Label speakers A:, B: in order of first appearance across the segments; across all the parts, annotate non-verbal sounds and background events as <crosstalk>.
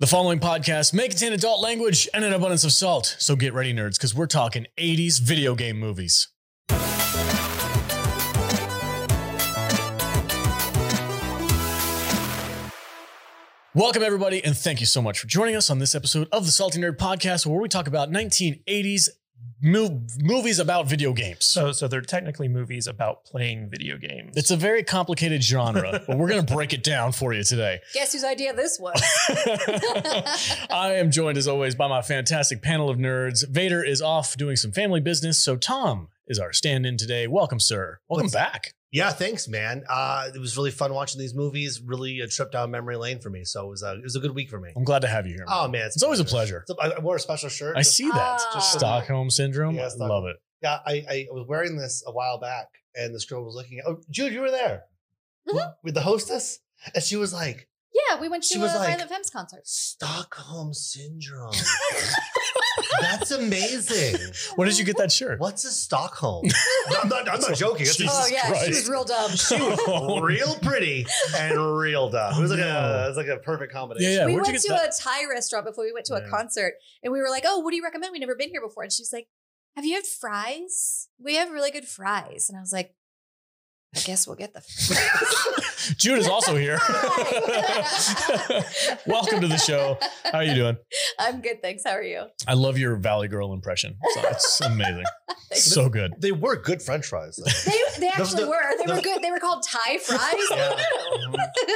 A: The following podcast may contain adult language and an abundance of salt, so get ready, nerds, because we're talking 80s video game movies. Welcome, everybody, and thank you so much for joining us on this episode of the Salty Nerd Podcast, where we talk about 1980s mo- movies about video games.
B: So, so they're technically movies about playing video games.
A: It's a very complicated genre, but we're going to break it down for you today.
C: Guess whose idea this was?
A: <laughs> I am joined as always by my fantastic panel of nerds. Vader is off doing some family business, so Tom is our stand-in today. Welcome, sir. Welcome
D: What's-
A: back.
D: Yeah, thanks, man. Uh, it was really fun watching these movies. Really a trip down memory lane for me. So it was a, it was a good week for me.
A: I'm glad to have you here. man.
D: Oh man,
A: it's always a pleasure.
D: So I I wore a special shirt.
A: I
D: Just-
A: see that.
C: Ah.
D: just
A: Stockholm syndrome.
D: Yeah,
A: I
D: Stockholm.
A: Love it.
D: Yeah, I, I was wearing this a while back, and this girl was looking. At, oh, Jude, you were there
C: Mhm.
D: with the hostess, and she was like,
C: yeah, we went to
D: She
C: a
D: was like-
C: Violent Femmes concert.
D: "Stockholm syndrome. That's amazing.
A: Where did you get that shirt?
D: What's a Stockholm? I'm not. I'm not
A: Jesus
D: joking.
A: <laughs>
D: It's
C: oh yeah, she
A: Christ.
C: was real dumb.
D: she
A: <laughs>
D: was real pretty and real dumb. It was like
A: Oh, No.
D: a, it was like a perfect combination.
A: Yeah,
C: we
A: where'd you
C: went
A: get
C: to
A: that?
C: a Thai restaurant before we went to a
D: Yeah.
C: concert, and we were like, "Oh, what do you recommend? We've never been here before." And she was like, "Have you had fries? We have really good fries." And I was like, "I guess we'll get the."
A: Jude is also
C: <laughs>
A: here.
C: Hi.
A: Welcome to the show. How are you doing?
C: <laughs> I'm good, thanks. How are you?
A: I love your Valley Girl impression. So it's amazing.
C: Thanks.
A: so good.
D: They were good French fries.
C: <laughs>
D: Though.
C: They, they
D: Those
C: actually
D: are-
C: were. They were
D: those-
C: good. They were called Thai <laughs> fries.
D: Yeah.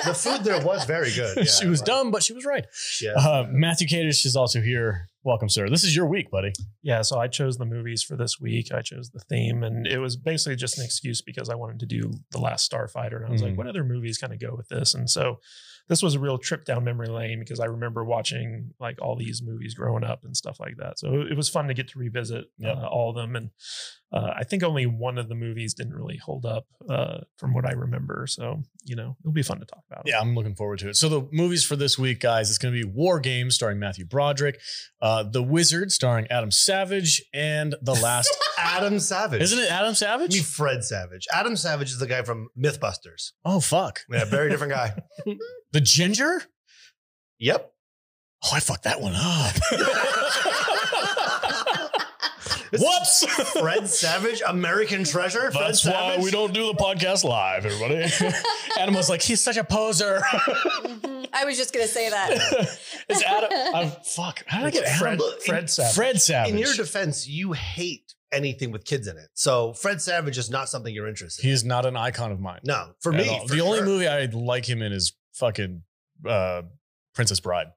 D: the <laughs> food there was very good.
A: <laughs>
D: Yeah,
A: she was
D: right.
A: dumb, but she was right.
D: Yeah.
A: <laughs> Uh, Matthew Kadish is also here. Welcome, sir. This is your week, buddy.
B: yeah, so I chose the movies for this week. I chose the theme, and it was basically just an excuse because I wanted to do The Last Starfighter. And I was
A: Mhm.
B: like, what other movies kind of go with this? And so this was a real trip down memory lane because I remember watching like all these movies growing up and stuff like that. So it was fun to get to revisit
A: Yep.
B: uh, all of them. And uh, I think only one of the movies didn't really hold up uh, from what I remember. So, you know, it'll be fun to talk about.
A: Yeah, I'm looking forward to it. So the movies for this week, guys, it's going to be War Games starring Matthew Broderick, uh, The Wizard starring Adam Savage, and The Last.
D: Adam <laughs> Savage.
A: Isn't it Adam
D: I
A: Savage?
D: mean, Fred Savage. Adam Savage is the guy from Mythbusters.
A: oh fuck,
D: Yeah, very different guy.
A: <laughs> the ginger.
D: Yep.
A: Oh, I fucked that one up.
D: <laughs> This is
A: Whoops.
D: Fred Savage, American Treasure. Fred
A: That's
D: Savage.
A: why we don't do the podcast live,
D: <laughs>
A: everybody. Adam was like, he's such a poser.
C: Mhm. I was just gonna
A: <laughs>
C: say that.
A: it's Adam. I'm, fuck. How did I get Adam?
B: Fred,
D: Look,
B: Fred Savage.
A: Fred Savage.
D: In your defense, you hate anything with kids in it. So Fred Savage is not something you're interested
A: he
D: in.
A: is not an icon of mine.
D: No, for
A: at
D: me.
A: all.
D: for
A: the only
D: sure.
A: movie I like him in is fucking uh, Princess Bride.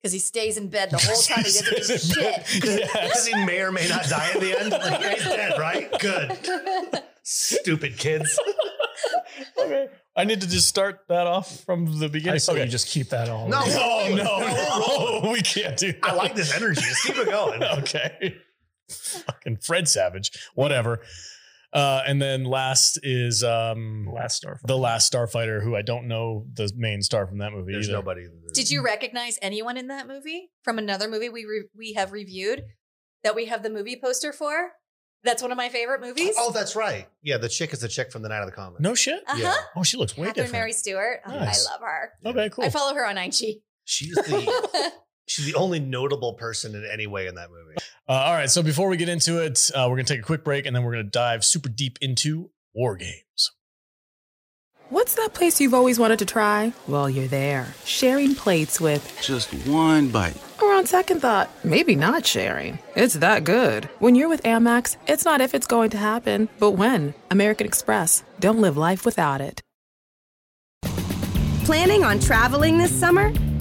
C: Because he stays in bed the
A: <laughs>
C: whole time. He doesn't do shit.
D: Because he may or may not die at the end. Like, he's dead, right? Good. Stupid kids.
A: okay. I need to just start that off from the beginning.
B: I say
A: Okay.
B: you just keep that all.
D: No.
A: no, no, no,
D: No.
A: we can't do. That.
D: I like this energy. Just keep
A: <laughs>
D: it going.
A: okay. fucking Fred Savage, whatever. Uh, and then last is um,
B: Last Starfighter.
A: the last Starfighter, who I don't know the main star from that movie
D: There's
A: either.
D: nobody.
C: <laughs> Did you recognize anyone in that movie from another movie we re- we have reviewed that we have the movie poster for? That's one of my favorite movies.
D: Oh, that's right. Yeah, the chick is the chick from the Night of the Comet.
A: No shit.
C: uh huh.
D: yeah.
A: Oh, she looks way
C: Catherine
A: different.
C: Mary Stewart. Oh,
A: Nice.
C: I love her.
A: okay, cool.
C: I follow her on IG. <laughs>
D: She's the she's the only notable person in any way in that movie.
A: Uh, all right. So before we get into it, uh, we're going to take a quick break and then we're going to dive super deep into war games.
E: What's that place you've always wanted to try? Well, you're there, sharing plates with,
F: Just one bite.
E: or on second thought, maybe not sharing. It's that good. When you're with Amex, it's not if it's going to happen, but when. American Express. Don't live life without it.
G: Planning on traveling this summer?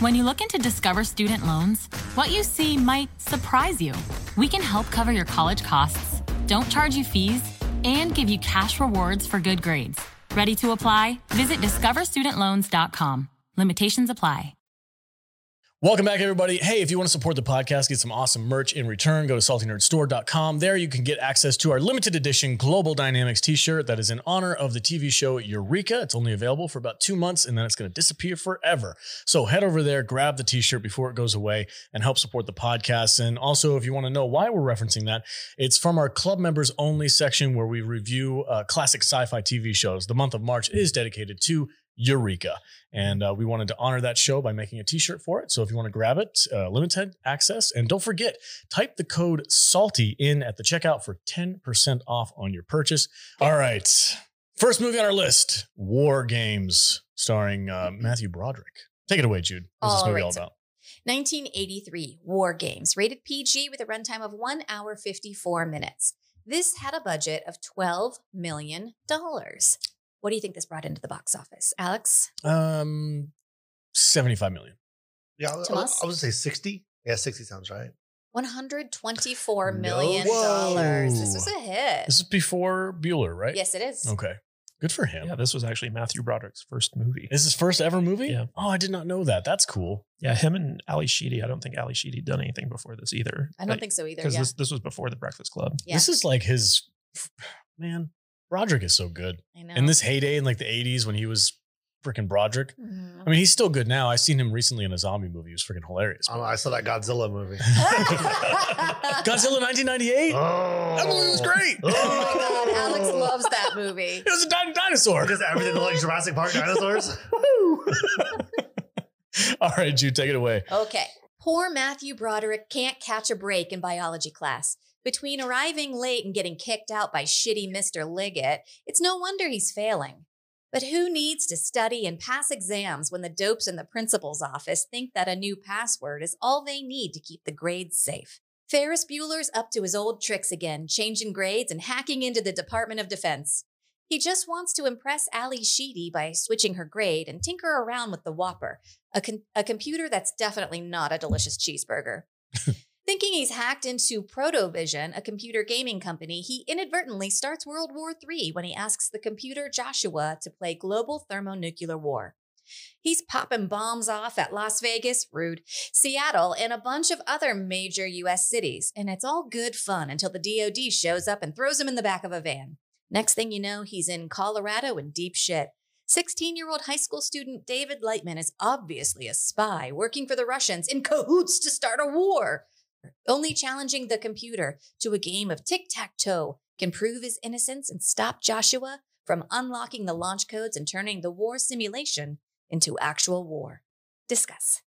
H: When you look into Discover Student Loans, what you see might surprise you. We can help cover your college costs, don't charge you fees, and give you cash rewards for good grades. Ready to apply? Visit discoverstudentloans.com. Limitations apply.
A: Welcome back, everybody. Hey, if you want to support the podcast, get some awesome merch in return, go to saltynerdstore.com. There you can get access to our limited edition Global Dynamics t shirt that is in honor of the TV show Eureka. It's only available for about two months and then it's going to disappear forever. So head over there, grab the t shirt before it goes away, and help support the podcast. And also, if you want to know why we're referencing that, it's from our club members only section where we review uh, classic sci fi TV shows. The month of March is dedicated to Eureka. And uh, we wanted to honor that show by making a t shirt for it. So if you want to grab it, uh, limited access. And don't forget, type the code SALTY in at the checkout for 10% off on your purchase. All right. First movie on our list War Games, starring uh, Matthew Broderick. Take it away, Jude. What's this
C: All
A: movie
C: right,
A: all
C: so-
A: about?
C: 1983 War Games, rated PG with a runtime of 1 hour 54 minutes. This had a budget of $12 million. What do you think this brought into the box office, Alex?
A: Um, 75 million.
D: Yeah, I, I, I
C: Tomas?
D: was gonna say sixty. Yeah, sixty sounds right.
C: $124
D: No.
C: million.
A: Whoa.
C: This was a hit.
A: This is before Bueller, right?
C: Yes, it is.
A: Okay. Good for him.
B: Yeah, this was actually Matthew Broderick's first movie.
A: Is his first ever movie?
B: Yeah.
A: Oh, I did not know that. That's cool.
B: Yeah, him and Ali Sheedy. I don't think Ali Sheedy done anything before this either.
C: I don't think so either.
B: because
C: Yeah.
B: this this was before the Breakfast Club.
C: Yeah.
A: This is like his man. Broderick is so good.
C: I know.
A: In this heyday in like the 80s when he was freaking Broderick. <laughs>
C: Mhm.
A: I mean, he's still good now. I seen him recently in a zombie movie. He was freaking
D: <laughs>
A: hilarious.
D: I, don't know, I saw that Godzilla movie.
A: Godzilla 1998.
D: <laughs> Oh,
A: that movie was great.
C: <laughs> Oh my God, <laughs>
A: <laughs>
C: Alex
D: Oh.
C: loves that movie.
A: It was a di- dinosaur. <laughs>
D: Because everything looked like Jurassic Park dinosaurs.
A: All right, Jude, take it away.
C: Okay. Poor Matthew Broderick can't catch a break in biology class. Between arriving late and getting kicked out by shitty Mr. Liggett, it's no wonder he's failing. But who needs to study and pass exams when the dopes in the principal's office think that a new password is all they need to keep the grades safe? Ferris Bueller's up to his old tricks again, changing grades and hacking into the Department of Defense. He just wants to impress Ally Sheedy by switching her grade and tinker around with the Whopper, a, con- a computer that's definitely not a delicious cheeseburger. Thinking he's hacked into Protovision, a computer gaming company, he inadvertently starts World War III when he asks the computer Joshua to play Global Thermonuclear War. He's popping bombs off at Las Vegas, rude, Seattle, and a bunch of other major US cities, and it's all good fun until the DoD shows up and throws him in the back of a van. Next thing you know, he's in Colorado in deep shit. 16 year old high school student David Lightman is obviously a spy working for the Russians in cahoots to start a war. Only challenging the computer to a game of tic tac toe can prove his innocence and stop Joshua from unlocking the launch codes and turning the war simulation into actual war. Discuss.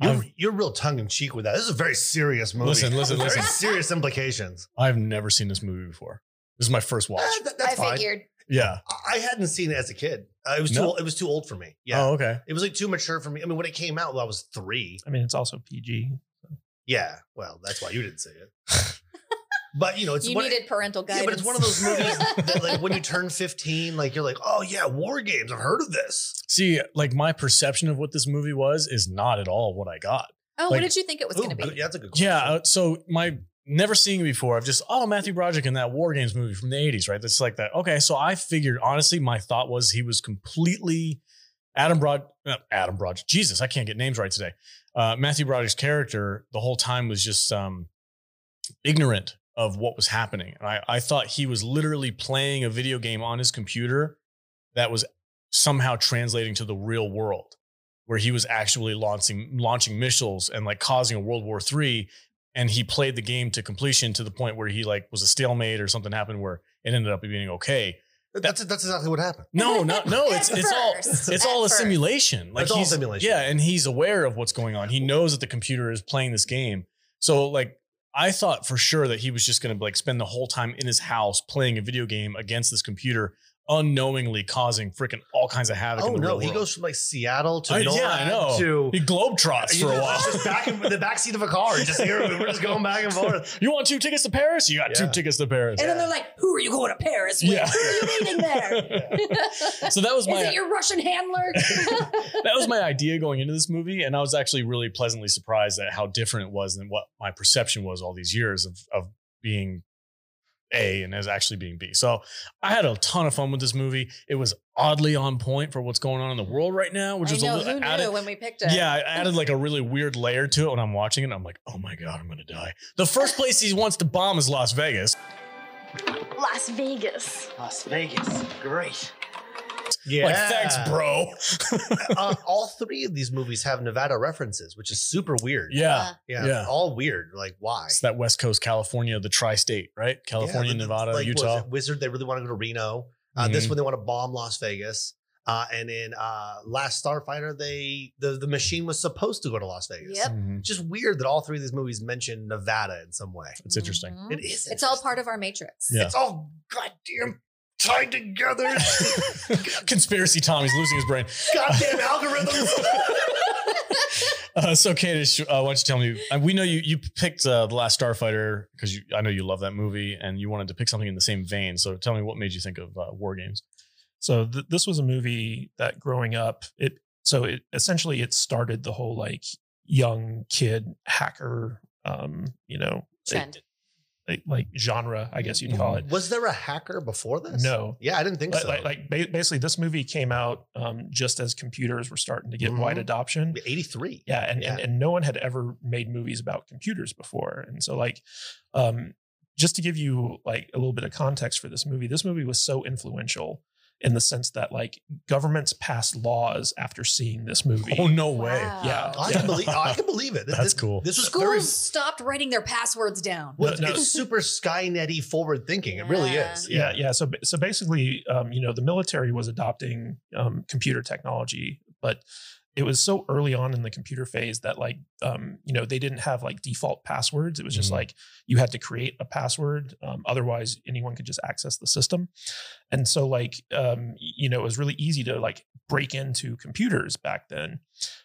D: You're,
A: I've-
D: you're real tongue in cheek with that. This is a very serious movie.
A: Um, Listen, listen,
D: very
A: listen.
D: serious implications.
A: I've never seen this movie before. This is my first watch.
D: Eh, that- that's
C: I
D: fine.
C: figured.
A: Yeah.
D: I- I hadn't seen it as a kid. Uh, it was
A: No?
D: too. Old, it was too old for me. Yeah,
A: Oh, okay.
D: it was like too mature for me. I mean, when it came out, well, I was three.
B: I mean, it's also PG.
D: Yeah, well, that's why you didn't see it.
C: <laughs>
D: but you know, it's
C: you
D: one-
C: needed parental guidance.
D: Yeah, but it's one of those movies that,
C: <laughs>
D: like, when you turn 15, like, you're like, oh, yeah, War Games. I've heard of this.
A: See, like my perception of what this movie was is not at all what I got.
C: oh,
A: like-
C: what did you think it was
D: Ooh,
C: going to be?
D: good- Yeah, that's a good question.
A: Yeah. uh, So my never seeing it before. I've just oh Matthew Broderick in that War Games movie from the eighties, right? That's like that. Okay. So I figured honestly, my thought was he was completely Adam Brod, uh, Adam Brod. Jesus, I can't get names right today. Uh, Matthew Broderick's character the whole time was just um, ignorant of what was happening, and I, I thought he was literally playing a video game on his computer that was somehow translating to the real world. Where he was actually launching launching missiles and like causing a World War III and he played the game to completion to the point where he like was a stalemate or something happened where it ended up being okay.
D: That's, that's exactly what happened.
A: No, not no. It's
C: <laughs> At
A: it's all
C: first.
A: it's
C: At
A: all a
C: first.
A: simulation. Like
D: It's all
A: he's-
D: simulation.
A: Yeah, and he's aware of what's going on. He knows that the computer is playing this game. So like I thought for sure that he was just going to like spend the whole time in his house playing a video game against this computer, unknowingly causing freaking all kinds of havoc.
D: Oh,
A: in the
D: no.
A: real
D: He
A: world.
D: goes from like Seattle to
A: I-
D: NORAD
A: yeah, I know.
D: to.
A: He globetrots
D: <laughs>
A: for a while. <laughs>
D: Just back in the backseat of a car. Just here, we're just going back and forth.
A: You want two tickets to Paris? You got two
D: Yeah.
A: tickets to Paris.
C: and then they're like, who are you going to Paris
A: <laughs>
C: with?
A: Yeah.
C: Who are you meeting
D: <laughs>
C: there?
A: <laughs> So that was
C: Is
A: my
C: it your Russian handler? <laughs>
A: that was my idea going into this movie, and I was actually really pleasantly surprised at how different it was than what my perception was all these years of of being A and as actually being B. So I had a ton of fun with this movie. It was oddly on point for what's going on in the world right now, which
C: I
A: is
C: know
A: a little
C: who knew
A: added,
C: when we picked it.
A: yeah, I added like a really weird layer to it when I'm watching it. I'm like, oh my god, I'm gonna die. The first place he wants to bomb is Las Vegas.
F: Las Vegas.
I: Las Vegas. Great.
D: Yeah.
A: Like, thanks, bro.
D: uh, all three of these movies have Nevada references, which is super weird.
C: Uh,
A: yeah.
D: Yeah.
A: Yeah.
D: All weird. Like, why?
A: It's that West Coast, California, the tri-state, right? California,
D: Yeah, the-
A: Nevada,
D: like, what was
A: Utah.
D: it, Wizard, they really want to go to Reno. Uh, This
B: Mm-hmm.
A: Mhm.
D: one, they want to bomb Las Vegas. Uh, and in uh, Last Starfighter, they the, the machine was supposed to go to Las Vegas.
C: Yep.
A: Mhm.
D: Just weird that all three of these movies mention Nevada in some way.
A: It's interesting.
C: Mhm.
D: It is.
C: It's all
D: interesting.
C: part of our matrix.
A: Yeah.
D: It's all goddamn tied together.
C: <laughs>
D: <laughs>
A: <laughs> Conspiracy Tommy's losing his brain.
D: goddamn algorithms.
A: Uh, so, Kadish, uh, why don't you tell me? uh, We know you you picked uh, the Last Starfighter because I know you love that movie, and you wanted to pick something in the same vein. So, tell me what made you think of uh, War Games?
B: So th- this was a movie that growing up, it so it essentially it started the whole like young kid hacker, um, you know,
C: Trend.
B: like, like genre, I guess you'd call it.
D: Was there a hacker before this?
B: No.
D: Yeah, I didn't think
B: Like,
D: so.
B: like, like ba- basically, this movie came out um, just as computers were starting to get
D: Mhm.
B: wide adoption.
D: 83.
B: Yeah, and, and
D: Yeah.
B: and no one had ever made movies about computers before, and so like, um, just to give you like a little bit of context for this movie, this movie was so influential in the sense that like governments passed laws after seeing this movie.
A: Oh no way!
C: <laughs>
B: Yeah.
D: I can believe. I can believe it. This-
A: That's
D: this-
A: cool.
D: This was very.
C: Schools stopped writing their passwords down.
D: Well,
B: No, no.
D: it's super Skynetty forward thinking. It really
C: Yeah.
D: is.
B: yeah, yeah. So ba- so basically, um, you know, the military was adopting um, computer technology, but it was so early on in the computer phase that like um, you know they didn't have like default passwords. It was just
A: Mhm.
B: like you had to create a password. Um, otherwise, anyone could just access the system. And so like um, y- you know, it was really easy to like break into computers back then.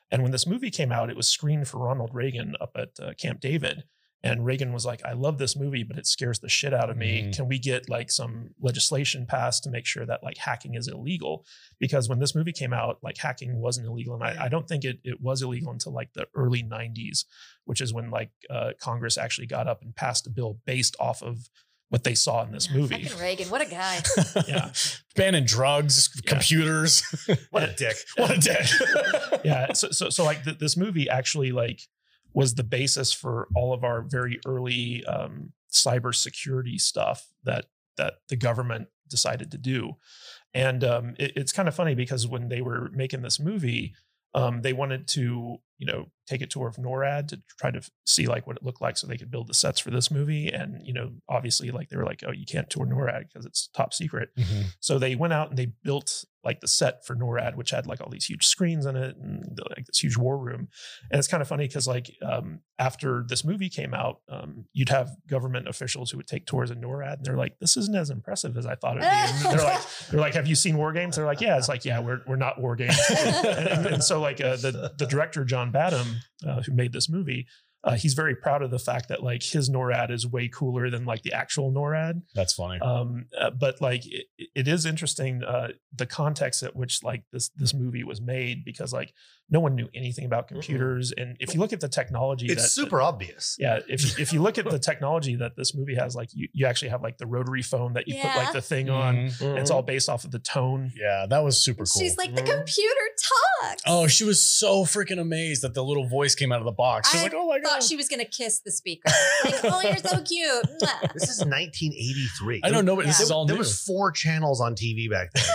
B: And when this movie came out, it was screened for Ronald Reagan up at uh, Camp David. And Reagan was like, I love this movie, but it scares the shit out of me.
A: Mhm.
B: Can we get like some legislation passed to make sure that like hacking is illegal? Because when this movie came out, like hacking wasn't illegal. And I, I don't think it, it was illegal until like the early 90s, which is when like uh, Congress actually got up and passed a bill based off of what they saw in
D: <laughs>
B: this movie.
C: Fucking Reagan, what a guy.
B: Yeah.
A: <laughs> banning drugs,
B: Yeah.
A: computers.
D: What a dick.
A: what a dick! <laughs>
B: yeah so so, so like th- this movie actually like was the basis for all of our very early um cybersecurity stuff that that the government decided to do and um it- it's kind of funny because when they were making this movie um they wanted to you know take a tour of norad to try to f- see like what it looked like so they could build the sets for this movie and you know obviously like they were like oh you can't tour norad because it's top secret
A: Mm-hmm.
B: so they went out and they built like the set for NORAD, which had like all these huge screens in it and the- like this huge war room. And it's kind of funny because like um, after this movie came out, um, you'd have government officials who would take tours in NORAD, and they're like, "This isn't as impressive as I thought it'd be." And they're like, "They're like, have you seen War Games?" They're like, "Yeah." It's like, "Yeah, we're we're not War Games." and, and so like uh, the the director John Badham, uh, who made this movie. Uh, he's very proud of the fact that like his NORAD is way cooler than like the actual NORAD.
A: That's funny.
B: Um, uh, but like it, it is interesting uh, the context at which like this this movie was made because like no one knew anything about computers, and if you look at the technology,
D: It's
B: that,
D: super obvious.
B: yeah, if if you look at the technology that this movie has, like you, you actually have like the rotary phone that you put
C: Yeah.
B: like the thing on. and
D: Mm-hmm.
B: It's all based off of the tone.
A: Mm-hmm. yeah, that was super cool. Mm-hmm.
C: She's like, the computer talks.
A: Oh, she was so freaking amazed that the little voice came out of the box. She was
C: I
A: like, oh my god.
C: Thought she was gonna kiss the speaker. Like, oh,
A: <laughs>
C: you're so cute. Mwah.
D: This is 1983.
A: I don't know, but this
C: Yeah.
A: is all
D: There
A: new.
D: was four channels on TV back then,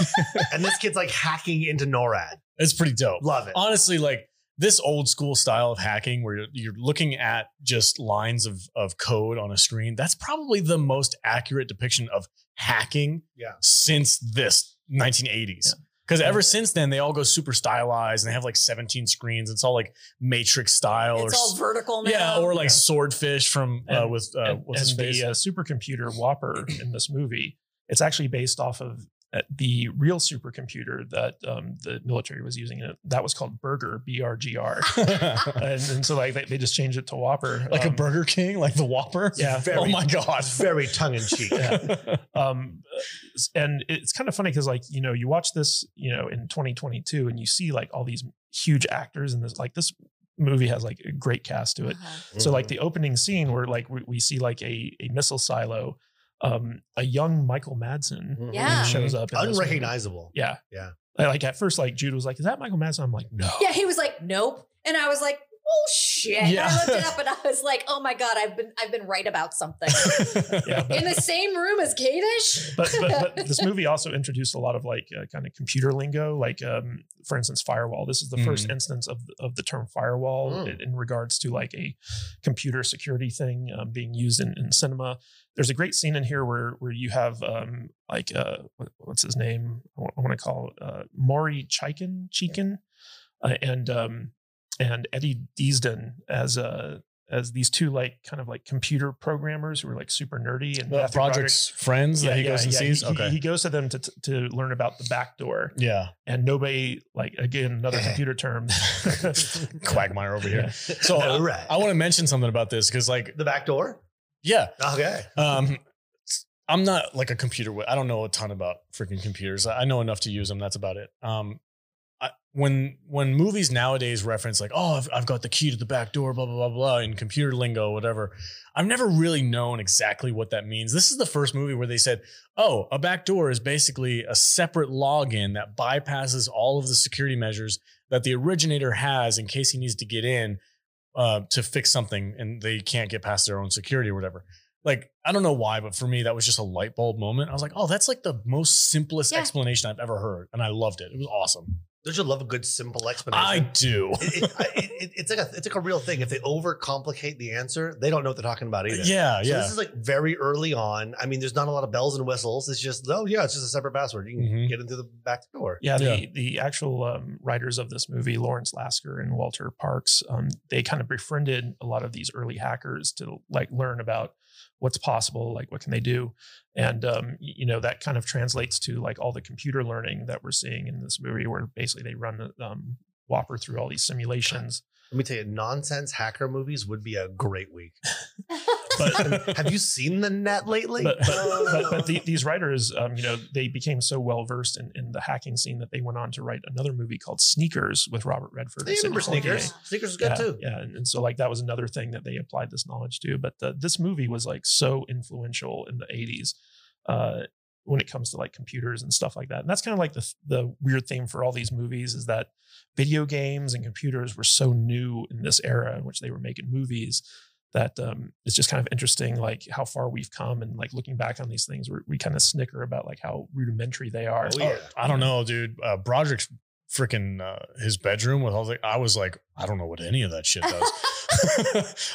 D: and this kid's like hacking into NORAD.
A: it's pretty dope.
D: Love it.
A: Honestly, like this old school style of hacking where you're, you're looking at just lines of, of code on a screen, that's probably the most accurate depiction of hacking
D: Yeah.
A: since this 1980s. Because ever since then, they all go super stylized and they have like 17 screens. It's all like Matrix style
C: It's
A: or.
C: all vertical now.
A: yeah, or like
B: Yeah.
A: swordfish from uh,
B: And-
A: with uh,
B: and
A: what's his
B: and
A: face?
B: the uh, supercomputer Whopper in this movie, it's actually based off of uh, the real supercomputer that um, the military was using. And that was called Burger, B R G R. <laughs> and, and so like they, they just changed it to Whopper,
A: like
B: Um,
A: a Burger King, like the Whopper.
B: Yeah.
A: <laughs> oh my
B: <laughs>
A: god.
D: It's very tongue in cheek.
B: Yeah. Um, and it's kind of funny because like you know you watch this you know in 2022 and you see like all these huge actors and this like this movie has like a great cast to it.
C: Uh-huh.
A: Mm-hmm.
B: So like the opening scene where like we, we see like a a missile silo. um, a young Michael Madsen
A: Mm.
D: Mhm.
C: Yeah.
B: shows up. in this movie.
D: Unrecognizable.
B: Yeah.
D: Yeah.
B: I- Like at first, like Jude was like, "Is that Michael Madsen?" I'm like, "No."
C: Yeah, he was like, nope. And I was like, oh shit. And
A: Yeah.
C: I looked it up and I was like, oh my God, I've been I've been right
A: <laughs>
C: about something.
B: <laughs> Yeah, but,
C: In the same room as Kadish?
B: but,
C: <laughs>
B: but, but this movie also introduced a lot of like uh, kind of computer lingo, like um, for instance, firewall. This is the first
A: Mm. Oh.
B: instance of of the term firewall
D: Mm.
B: in, in regards to like a computer security thing um, being used in, in cinema. There's a great scene in here where where you have um, like uh, what- what's his name? I want to call uh, Maury Chaikin, Chaikin, uh, and um, and Eddie Deasden as uh, as these two like kind of like computer programmers who are like super nerdy and
A: The
B: Matthew Broderick-
A: project's friends that he goes and sees.
B: he,
A: okay.
B: He goes to them to, to learn about the back door.
A: yeah.
B: And nobody, like, again,
A: <laughs>
B: another computer term.
A: Quagmire over here.
B: Yeah.
A: So
D: All
A: I- <laughs>
D: right.
A: I want to mention something about this because, like,
D: the back door.
A: yeah,
D: Okay.
A: um, I'm not like a computer. wi- I don't know a ton about freaking computers. I I know enough to use them. That's about it. Um, I, when when movies nowadays reference like, oh, I've, I've got the key to the back door, blah blah blah blah, in computer lingo, whatever. I've never really known exactly what that means. This is the first movie where they said, oh, a back door is basically a separate login that bypasses all of the security measures that the originator has in case he needs to get in uh, to fix something and they can't get past their own security or whatever. Like, I don't know why, but for me, that was just a light bulb moment. I was like, oh, that's like the most simplest
C: Yeah.
A: explanation I've ever heard. And I loved it. It was awesome.
D: Don't you love a good simple
A: I
D: explanation?
A: do.
D: it, it, I- it, it- it's like a it's like a real thing. If they overcomplicate the answer, they don't know what they're talking about either.
A: <laughs> Yeah,
D: So
A: Uh, yeah.
D: this is like very early on. I mean, there's not a lot of bells and whistles. It's just oh yeah, it's just a separate password. You can
A: Mhm.
D: get into the back door.
B: <laughs> yeah, the,
A: Yeah.
B: the actual um, writers of this movie, Lawrence Lasker and Walter Parks, um, they kind of befriended a lot of these early hackers to like learn about what's possible, like what can they do, and um, y- you know that kind of translates to like all the computer learning that we're seeing in this movie, where basically they run um, Whopper through all these simulations.
D: Let me tell you, nonsense hacker movies would be a great week. <laughs> Have you seen the net lately? Oh.
B: but but, but, but the, these writers, um, you know, they became so well versed in, in the hacking scene that they went on to write another movie called Sneakers with Robert Redford.
D: I
B: and
D: remember
B: Sidney Poitier.
D: sneakers. Sneakers was good
B: Yeah,
D: too.
B: yeah, and, and so like that was another thing that they applied this knowledge to. But the, this movie was like so influential in the '80s uh, when it comes to like computers and stuff like that. And that's kind of like the the weird thing for all these movies is that video games and computers were so new in this era in which they were making movies that um, it's just kind of interesting like how far we've come and like looking back on these things we we kind of snicker about like how rudimentary they are
D: Oh, yeah.
A: I don't know, dude. Uh, Broderick's freaking uh, his bedroom with all the. I was like, I don't know what any of that shit does.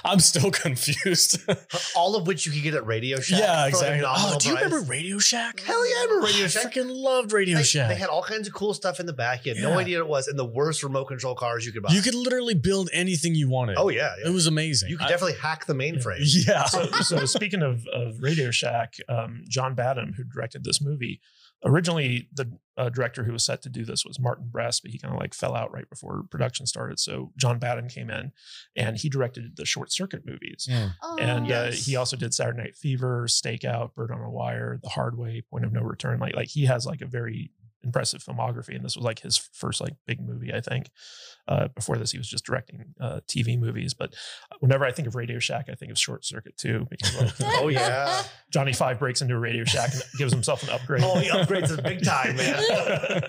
A: <laughs> I'm still confused. <laughs>
D: All of which you could get at Radio Shack. for
A: yeah,
D: a
A: exactly.
D: nominal
A: Oh, do you
D: price.
A: remember Radio Shack?
D: Hell yeah, I remember Radio
A: Mm. I
D: Shack.
A: freaking loved Radio
D: they,
A: Shack.
D: they had all kinds of cool stuff in the back. You had no
A: Yeah.
D: idea what it was, and the worst remote control cars you could buy.
A: you could literally build anything you wanted.
D: oh yeah, yeah.
A: it was amazing.
D: you could
A: I-
D: definitely hack the mainframe.
A: <laughs> Yeah.
B: so, so speaking of, of Radio Shack, um, John Badham, who directed this movie, originally the uh, director who was set to do this was Martin Brest, but he kind of like fell out right before production started. So John Badham came in and he directed the Short Circuit movies.
A: Mm.
C: Oh,
B: And uh,
D: yes.
B: he <laughs> also did Saturday Night Fever, Stakeout, Bird on a Wire, The Hard Way, Point of No Return. Like, like he has like a very impressive filmography, and this was like his first like big movie, I think. Uh, before this, he was just directing uh, TV movies. But uh, whenever I think of Radio Shack, I think of Short Circuit too, because like,
C: <laughs>
D: Oh yeah.
B: Johnny Five breaks into a Radio Shack and gives himself an upgrade.
D: oh, he upgrades it big
B: <laughs>
D: time, man.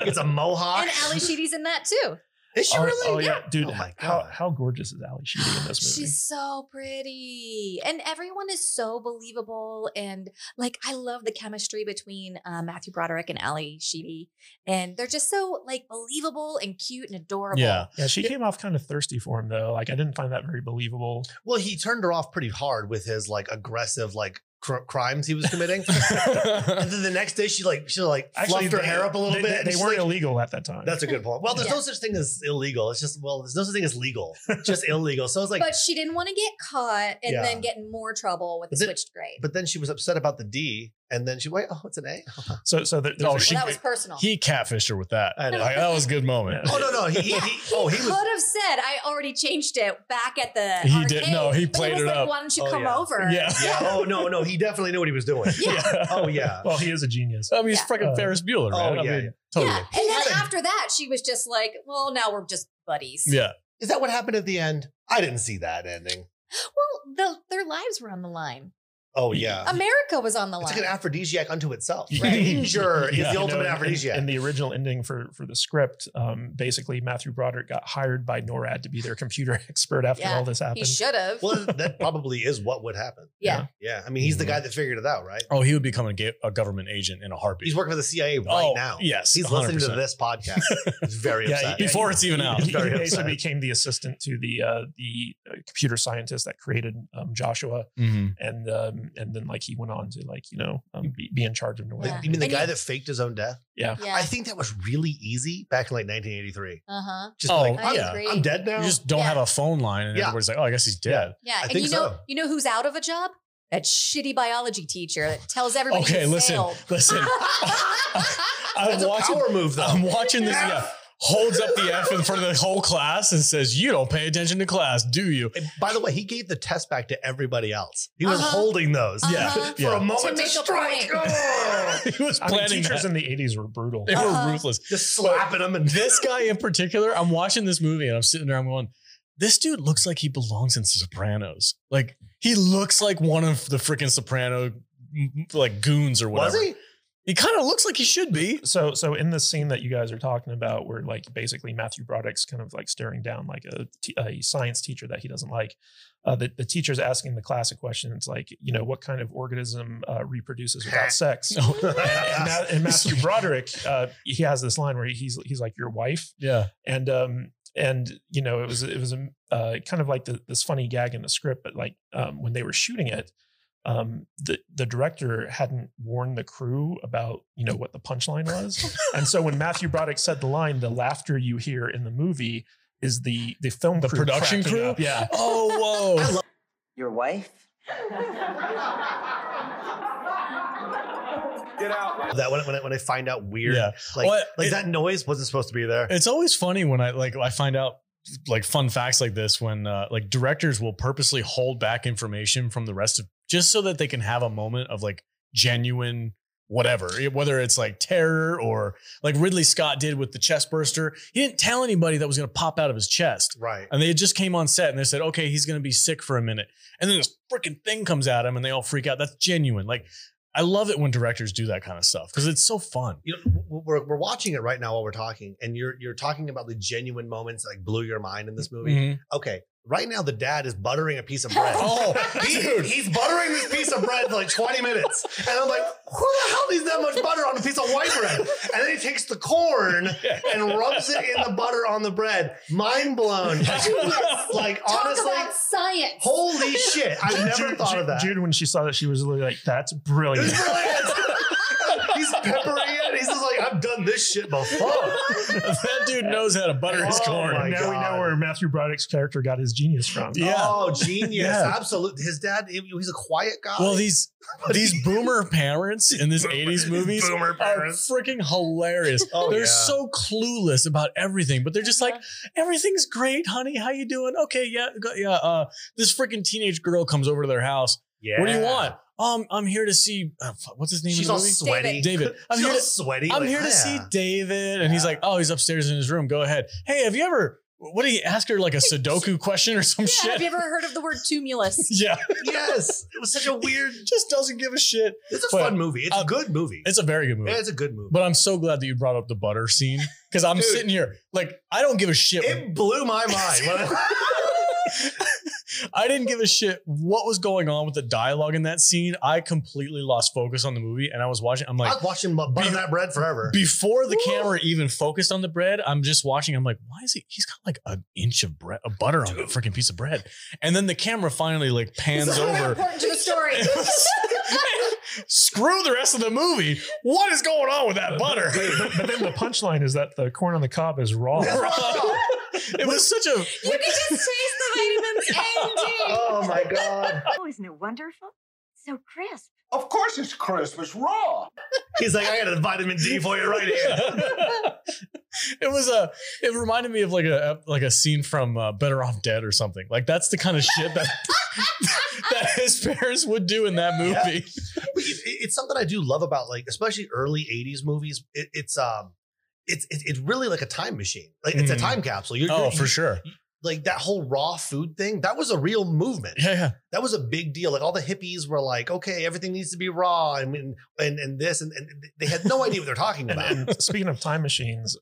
D: It's a mohawk.
C: and Ali Sheedy's in that too.
D: Is she
B: Oh,
D: really?
B: oh, yeah, dude!
D: Oh my
B: how
D: God.
B: how gorgeous is Ali Sheedy in this movie?
C: She's so pretty. And everyone is so believable. And like, I love the chemistry between uh, Matthew Broderick and Ali Sheedy. And they're just so like believable and cute and adorable.
A: Yeah.
B: yeah, she came off kind of thirsty for him though. Like I didn't find that very
D: <laughs>
B: believable.
D: Well, he turned her off pretty hard with his like aggressive like cr- crimes he was
B: <laughs>
D: committing. and then the next day, she like she like fluffed her
B: they-
D: hair up a little
B: they-
D: bit. and
B: They, they
D: she's
B: weren't
D: like,
B: illegal at that time.
D: That's a good point. Well, there's no
C: Yeah.
D: such thing as illegal. It's just well, there's no such thing as legal. Just illegal. So it's like,
C: but she didn't want to get caught and
D: Yeah.
C: then get in more trouble with the
D: Is it-
C: switched grade.
D: but then she was upset about the D, and then she wait, oh, it's
B: <laughs>
D: an A.
B: so. So there,
A: Oh,
B: there's a-
A: she-
C: well, that was personal.
A: he catfished her with that.
D: I know.
A: Like, that was a good moment.
D: Oh no, no, he, he,
C: Yeah,
D: he oh he was
C: <laughs> could have said, I already changed it back at the.
A: He did- no,
C: arcade,"
A: he
C: but
A: played
C: was
A: it
C: like,
A: up.
C: Why don't you
D: Oh,
C: come
D: yeah.
C: over?
A: Yeah.
D: yeah. Oh no, no, he definitely knew what he was doing.
A: Yeah.
D: Oh yeah.
B: <laughs> well, he is a
D: <laughs>
B: genius.
A: I mean, it's
C: Yeah.
A: freaking
B: Uh,
A: Ferris Bueller,
D: Oh
A: man. I
D: yeah.
A: mean,
D: yeah.
A: totally.
C: Yeah. And then
D: Kevin.
C: after that, she was just like, well, now we're just buddies.
A: Yeah.
D: Is that what happened at the end? I didn't see that ending.
C: Well, the, their lives were on the line.
D: Oh yeah.
C: America was on the
D: It's
C: line.
D: like an aphrodisiac
A: <laughs>
D: unto itself.
B: Yeah.
D: Right? Danger is
B: Yeah.
D: the
B: You
D: ultimate
B: know, and-
D: aphrodisiac.
B: And the original ending for for the script, um, basically Matthew Broderick got hired by NORAD to be their computer <laughs> expert after
C: Yeah,
B: all this
C: he
B: happened.
C: should
A: <laughs>
C: have.
D: well, that probably is what would happen.
C: yeah.
D: Yeah. I mean, he's the
A: Mm-hmm.
D: guy that figured it out, right?
A: Oh, he would become a, ga- a government agent in a heartbeat.
D: He's working for the CIA right
A: Oh,
D: now.
A: yes,
D: He's listening to
A: 100%.
D: this podcast.
A: <laughs>
D: He's very
B: Yeah,
D: upset.
B: he-
A: Before it's even out.
B: He,
A: <laughs>
D: Very
B: he
D: upset.
B: basically became the assistant to the uh, the uh, computer scientist that created um, Joshua,
A: Mhm.
B: and um, and then like he went on to like you know um, be, be in charge of NORAD.
C: Yeah.
D: You mean the
C: And
D: guy
C: he-
D: that faked his own death?
B: Yeah.
C: Yeah.
D: I think that was really easy back in like 1983.
C: uh huh.
D: Just
A: Oh,
D: like,
A: I
D: I'm,
C: agree.
D: I'm dead now.
A: You just don't
C: Yeah.
A: have a phone line, and
D: Yeah.
A: everybody's like, "Oh, I guess he's dead."
C: Yeah. and
D: think
C: you know,
D: so.
C: you know who's out of a job? That shitty biology teacher that tells everybody.
A: Okay,
C: he
A: listen, <laughs>
C: failed.
A: listen.
D: <laughs>
A: I'm
D: That's
A: watching.
D: a power move, though.
A: <laughs> I'm watching this.
D: F.
A: Yeah, holds up the F in front of the whole class and says, "You don't pay attention to class, do you?" <laughs>
D: And by the way, he gave the test back to everybody else. He was
C: Uh-huh.
D: holding those
A: Yeah,
C: Uh-huh.
D: for a
A: yeah.
D: moment
C: To
D: to,
C: make a
D: strike.
C: point.
D: Oh!
A: he was
B: I mean,
A: planning.
B: teachers
A: that.
B: in the '80s were brutal.
A: <laughs> They
C: Uh-huh.
A: were ruthless.
D: just slapping them and
A: This guy
D: <laughs>
A: in particular, I'm watching this movie and I'm sitting there. I'm going, "This dude looks like he belongs in Sopranos. Like he looks like one of the freaking Soprano like goons or
D: was
A: <laughs> whatever.
D: he?
A: He kind of looks like he should be."
B: So, so in this scene that you guys are talking about, where like basically Matthew Broderick's kind of like staring down like a, t- a science teacher that he doesn't like, uh, the, the teacher's asking the classic question. It's like, you know, what kind of organism uh, reproduces without sex? and, and, Ma- and Matthew Broderick, uh, he has this line where he's he's like, your wife,
A: Yeah.
B: and um, and you know, it was it was um, uh, kind of like the, this funny gag in the script, but like um, when they were shooting it. Um, the the director hadn't warned the crew about you know what the punchline was, and so when Matthew Broderick said the line, the laughter you hear in the movie is the the film
A: The
B: crew
A: production
B: cracking
A: crew?
B: up. Yeah.
A: Oh,
D: <laughs>
A: whoa.
I: Your wife?
D: That when, when, I, when I find out weird,
A: Yeah.
D: like,
A: Well,
D: like
A: it-
D: that noise wasn't supposed to be there.
A: It's always funny when I like I find out like fun facts like this when uh, like directors will purposely hold back information from the rest of just so that they can have a moment of like genuine whatever whether it's like terror or like Ridley Scott did with the chest burster he didn't tell anybody that was going to pop out of his chest
D: right.
A: and they just came on set and they said okay he's going to be sick for a minute and then this freaking thing comes at him and they all freak out that's genuine like I love it when directors do that kind of stuff cuz it's so fun
D: You know, w- w- we're, we're watching it right now while we're talking, and you're you're talking about the genuine moments that like blew your mind in this movie.
A: Mm-hmm.
D: Okay, right now the dad is buttering a piece
C: <laughs>
D: of bread.
A: Oh,
D: <laughs> He-
A: dude.
D: he's buttering this piece of bread for like 20 minutes. And I'm like, who the hell needs that much butter on a piece of white bread? And then he takes
A: <laughs>
D: the corn and rubs it in the butter on the bread. Mind blown.
A: <laughs>
D: like
C: Talk
D: honestly,
C: about science.
D: <laughs> holy shit. I never
B: Jude-
D: thought
B: Jude-
D: of that.
B: Jude, when she saw that, she was literally like, "That's
D: It
B: brilliant."
D: was brilliant. he's peppering it. He's just like, I've done this shit before.
A: <laughs> that dude knows how to butter his
D: <laughs> Oh
A: corn.
D: my
B: now we
D: God.
B: know where Matthew Broderick's character got his genius from.
A: Yeah.
D: Oh, genius.
A: Yeah.
D: Absolutely. His dad, he- he's a quiet guy.
A: Well,
D: <laughs>
A: these these boomer parents in these '80s movies
D: Boomer
A: are
D: parents.
A: freaking hilarious.
D: <laughs> Oh,
A: they're
D: yeah.
A: so clueless about everything, but they're just like, "Everything's great, honey. How you doing? Okay, yeah, go, yeah." Uh, this freaking teenage girl comes over to their house.
D: Yeah.
A: What do you want? Um, I'm here to see. uh, fuck, what's his name
D: She's
A: in
D: all
A: the movie?
D: sweaty.
A: David. I'm
D: She's
A: here
D: all
A: to-
D: sweaty.
A: I'm
D: like,
A: here to
D: <laughs>
A: see
D: "Yeah."
A: David. And he's like, oh, he's upstairs in his room. Go ahead. Hey, have you ever, what do you ask her
D: <laughs>
A: like a Sudoku question or some
C: yeah,
A: shit?
C: have you ever heard of the word tumulus?
A: <laughs> yeah. <laughs>
D: yes. It was such a weird.
A: Just doesn't give a shit.
D: It's a
A: But,
D: fun movie. It's
A: uh,
D: a good movie.
A: It's a very good movie.
D: Yeah, it's a good movie.
A: but I'm so glad that you brought up the butter scene because I'm
D: Dude.
A: sitting here like I don't give a shit.
D: it blew my mind. when I-
A: I didn't give a shit what was going on with the dialogue in that scene. I completely lost focus on the movie and I was watching. I'm <laughs>
D: I
A: like,
D: was watching my butter
A: Be-
D: that bread forever.
A: before the camera even focused on the bread, I'm just watching. I'm like, why is he? He's got like an inch of bread, a butter on that freaking piece of bread. And then the camera finally like
D: <laughs>
A: pans
C: It's very
A: over. <laughs>
C: important to the story.
A: Screw the rest of the movie. What is going on with that butter?
B: But, but then the punchline is that the corn on the cob is raw.
A: <laughs> it was such a
C: you can just taste the vitamins and D.
D: oh my god.
F: Oh, isn't it wonderful? So crisp.
I: Of course it's crisp. It's raw.
D: He's like, I got a vitamin D for you right here.
A: <laughs> it was a. It reminded me of like a uh, like a scene from uh, Better Off Dead or something. Like that's the kind of shit that <laughs> that his parents would do in that movie.
D: But it- it- it's something I do love about like especially early 80s movies. It, it's um it's it- it's really like a time machine. Like it's a
A: Mhm.
D: Oh, time capsule. You're, you're-
A: sure.
D: like that whole raw food thing, that was a real movement.
A: Yeah, <laughs> yeah.
D: That was a big deal. Like all the hippies were like, okay, everything needs to be raw and and and, and this and, and they had no idea what they're talking about.
B: And, and speaking of time machines,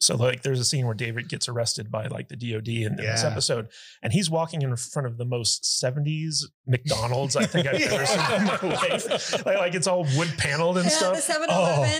B: so like there's a scene where David gets arrested by like the DOD in, in this
D: Yeah.
B: episode, and he's walking in front of the most 70s McDonald's I think I've ever seen in my life. Like, like it's all wood paneled and
C: Yeah,
B: stuff.
C: the 7-Eleven.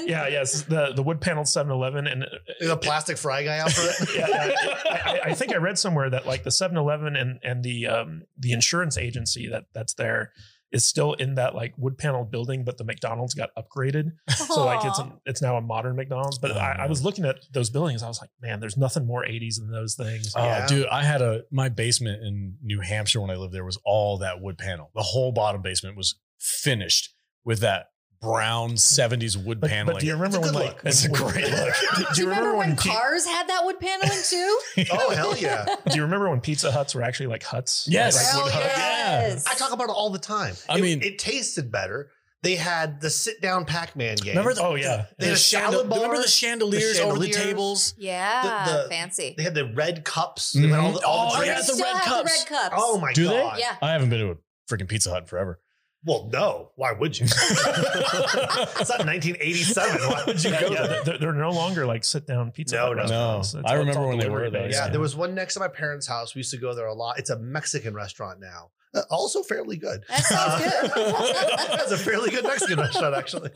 B: Oh, yeah, yes, the the wood paneled 7-Eleven, and
D: the plastic fry guy out
A: <laughs>
D: for it.
B: yeah, I, <laughs>
A: Uh,
B: I- I think I read somewhere that like the 7-Eleven and and the um the insurance agency that that's there is still in that like wood paneled building, but the McDonald's got upgraded, so like it's
C: Aw.
B: it's now a modern McDonald's. But
A: Mm.
B: I, I was looking at those buildings, I was like, man, there's nothing more 80s than those things.
A: Oh,
D: Yeah.
A: dude, I had a my basement in New Hampshire when I lived there was all that wood panel. The whole bottom basement was finished with that brown '70s wood
B: But,
A: paneling.
B: but do you remember
D: It's
B: when
D: a good
B: like
D: look.
B: when-
A: It's a
B: when- <laughs>
A: great look.
B: Do,
C: Oh. Do you remember, when
B: P-
C: cars had that wood paneling too?
D: <laughs> Oh hell yeah!
B: do you remember when Pizza Huts were actually like huts?
A: yes,
B: Like,
D: Hell
B: wood huts?
C: yes.
D: I talk about it all the time.
A: I
D: It-
A: mean-
D: it tasted better. They had the sit down Pac Man game.
A: Remember the,
B: Oh, yeah.
A: the,
D: They had a
A: chandel-
D: salad bar,
A: remember the
D: the
A: chandeliers, over the
D: chandeliers.
A: tables.
C: Yeah,
D: The- the-
C: fancy.
D: They had the red cups. They had all the, all the
A: Oh,
C: oh,
A: they
C: they
A: had
D: drinks.
A: the
C: still
A: red
C: have the
A: cups.
C: red cups.
D: Oh my
A: Do they?
D: god!
C: yeah.
A: I haven't been to a freaking Pizza Hut in forever.
D: Well, no. Why would you? it's not 1987. Why would you
B: Yeah,
D: go
B: yeah,
D: there?
B: they're, they're no longer like sit down pizza.
D: No,
B: Hut
D: no.
B: restaurants.
A: No.
B: It's
A: I
B: all- it's
A: remember
B: all
A: when they were,
B: delivery
A: though,
B: based.
D: Yeah,
A: Yeah.
D: there was one next to my parents' house. We used to go there a lot. It's a Mexican restaurant now. Uh, Also fairly good.
C: That sounds
D: <laughs>
C: good.
D: it's a fairly good Mexican restaurant, actually.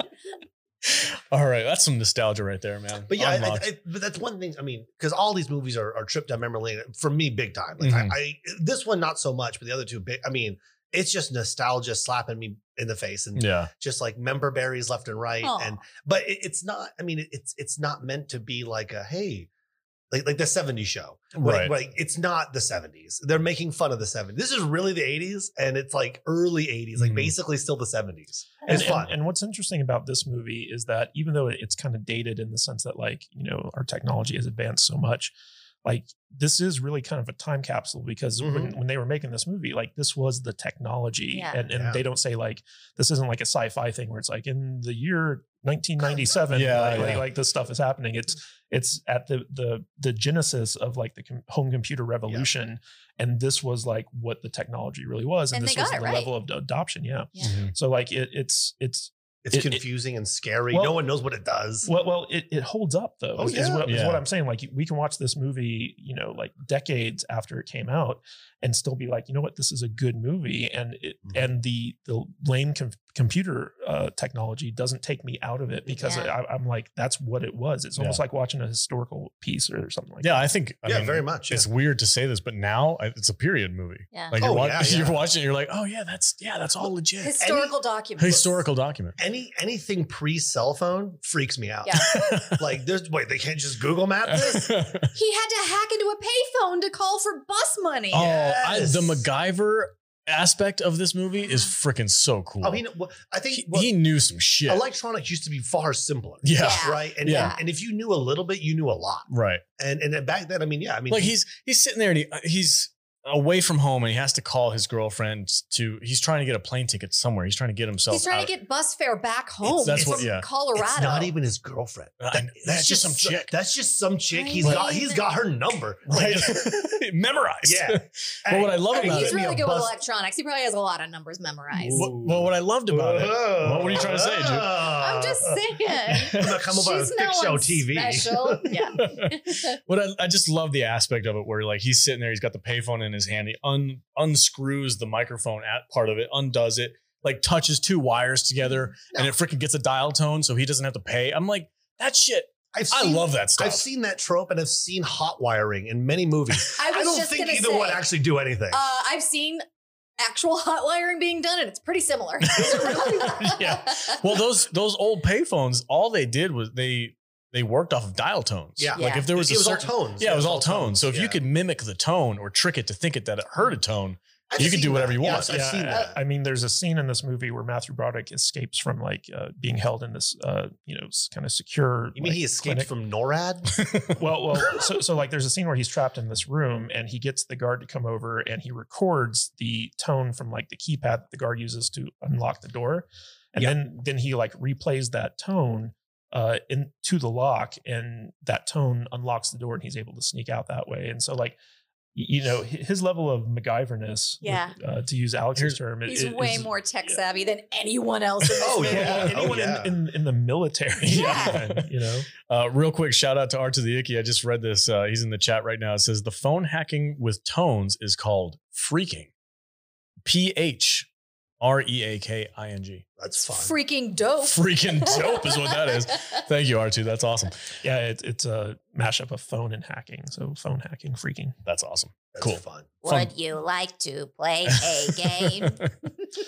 A: All right, that's some nostalgia right there, man.
D: But yeah, I, I,
A: Unlocked.
D: I- but that's one thing. I mean, because all these movies are, are trip down memory lane for me, big time. Like
A: Mhm.
D: I, I, this one not so much, but the other two, big. I mean, it's just nostalgia slapping me in the face and
A: yeah.
D: just like member berries left and right.
C: Aw.
D: And but it, it's not. I mean, it, it's it's not meant to be like a hey, like like the '70s show.
A: Right.
D: Like, like it's not the '70s. They're making fun of the '70s. This is really the '80s, and it's like early '80s,
B: Mm-hmm.
D: like
A: Mhm.
D: basically still the '70s.
B: And,
D: It's fun.
B: and, and what's interesting about this movie is that even though it's kind of dated in the sense that like you know our technology has advanced so much, like this is really kind of a time capsule because when,
D: Mm-hmm.
B: when they were making this movie, like this was the technology,
C: Yeah.
B: and, and
D: Yeah.
B: they don't say like this isn't like a sci-fi thing where it's like in the year 1997,
A: Yeah,
B: like, like,
A: yeah.
B: like this stuff is happening. It's it's at the the the genesis of like the com- home computer revolution, and this was like what the technology really was, and,
C: And they
B: this was
C: got it
B: the
C: right.
B: level of adoption. Yeah,
D: Mm-hmm.
B: so like it, it's it's
D: it's
B: it- it-
D: confusing and scary.
B: Well-
D: no one knows what it does.
B: well, well, it, it holds up though.
D: Oh,
B: is, is
D: yeah.
B: what, is
A: Yeah.
B: what I'm saying. Like we can watch this movie, you know, like decades after it came out, and still be like, you know what, this is a good movie, and it,
D: Mhm.
B: and the the lame com- computer uh, technology doesn't take me out of it because
C: Yeah.
B: I, I'm like, that's what it was. It's almost like watching a historical piece or something like.
A: Yeah, I think. I
D: yeah,
A: mean,
D: very much. yeah.
A: It's weird to say this, but now I- it's a period movie.
C: Yeah.
A: Like
D: Oh,
A: you're, wa- <laughs>
D: yeah, yeah.
A: you're watching, it, you're like, oh yeah, that's yeah, that's all legit.
C: Historical documents.
A: Historical document.
D: any anything pre cell phone freaks me out.
C: Yeah.
D: <laughs> like there's wait, they can't just
B: <laughs>
D: Google Map this.
C: He had to hack into a payphone to call for bus money.
A: <laughs> Oh, I,
D: Yes.
A: the MacGyver aspect of this movie
C: Uh-huh.
A: is freaking so cool.
D: Oh, he. kn- Well, I think
A: he,
D: well,
A: he knew some shit.
D: electronics used to be far simpler.
A: yeah.
C: Yeah.
D: Right. And,
A: Yeah.
D: and and if you knew a little bit, you knew a lot.
A: right.
D: And and back then, I mean, yeah, I mean,
A: Like he's he's sitting there and he, uh, he's away from home and he has to call his girlfriend to. He's trying to get a plane ticket somewhere. He's trying to get himself.
C: He's trying
A: out.
C: to get bus fare back home.
A: that's
C: from
A: what- yeah.
C: Colorado.
D: it's not even his girlfriend.
A: I know. It's just some chick.
D: That's just some chick.
C: I
D: He's got
C: mean-
D: he's got her number. Like,
A: <laughs> Right. Memorized.
D: Yeah.
A: But what I love
D: hey,
A: about
C: He's
A: it-
D: give me
C: really
D: a
C: good with
D: bus-
C: electronics. He probably has a lot of numbers memorized.
A: What- <laughs> well, what I loved about it.
D: Whoa.
A: What were you trying to say, dude? <laughs>
C: I'm just saying.
D: I'm gonna come over on
C: She's
D: Thick
C: no
D: Show
C: one
D: TV.
C: Special.
A: <laughs>
C: Yeah. <laughs>
A: what I, I just love the aspect of it where like he's sitting there, he's got the payphone in his hand, he un, unscrews the microphone at part of it, undoes it, like touches two wires together, and it freaking gets a dial tone, so he doesn't have to pay. I'm like, that shit.
D: I've
A: I
D: seen,
A: love that stuff.
D: I've seen that trope and I've seen hot wiring in many movies.
C: I was
D: I don't
C: just
D: think
C: gonna
D: either
C: say,
D: one actually do anything.
C: Uh, I've seen actual <laughs> hot wiring being done, and it's
A: <laughs>
C: pretty similar. <laughs>
A: Yeah. well, those those old payphones, all they did was they they worked off of dial tones.
D: Yeah.
A: like
C: Yeah.
A: if there was
D: it
A: a
D: was
A: certain,
D: all tones.
A: yeah, it was all tones. So if
D: Yeah.
A: you could mimic the tone or trick it to think it that it heard a tone,
D: I've
A: you could
D: seen
A: do
D: that.
A: whatever you
D: Yeah,
A: want.
D: I've- I've seen that.
B: I mean, there's a scene in this movie where Matthew Broderick escapes from like uh, being held in this, uh, you know, kind of secure.
D: You mean
B: like,
D: he
B: clinic.
D: escaped from
A: <laughs>
D: NORAD?
B: well, well, so, so like there's a scene where he's trapped in this room and he gets the guard to come over and he records the tone from like the keypad that the guard uses to unlock the door. And
D: Yeah.
B: then then he like replays that tone uh into the lock and that tone unlocks the door and he's able to sneak out that way. And so like you know, hi- his level of MacGyverness, with-
C: Yeah.
B: uh, to use Alex's term, it-
C: He's
B: it-
C: way
B: is-
C: more tech savvy than anyone else. In this
D: Oh,
C: movie.
D: yeah.
B: Well, anyone
D: Oh, yeah.
B: in, in, in the military,
C: Yeah.
B: <laughs> you know,
A: Uh, real quick, shout out to Art to the Icky. I just read this. Uh, he's in the chat right now. It says the phone hacking with tones is called freaking. P H R E A K I N G.
D: That's fun.
C: Freaking dope. <laughs>
A: Freaking dope is what that is. Thank you, R2. That's awesome.
B: yeah, it, it's a mashup of phone and hacking. So phone hacking, freaking.
A: That's awesome.
D: That's
A: cool.
D: fun.
A: Fun.
C: Would you like to play a game?
A: <laughs>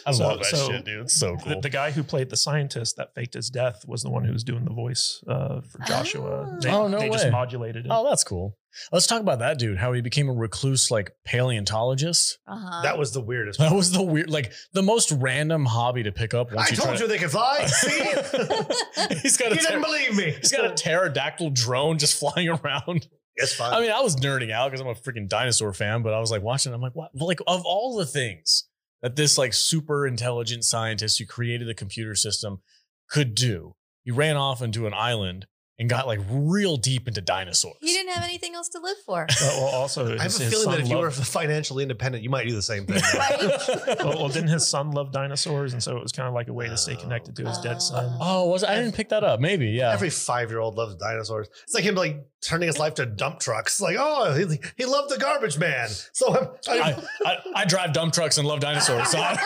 A: I
B: So-
A: love that
B: so
A: shit, dude. It's so
D: Oh,
B: The,
A: cool.
B: the guy who played the scientist that faked his death was the one who was doing the voice uh, for Joshua.
C: Oh.
B: They,
A: Oh, no
B: they just
A: way.
B: modulated it.
A: oh, that's cool. Let's talk about that dude, how he became a recluse, like paleontologist.
C: <laughs> Uh-huh.
D: That was the weirdest.
A: That was the weird, like the most random hobby to pick up.
D: I
A: Once you
D: told
A: try
D: you they could fly.
A: <laughs>
D: See?
A: to- <laughs> he's got
D: you
A: a
D: didn't
A: ter-
D: believe me.
A: he's got a pterodactyl drone just <laughs> flying around.
D: <laughs> It's fun.
A: I mean, I was nerding out because I'm a freaking dinosaur fan, but I was like watching. it, I'm like, what? Well, like of all the things that this like super intelligent scientist who created the computer system could do, he ran off into an island and got like real deep into dinosaurs.
C: he didn't have anything else to live for.
B: But, Uh, well, also,
D: <laughs> I have
B: his-
D: a
B: his
D: feeling
B: son
D: that if you
B: loved-
D: were financially independent, you might do the same
A: <laughs>
D: thing.
A: Oh,
B: well, well, didn't his son love dinosaurs? And so it was kind of like a way to stay
D: Oh.
B: connected to his dead
C: Oh.
B: son.
A: oh, was I didn't pick that up? Maybe, yeah.
D: Every five-year-old loves dinosaurs. It's like him like turning his life to dump trucks. Like, oh, he, he loved the garbage man. So I'm, I'm-
A: I, I, I drive dump trucks and love dinosaurs. So I'm,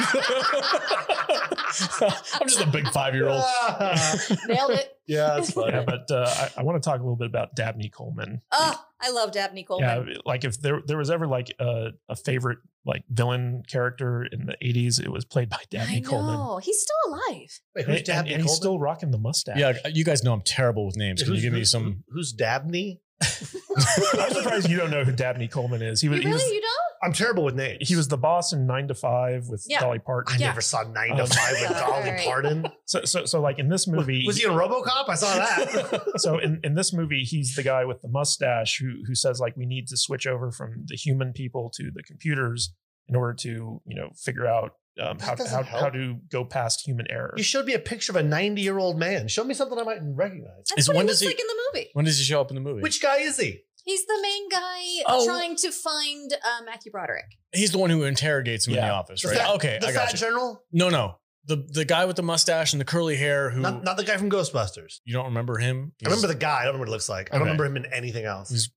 A: <laughs> I'm just a big five year old.
D: Ah.
C: Nailed it.
B: <laughs>
D: yeah, that's funny.
B: Yeah, but uh, I, I want to talk a little bit about Dabney Coleman.
C: Oh, I love Dabney
B: Yeah,
C: Coleman.
B: like if there there was ever like a, a favorite like villain character in the '80s, it was played by Dabney
C: I
B: Coleman.
C: know. He's still alive.
D: <laughs>
B: And,
D: Wait, who's
B: and-
D: Dabney?
B: and he's
D: Coleman?
B: still rocking the mustache.
A: Yeah, you guys know I'm terrible with names. Can
D: Who's-
A: you give me
D: who's-
A: some?
D: Who's Dabney?
B: I'm surprised you don't know who Dabney Coleman is. He
C: You
B: was
C: really?
B: he was,
C: you don't?
D: I'm terrible with names.
B: he was the boss in Nine to Five with
C: Yeah.
B: Dolly Parton.
D: I
C: Yeah.
D: never saw nine
A: Oh.
D: to
B: Um,
D: <laughs> five with Dolly
C: Sorry.
D: Parton.
B: So, so so like in this movie,
D: Was he in RoboCop? I saw that.
A: <laughs>
B: so in, in this movie, he's the guy with the mustache who who says like we need to switch over from the human people to the computers in order to you know figure out um, how,
D: That doesn't
B: how,
D: help.
B: how to go past human error.
D: you showed me a picture of a 90 year old man. Show me something I might recognize.
C: That's
A: Is-
C: what
A: when
C: he
A: does
C: looks
A: he-
C: like in the movie.
A: When does he show up in the movie?
D: Which guy is he?
C: He's the main guy
A: Oh.
C: trying to find uh, Matthew Broderick.
A: He's the one who interrogates him in
B: Yeah.
A: the office,
D: The
A: right?
D: fat-
A: okay,
D: the
A: I
D: fat
A: got you.
D: general?
A: no, no, the the guy with the mustache and the curly hair who
D: Not, not the guy from Ghostbusters.
A: you don't remember him.
D: I remember the guy. I don't remember what he looks like. I don't
A: Okay.
D: remember him in anything else.
A: He's-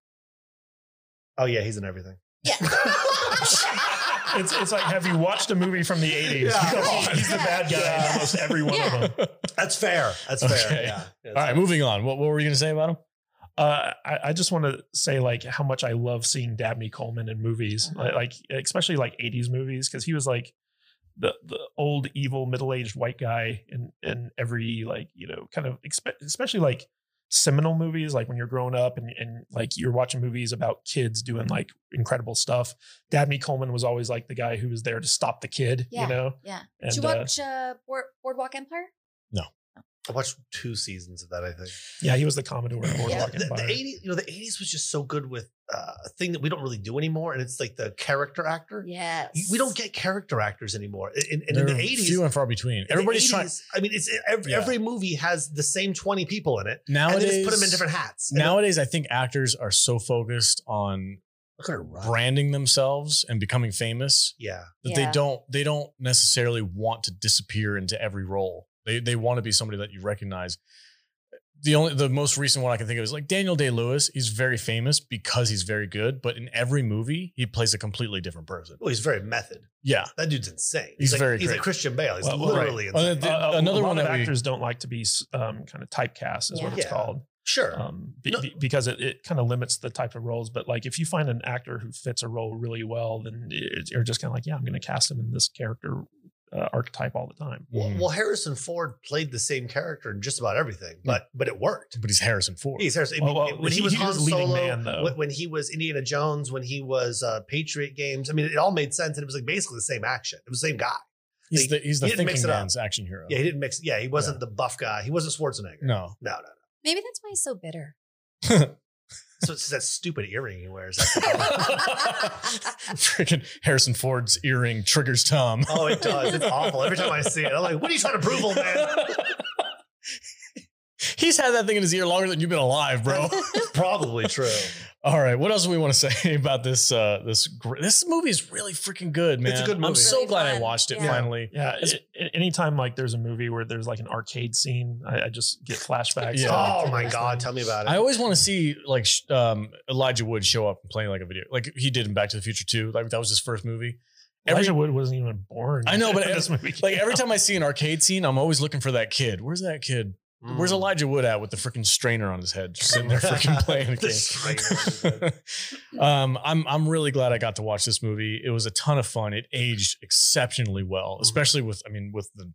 D: oh, yeah, he's in everything.
C: Yeah.
D: <laughs>
B: it's, it's like have you watched a movie from the 80s?
D: Yeah.
B: Come on, he's the bad guy in
D: Yeah.
B: almost every one of
C: Yeah.
B: them.
D: That's fair. That's
A: Okay.
D: fair. Yeah.
A: <laughs> All right, moving on. What, what were you going to say about him?
B: Uh, I, I just want to say like how much I love seeing Dabney Coleman in movies,
C: Mm-hmm.
B: like, like especially like '80s movies, because he was like the the old evil middle aged white guy in in every like you know kind of expe- especially like seminal movies, like when you're growing up and and like you're watching movies about kids doing like incredible stuff. Dabney Coleman was always like the guy who was there to stop the kid,
C: Yeah.
B: you know.
C: Yeah.
B: And,
C: Did you
B: uh,
C: watch uh, Board, Boardwalk Empire?
D: I watched two seasons of that, I think.
B: yeah, he was the Commodore.
C: <laughs>
B: in Boardwalk
D: the, the
B: Empire.
D: 80s, you know, the 80s was just so good with uh, a thing that we don't really do anymore, and it's like the character actor.
C: Yes.
D: We don't get character actors anymore. And, and in
A: They're
D: the 80s,
A: few and far between.
D: in the
A: Everybody's trying
D: 80s, I mean, it's every,
A: Yeah.
D: every movie has the same 20 people in it.
A: nowadays.
D: and they just put them in different hats. And
A: Nowadays, I think actors are so focused on
D: look at her run.
A: branding themselves and becoming famous
D: Yeah.
A: that they
C: Yeah.
A: don't they don't necessarily want to disappear into every role. They they want to be somebody that you recognize. The only the most recent one I can think of is like Daniel Day Lewis. He's very famous because he's very good, but in every movie he plays a completely different person.
D: Well, he's very method.
A: Yeah,
D: That dude's insane.
A: He's
D: like,
A: very
D: He's
A: great.
D: like Christian Bale. He's
B: Well, well,
D: literally
A: right.
D: insane.
A: Uh, the-
B: Uh, a-
A: another
B: a lot
A: one
B: of
A: that we-
B: actors don't like to be s- um, kind of typecast is what
C: Yeah.
B: it's
D: Yeah.
B: called
D: Uh, sure.
B: um, be,
D: No.
B: be- because it, it kind of limits the type of roles but like if you find an actor who fits a role really well then it, you're just kind of like yeah i'm going to cast him in this character uh, archetype all the time
D: well,
A: Mhm.
D: well, Harrison Ford played the same character in just about everything, but but it worked.
A: but he's Harrison Ford.
D: He's Harrison. I
B: Mm. Well,
D: mean,
B: well,
D: when he,
B: he-
D: was
B: he
D: on
B: was leading
D: Solo,
B: man, though.
D: When, when he was Indiana Jones, when he was uh, Patriot Games, I mean, it all made sense, and it was like basically the same action. It was the same guy.
A: he's the he's the
D: he didn't mix
A: thinking
D: it up.
A: man's action hero.
D: Yeah, he didn't mix. Yeah, he wasn't the buff guy. He wasn't Schwarzenegger. <laughs>
A: no,
D: no, no. no.
C: Maybe that's why he's so bitter.
D: So it's that stupid earring he wears. That's the problem.
A: freaking Harrison Ford's earring triggers Tom.
D: oh, it Oh, does. It's awful. Every time I see it, I'm like, "What are you trying to prove, old man?"
A: <laughs> He's had that thing in his ear longer than you've been alive,
D: <laughs>
A: bro.
D: Probably true.
A: All right, what else do we want to say <laughs> about this? Uh, this gr- this movie is really freaking good, man.
D: It's a good
A: I'm
D: movie.
A: so
C: Really
A: glad I
C: fun.
A: watched it
C: Yeah.
A: finally.
B: Yeah, it, anytime like there's a movie where there's like an arcade scene, I, I just get flashbacks.
A: Yeah.
D: Oh my <laughs> god, tell me about it.
A: I always want to see like sh- um, Elijah Wood show up and play like a video, like he did in Back to the Future too. Like that was his first movie. Every-
B: Elijah Wood wasn't even born.
A: I
B: <laughs>
A: know, but
B: when this movie
A: like
B: came
A: every
B: out.
A: time I see an arcade scene, I'm always looking for that kid. Where's that kid?
D: Mm.
A: Where's Elijah Wood at with the freaking strainer on his head, just sitting there freaking playing a
D: <laughs> The strainer on
A: game? <laughs> um, I'm I'm really glad I got to watch this movie. It was a ton of fun. It aged exceptionally
D: Mm-hmm.
A: well, especially with I mean with the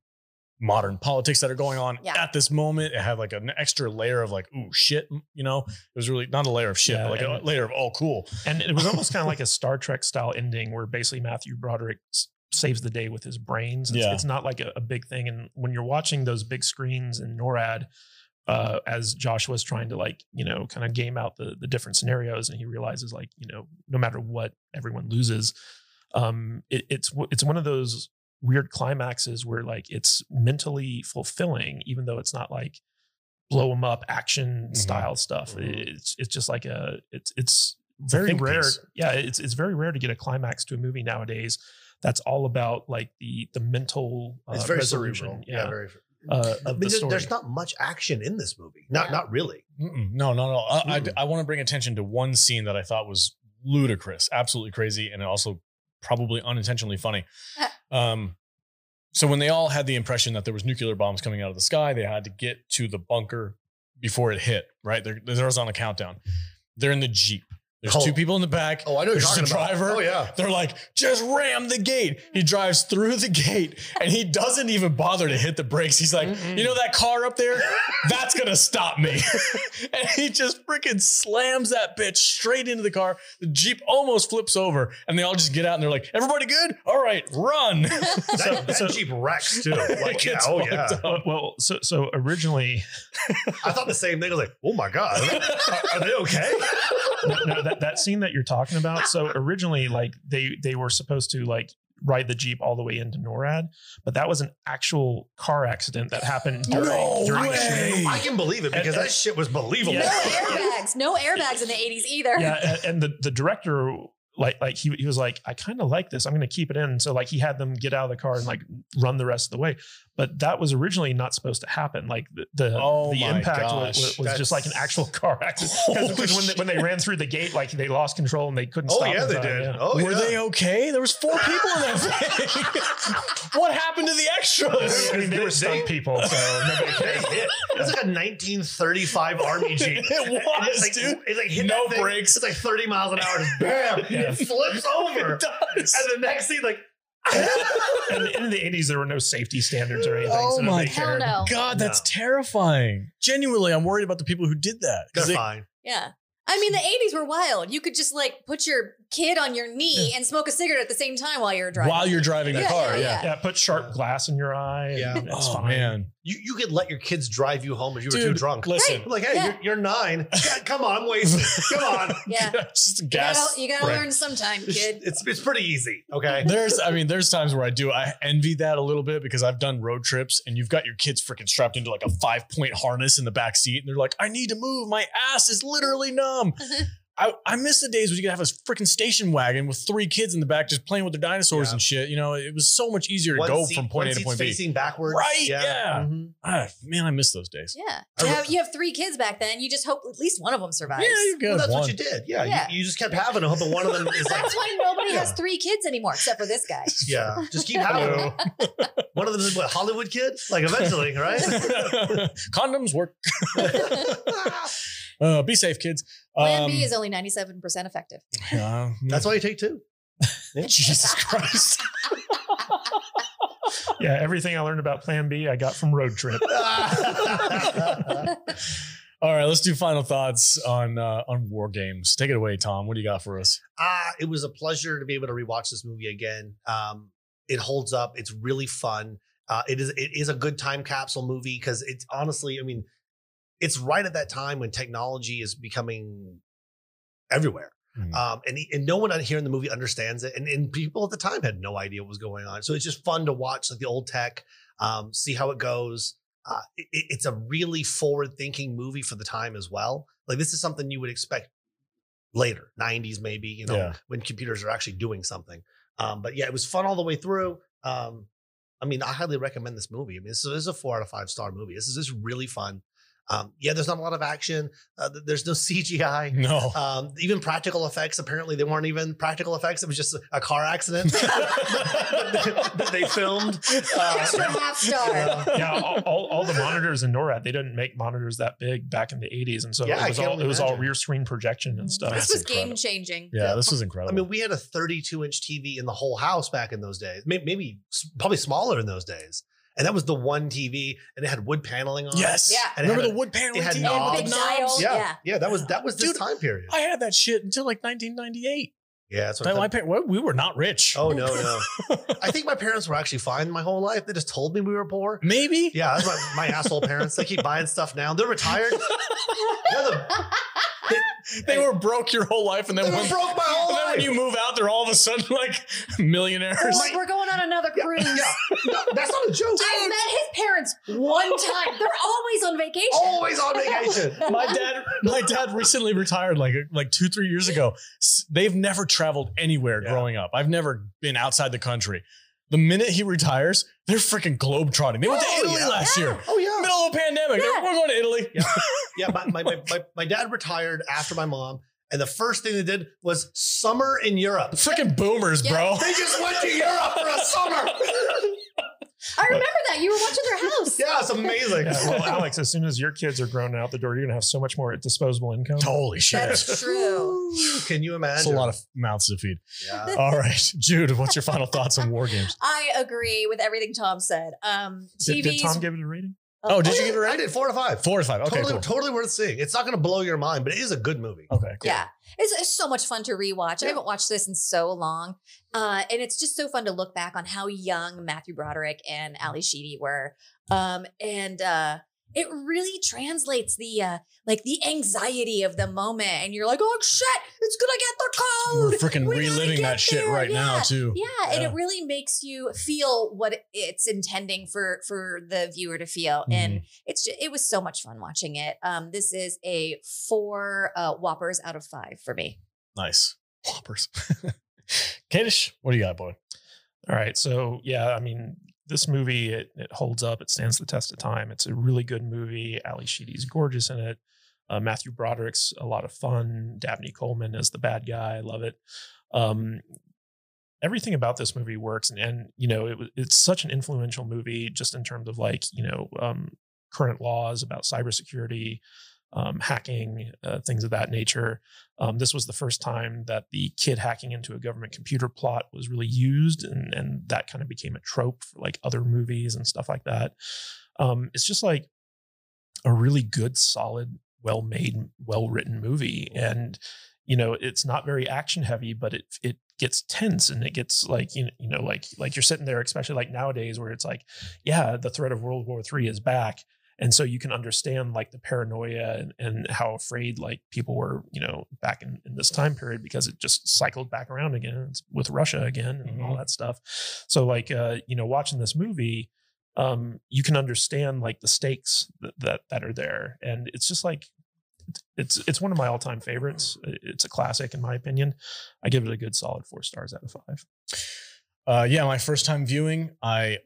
A: modern politics that are going on
C: Yeah.
A: at this moment. It had like an extra layer of like ooh shit, you know. It was really not a layer of shit,
B: Yeah,
A: but like a
B: and-
A: layer of oh cool.
B: and it was almost kind of like a Star Trek style ending where basically Matthew Broderick s- saves the day with his brains. It's,
A: Yeah.
B: it's not like a, a big thing. And when you're watching those big screens in NORAD, uh, as Joshua's trying to like, you know, kind of game out the the different scenarios, and he realizes like, you know, no matter what, everyone loses. Um, it, it's w- it's one of those weird climaxes where like it's mentally fulfilling, even though it's not like blow 'em up action
A: Mhm.
B: style stuff.
D: Mhm.
B: It's it's just like a it's it's
A: a
B: very
A: think
B: rare.
A: piece.
B: Yeah, it's it's very rare to get a climax to a movie nowadays. That's all about like the the mental. Uh,
D: it's very
B: resolution,
D: cerebral.
B: Yeah.
D: very.
B: uh,
D: I
B: of
D: mean,
B: the
D: there-
B: story.
D: there's not much action in this movie. Not not really.
A: Mm-mm. No, no, no. I,
D: Mm-mm.
A: I, want to bring attention to one scene that I thought was ludicrous, absolutely crazy, and also probably unintentionally funny. um, so when they all had the impression that there was nuclear bombs coming out of the sky, they had to get to the bunker before it hit. Right there, there was on a countdown. They're in the jeep. There's
D: Oh.
A: two people in the back.
D: Oh, I know
A: There's the driver.
D: Oh yeah.
A: They're like, just ram the gate. He drives through the gate and he doesn't even bother to hit the brakes. He's like, you know that car up there? That's gonna stop me. <laughs> and he just freaking slams that bitch straight into the car. The Jeep almost flips over and they all just get out and they're like, everybody good? All right, run.
D: That, that
B: so-
D: Jeep wrecks too.
A: It
D: Like, yeah,
A: gets
D: oh
A: fucked
D: yeah.
A: up.
B: Well, Uh, well, so so originally, <laughs>
D: I thought the same thing. I was like, oh my god, are, are they okay?
B: no, no, that, that scene that you're talking about.
D: <laughs>
B: So originally, like they they were supposed to like ride the jeep all the way into NORAD, but that was an actual car accident that happened during,
A: No
B: during
A: way.
B: the shooting.
D: I can believe it because that shit was believable.
C: No
B: Yeah.
C: airbags. No airbags in the 80s <laughs> either.
B: yeah a- and the, the director like like he, he was like i kind of like this i'm gonna keep it in so like he had them get out of the car and like run the rest of the way but that was originally not supposed to happen like the the,
A: Oh
B: the
A: my
B: impact wa- wa-
A: gosh,
B: was, just like an
D: that's-
B: actual car accident 'Cause- because when, they, when they ran through the gate like they lost control and they couldn't
D: Oh
B: stop
D: yeah,
B: in
D: they
B: time,
D: did.
B: yeah.
D: Oh
A: Were
D: yeah.
A: they okay? There was four people in
D: <laughs>
A: that thing. <laughs> what happened to the <laughs> extras?
B: I mean, they were stunt people, so
D: <laughs>
B: nobody
D: They
B: cares.
D: hit. It's like a
A: <laughs>
D: 1935 Army Jeep.
A: It
D: And
A: was,
D: it's like,
A: dude.
D: It's like hit
A: No
D: that thing,
A: brakes.
D: It's like 30 miles an hour.
A: <laughs>
D: Just bam,
B: Yeah.
D: it flips over.
A: It does.
D: And the next scene,
A: <laughs>
D: like,
B: And in the eighties, there were no safety standards or anything.
A: Oh
B: so
A: my
B: nobody
C: Hell
B: cared.
C: no.
A: God, that's
D: No.
A: terrifying. Genuinely, I'm worried about the people who did that. 'Cause
D: they're
A: they-
D: fine.
C: Yeah. I mean, the 80s were wild. You could just like put your kid on your knee and smoke a cigarette at the same time while you're driving.
A: while you're <laughs> driving the
C: Yeah,
A: car,
C: yeah,
A: yeah.
B: Yeah, put sharp glass in your eye. and
D: Yeah.
B: it's
A: oh
B: fine.
A: man,
D: You, you could let your kids drive you home if you were too
A: Dude,
D: drunk.
A: Listen,
D: I'm like, hey,
C: Yeah.
D: you're,
A: <laughs>
D: you're nine. Yeah, come on, I'm wasted. Come on.
C: <laughs> yeah.
A: just
C: You gotta,
A: gas.
C: you gotta
A: Right.
C: learn sometime,
D: <laughs>
C: kid.
D: It's, it's pretty easy. Okay.
A: <laughs> There's, I mean, there's times where I do. I envy that a little bit because I've done road trips and you've got your kids freaking strapped into like a five point harness in the back seat, and they're like, "I need to move. My ass is literally numb."
C: Uh-huh.
A: I, I miss the days when you could have a freaking station wagon with three kids in the back just playing with their dinosaurs
D: Yeah.
A: and shit. You know, it was so much easier to
D: One
A: go
D: seat-
A: from point
D: one
A: A to
D: seat's
A: point B.
D: facing backwards.
A: Right, yeah.
D: Mhm.
A: Ah, man, I miss those days.
C: Yeah. You have, you have three kids back then. You just hope at least one of them survives.
A: got
D: Well, that's
A: one.
D: what you did. Yeah.
C: Yeah.
D: You, you just kept having them, hoping one of them is
C: <laughs>
D: like,
C: That's why nobody
D: Yeah.
C: has three kids anymore, except for this guy.
D: yeah, <laughs> just keep having them. One of them is what, Hollywood kid? Like, eventually,
A: <laughs>
D: right?
A: Condoms
C: <laughs>
A: work. Uh, be safe, kids.
C: Plan
A: Um,
C: B is only 97% effective.
A: <laughs> yeah.
D: That's why you take two. <laughs>
A: Jesus Christ.
B: Yeah, everything I learned about Plan B, I got from Road Trip.
D: Ah,
A: All right, let's do final thoughts on uh, on war games. Take it away, Tom. What do you got for us?
D: Ah, it was a pleasure to be able to rewatch this movie again. Um, it holds up. It's really fun. Uh, it is it is a good time capsule movie because it's honestly, I mean, it's right at that time when technology is becoming everywhere.
A: Mhm.
D: Um, and, he- and no one out here in the movie understands it. And, and people at the time had no idea what was going on. So it's just fun to watch like the old tech, um, see how it goes. uh, it, it's a really forward thinking movie for the time as well. Like this is something you would expect later, 90s maybe, you know,
A: Yeah.
D: when computers are actually doing something. Um, but yeah, it was fun all the way through. Um, I mean, I highly recommend this movie. I mean, this is, this is a four out of five star movie. This is just really fun. Um, yeah, there's not a lot of action. Uh, th- there's no <laughs> CGI.
A: No.
D: Um, even practical effects. Apparently, they weren't even practical effects. It was just a, a
A: <laughs>
D: car accident <laughs> that that they filmed. Uh,
C: Extra half star.
D: <laughs>
B: yeah, all, all, all the monitors in NORAD, they didn't make monitors that big back in the 80s, and so
D: Yeah, I
B: it was
D: can't
B: all it was all
D: imagine.
B: rear screen projection and stuff.
C: Mm. This
A: That's
C: was
A: incredible.
C: game changing.
A: Yeah, this was
D: I
A: incredible. <laughs>
D: mean, we had a 32 inch TV in the whole house back in those days. Maybe, maybe s- probably smaller in those days. And that was the one TV, and it had wood paneling on. it.
A: yes.
C: Yeah.
D: And it
A: Remember
D: had
A: the
D: a-
A: wood paneling?
D: it had
A: TV?
D: knobs.
A: The
D: Big
C: dial.
D: Yeah, yeah,
C: Yeah.
D: that was that was this
A: Dude,
D: time period.
A: I had that shit until like 1998.
D: yeah, that's what.
A: My,
D: I
A: my
D: thought.
A: par- well, we were not rich.
D: oh no, no. I think my parents were actually fine my whole life. They just told me we were poor.
A: Maybe.
D: Yeah, that's my, my asshole parents. They keep buying stuff now. They're retired. They're the-
A: They were broke your whole life, and
D: they
A: then
D: were
A: when,
D: broke my whole
A: and then
D: life.
A: when you move out, they're all of a sudden like <laughs> millionaires.
C: We're like, we're going on another cruise.
D: No, that's not a joke.
C: I've met his parents one time. They're always on vacation.
D: Always on vacation.
A: <laughs> my dad my dad recently retired like like two three years ago S- they've never traveled anywhere
D: Yeah.
A: growing up i've never been outside the country the minute he retires they're freaking globetrotting they went to
D: Oh,
A: italy
D: yeah.
A: last year
D: Oh yeah.
A: middle of a pandemic
C: Yeah.
A: we're going to italy
D: yeah, my, my, my, my, my dad retired after my mom. And the first thing they did was summer in
A: <laughs>
D: Europe.
A: freaking boomers
C: Yeah.
A: bro
D: They just went to Europe for a summer.
C: I remember that. You were watching their house.
D: yeah, it's amazing.
B: Yeah, well, Alex, as soon as your kids are grown and out the door, you're gonna have so much more disposable income.
A: holy shit
C: That's true.
D: Can you imagine?
A: that's a lot of mouths to feed
D: Yeah.
A: all right <laughs> jude what's your final thoughts on war games
C: I agree with everything Tom said. Um,
B: Did,
C: TVs.
B: did Tom give it a rating?
A: oh did you
C: <laughs>
D: I
A: give it a
D: I
A: rating
D: did four to five.
A: four to five okay
D: totally,
A: cool
D: totally worth seeing. It's not going to blow your mind, but it is a good movie.
A: okay cool
C: Yeah. It's, it's so much fun to rewatch. I haven't watched this in so long. Uh, and it's just so fun to look back on how young Matthew Broderick and Ali Sheedy were. Um, and uh, it really translates the uh, like the anxiety of the moment. And you're like, oh shit, it's gonna get the
A: we're freaking
C: code. Oh, We gotta
A: reliving
C: get
A: that shit
C: there.
A: right now
C: Yeah.
A: too
C: Yeah, and
A: Yeah.
C: it really makes you feel what it's intending for for the viewer to feel, and it's just, it was so much fun watching it. Um, this is a four uh, whoppers out of five for me.
A: Nice. Whoppers. <laughs> Kadish, what do you got, boy?
B: All right, so yeah, I mean, this movie it, it holds up. It stands the test of time. It's a really good movie. Ali Sheedy's gorgeous in it. Uh, Matthew Broderick's a lot of fun. Dabney Coleman is the bad guy. I love it. Um, everything about this movie works, and, and you know, it, was- it's such an influential movie just in terms of like you know um, current laws about cybersecurity, um, hacking, uh, things of that nature. Um, this was the first time that the kid hacking into a government computer plot was really used, and, and that kind of became a trope for like other movies and stuff like that. Um, it's just like a really good, solid, well made, well written movie, and you know it's not very action heavy, but it it gets tense and it gets like you know, you know like like you're sitting there, especially like nowadays where it's like, yeah, the threat of World War III is back, and so you can understand like the paranoia and, and how afraid like people were you know back in, in this time period because it just cycled back around again It's with russia again and all that stuff so like uh you know watching this movie um you can understand like the stakes that that, that are there and it's just like it's it's one of my all-time favorites it's a classic in my opinion i give it a good solid four stars out of five
A: Uh, yeah, my first time viewing, I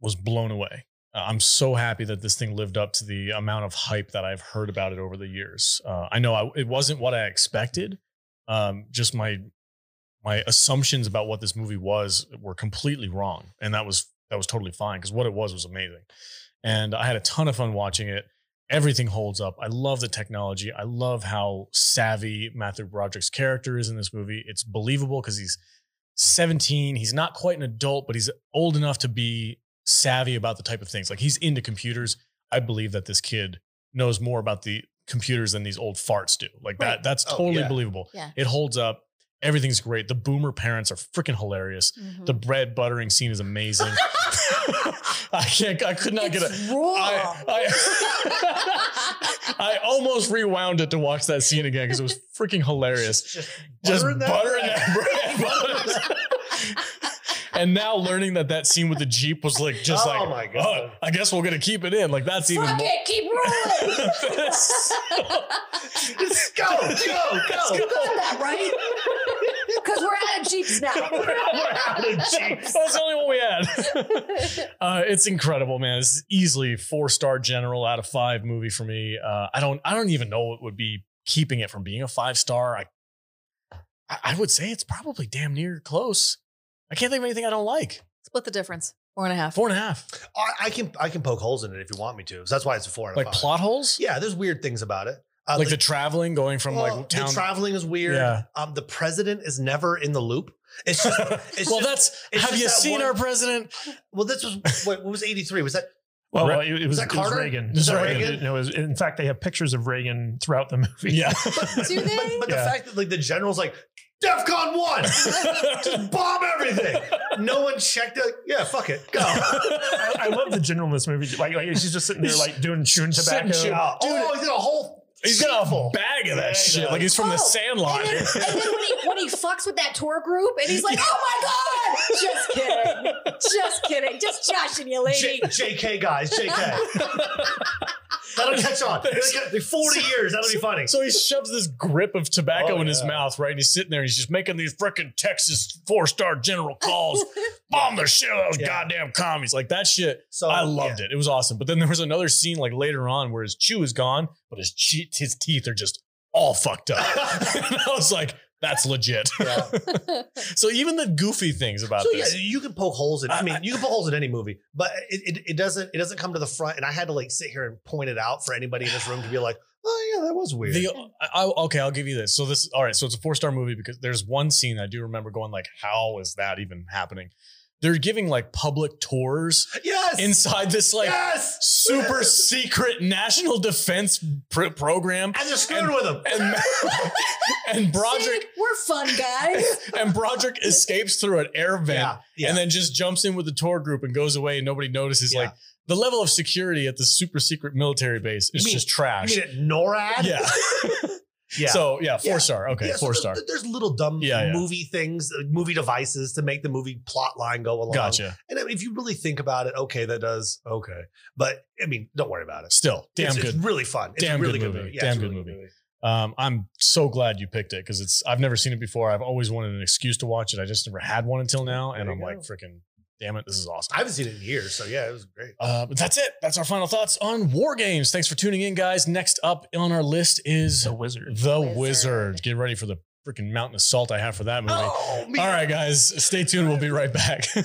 A: was blown away. Uh, I'm so happy that this thing lived up to the amount of hype that I've heard about it over the years. Uh, I know I, it wasn't what I expected. Um, just my my assumptions about what this movie was were completely wrong, and that was that was totally fine because what it was was amazing, and I had a ton of fun watching it. Everything holds up. I love the technology. I love how savvy Matthew Broderick's character is in this movie. It's believable because he's 17. He's not quite an adult, but he's old enough to be savvy about the type of things. Like he's into computers. I believe that this kid knows more about the computers than these old farts do. Like that,
C: Right.
A: that's
D: Oh,
A: totally
D: yeah.
A: believable.
C: Yeah.
A: It holds up. Everything's great. The boomer parents are freaking hilarious. The
C: Mm-hmm.
A: bread buttering scene is
C: <laughs>
A: amazing. I can't, I could not
C: It's
A: get it.
C: raw.
A: I, I, I almost rewound it to watch that scene again because it was freaking hilarious. Just buttering that bread. and now learning that that scene with the jeep was like just
D: Oh
A: like,
D: my God.
A: I guess we're gonna keep it in. Like that's even
C: Fuck
A: more.
C: it,
A: <laughs>
C: keep rolling. <laughs>
A: That's-
D: Just go,
A: <laughs>
D: go, go,
C: You
D: go.
C: got that right? Because we're out of jeeps now.
D: We're
C: <laughs>
D: out of Jeeps.
A: That's the only one we had. uh, it's incredible, man. It's easily four star general out of five movie for me. Uh, I don't, I don't even know what would be keeping it from being a five star. I, I- I would say it's probably damn near close. I can't think of anything I don't like.
J: Split the difference. Four and a half.
A: Four and a half,
D: I, I can I can poke holes in it if you want me to. So that's why it's a four and a
A: like
D: five.
A: plot holes,
D: Yeah, there's weird things about it. Uh,
A: like the traveling going from
D: well,
A: like town.
D: the traveling is weird.
A: Yeah.
D: Um, the president is never in the loop.
A: <laughs>
D: It's just it's
A: well,
D: just-
A: that's
D: it's
A: have
D: just
A: you
D: that
A: seen
D: one-
A: our president?
D: well. This was what, what was eighty three? Was that
B: Well,
A: Re-
B: well, it, it was,
D: that
B: it was
D: Carter?
B: Reagan.
A: Is that
B: It was
A: <laughs>
D: Reagan?
B: It was, in fact, they have pictures of Reagan throughout the movie.
A: Yeah,
C: <laughs>
J: Do they?
D: But, but the
B: Yeah.
D: fact that like the general's like
A: <laughs>
D: DEFCON one, just bomb everything. No one checked. it. Like, yeah, fuck it, go.
A: <laughs>
B: I, <laughs> I love the general in this movie. Like, like she's just sitting there, like doing chewing
A: Sitting
B: tobacco.
A: chewing-
D: Uh, oh, he did a whole.
A: he's got a
D: shuffle.
A: bag of
D: Yeah,
A: that shit.
D: yeah.
A: Like he's from the
C: Oh,
A: Sandlot.
C: And then, and then when, he, when he fucks with that tour group and he's like, oh my God. Just kidding. Just kidding. Just joshing you,
D: J-
C: lady.
D: JK
A: <laughs>
D: guys, JK. that'll catch on. It'll catch- in Forty years, that'll be funny.
A: So he shoves this grip of tobacco
D: Oh,
A: in his
D: yeah.
A: mouth, right? And he's sitting there and he's just making these freaking Texas four star general
D: <laughs>
A: calls. Bomb the shit out of those
D: Yeah. Oh,
A: goddamn commies. Like that shit.
D: So
A: I loved it. It was awesome. But then there was another scene like later on where his chew is gone, but his che- his teeth are just all fucked up.
D: <laughs>
A: <laughs> and I was like, that's legit. <laughs> so even the goofy things about
D: So
A: this.
D: yeah, you can poke holes in.
A: I-
D: I mean, you can poke holes in any movie, but it, it, it doesn't it doesn't come to the front. And I had to like sit here and point it out for anybody in this room to be like, oh yeah, that was weird.
A: The, I, I- okay, I'll give you this. So this, all right. So it's a four star movie because there's one scene I do remember going like, how is that even happening? They're giving like public tours
D: yes,
A: inside this like
D: yes,
A: super secret national defense pr- program,
D: and they're screwing with him.
A: and
D: <laughs>
A: and Broderick
C: See, we're fun guys.
J: <laughs>
A: and
D: <laughs>
A: Broderick escapes through an air vent
D: yeah, yeah.
A: and then just jumps in with the tour group and goes away and nobody notices.
D: Yeah.
A: Like the level of security at the super secret military base is
D: mean-
A: just
D: I
A: trash.
D: mean, at NORAD.
A: yeah.
D: yeah.
A: <laughs> So yeah, four
D: Yeah.
A: star. Okay,
D: Yeah, so
A: four
D: th-
A: star.
D: th- there's little dumb
A: Yeah, yeah.
D: movie things, uh, movie devices to make the movie plot line go along.
A: Gotcha.
D: And I mean, if you really think about it, okay, that does okay. But I mean, don't worry about it.
A: Still, damn
D: it's,
A: good.
D: It's really fun. It's
A: Damn
D: a
A: good
D: really
A: movie.
D: Yeah, it's
A: Damn
D: a
A: good
D: really
A: movie. Um, I'm so glad you picked it because it's I've never seen it before. I've always wanted an excuse to watch it. I just never had one until now, and
D: There
A: I'm
D: you
A: like,
D: go.
A: freaking, damn it, this is awesome.
D: I haven't seen it in years, so yeah, it was great.
A: Uh, but that's it. That's our final thoughts on War Games. Thanks for tuning in, guys. Next up on our list is
B: The wizard.
A: The Wizard.
C: Wizard.
A: Get ready for the freaking mountain of salt I have for that movie.
D: Oh, me-
A: All right, guys, stay tuned. We'll be right back. <laughs>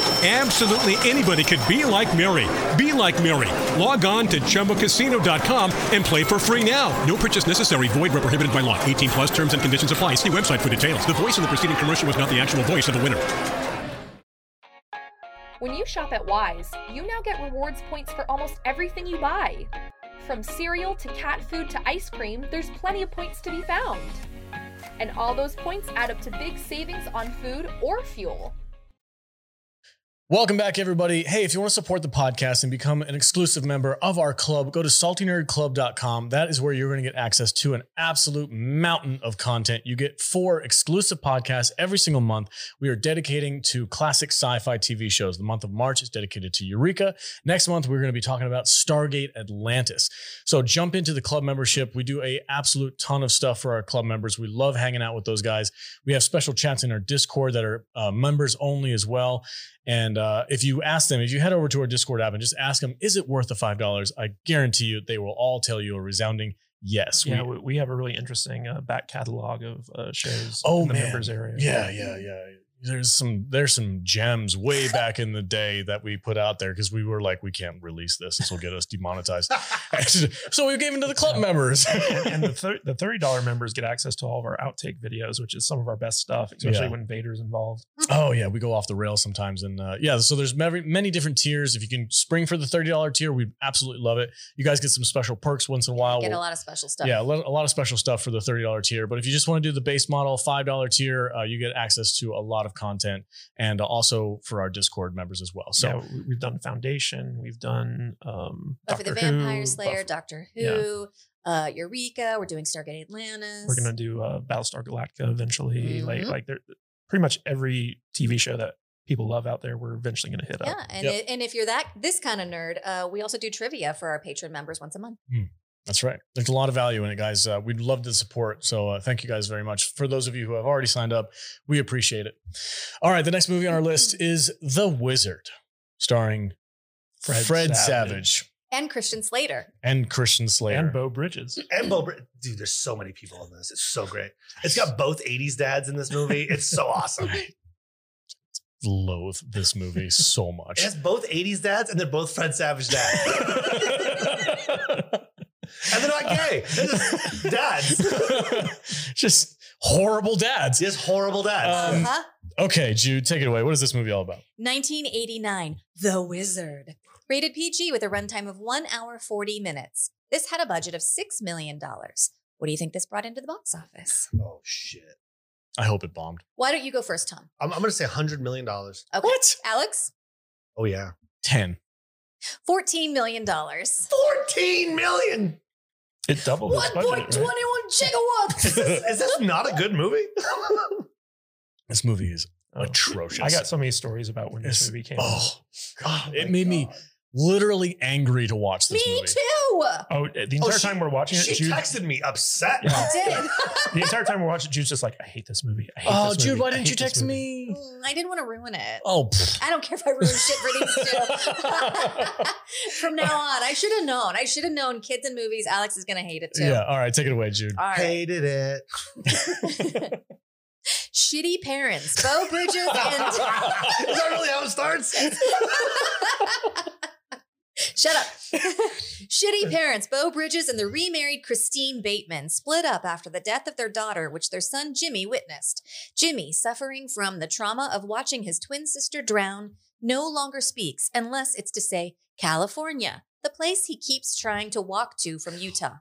K: Absolutely anybody could be like Mary. Be like Mary. Log on to chumbacasino.com and play for free now. No purchase necessary. Void where prohibited by law. 18 plus terms and conditions apply. See website for details. The voice in the preceding commercial was not the actual voice of the winner.
J: When you shop at Wise, you now get rewards points for almost everything you buy. From cereal to cat food to ice cream, there's plenty of points to be found. And all those points add up to big savings on food or fuel.
A: Welcome back, everybody. Hey, if you want to support the podcast and become an exclusive member of our club, go to saltynerdclub.com. That is where you're going to get access to an absolute mountain of content. You get four exclusive podcasts every single month. We are dedicating to classic sci fi TV shows. The month of March is dedicated to Eureka. Next month, we're going to be talking about Stargate Atlantis. So jump into the club membership. We do a absolute ton of stuff for our club members. We love hanging out with those guys. We have special chats in our Discord that are uh, members only as well. And uh, if you ask them, if you head over to our Discord app and just ask them, is it worth the five dollars? I guarantee you, they will all tell you a resounding yes.
B: Yeah,
A: We-
B: we, we have a really interesting uh, back catalog of uh, shows
A: Oh,
B: in the
A: man.
B: members area.
A: yeah, yeah, yeah. there's some there's some gems way back in the day that we put out there because we were like we can't release this this will get us demonetized <laughs> so we gave them to the club members <laughs>
B: and, and the, thir- the $30 members get access to all of our outtake videos which is some of our best stuff especially
A: Yeah.
B: when vader's involved
A: oh yeah we go off the rails sometimes and uh, yeah so there's many, many different tiers if you can spring for the $30 tier we absolutely love it you guys get some special perks once in a while
C: Get a
A: We'll-
C: lot of special stuff.
A: Oh, Yeah, a lot, a lot of special stuff for the $30 tier. But if you just want to do the base model, $5 tier, uh, you get access to a lot of content and also for our Discord members as well. So
B: so we, we've done foundation we've done um
C: Buffy Oh, the
B: Doctor Who,
C: Vampire Slayer,
B: Buffy-
C: Doctor Who, uh, Eureka. We're doing Stargate Atlantis.
B: we're gonna do uh, battlestar galactica eventually like
C: Mhm.
B: like there pretty much every tv show that people love out there we're eventually gonna hit
C: Yeah,
B: up
C: and it, and if you're that this kind of nerd, uh, we also do trivia for our patron members once a month.
A: That's right. There's a lot of value in it, guys. Uh, we'd love the support. So uh, thank you guys very much. For those of you who have already signed up, we appreciate it. All right. The next movie on our list is The Wizard, starring Fred,
B: Fred
A: Savage.
B: Savage.
C: And Christian Slater.
A: and Christian Slater.
B: and
A: <laughs>
B: bo bridges <laughs>
D: And Bo, Br- dude, there's so many people in this. It's so great. It's got both 80s dads in this movie. It's so
A: <laughs>
D: awesome. It
A: loathe this movie so much.
D: has both 80s dads and they're both Fred Savage dads.
A: <laughs>
D: and they're not gay. They're just dads. <laughs>
A: <laughs> Just horrible dads.
D: Just horrible dads.
A: Um,
C: uh-huh.
A: Okay, Jude, take it away. What is this movie all about?
C: 1989, The Wizard. Rated PG with a runtime of one hour, 40 minutes. This had a budget of $6 million. What do you think this brought into the box office?
D: oh, shit.
A: I hope it bombed.
C: Why don't you go first, Tom?
D: I'm, I'm going to say $100 million. Oh,
C: Okay. What? Alex?
D: yeah.
A: 10.
C: $14 million.
D: $14 million. <laughs>
B: it doubled its Oh, budget right?
C: gigawatts.
D: Is this, <laughs> is this not a good movie? <laughs>
A: This movie is
B: Oh.
A: atrocious.
B: I got so many stories about when
A: It's-
B: this movie came out.
A: Oh, God. It made me literally angry to watch this
C: Me
A: movie.
C: too.
B: Oh, the entire
D: she-
B: time we're watching it,
D: She
B: Jude,
D: texted me upset.
C: <laughs> I did.
B: the entire time we're watching it, Jude's just like, I hate this movie. I hate
A: Oh,
B: this
A: Jude,
B: movie.
A: why
B: I
A: didn't
B: hate
A: you
B: this
A: text
B: movie."
A: me?
C: Mm, I didn't want to ruin it.
A: Oh, pfft.
C: I don't care if I ruin shit for these two. <laughs> From now on, I should have known. I should have known kids and movies. Alex is going to hate it too.
A: yeah. All right, take it away, Jude.
C: All right.
D: Hated it.
C: Shitty parents, Bo Bridges and.
D: <laughs> Is that really how it starts?
C: Shut up. <laughs> Shitty parents, Bo Bridges and the remarried Christine Bateman, split up after the death of their daughter, which their son Jimmy witnessed. Jimmy, suffering from the trauma of watching his twin sister drown, no longer speaks unless it's to say California, the place he keeps trying to walk to from Utah.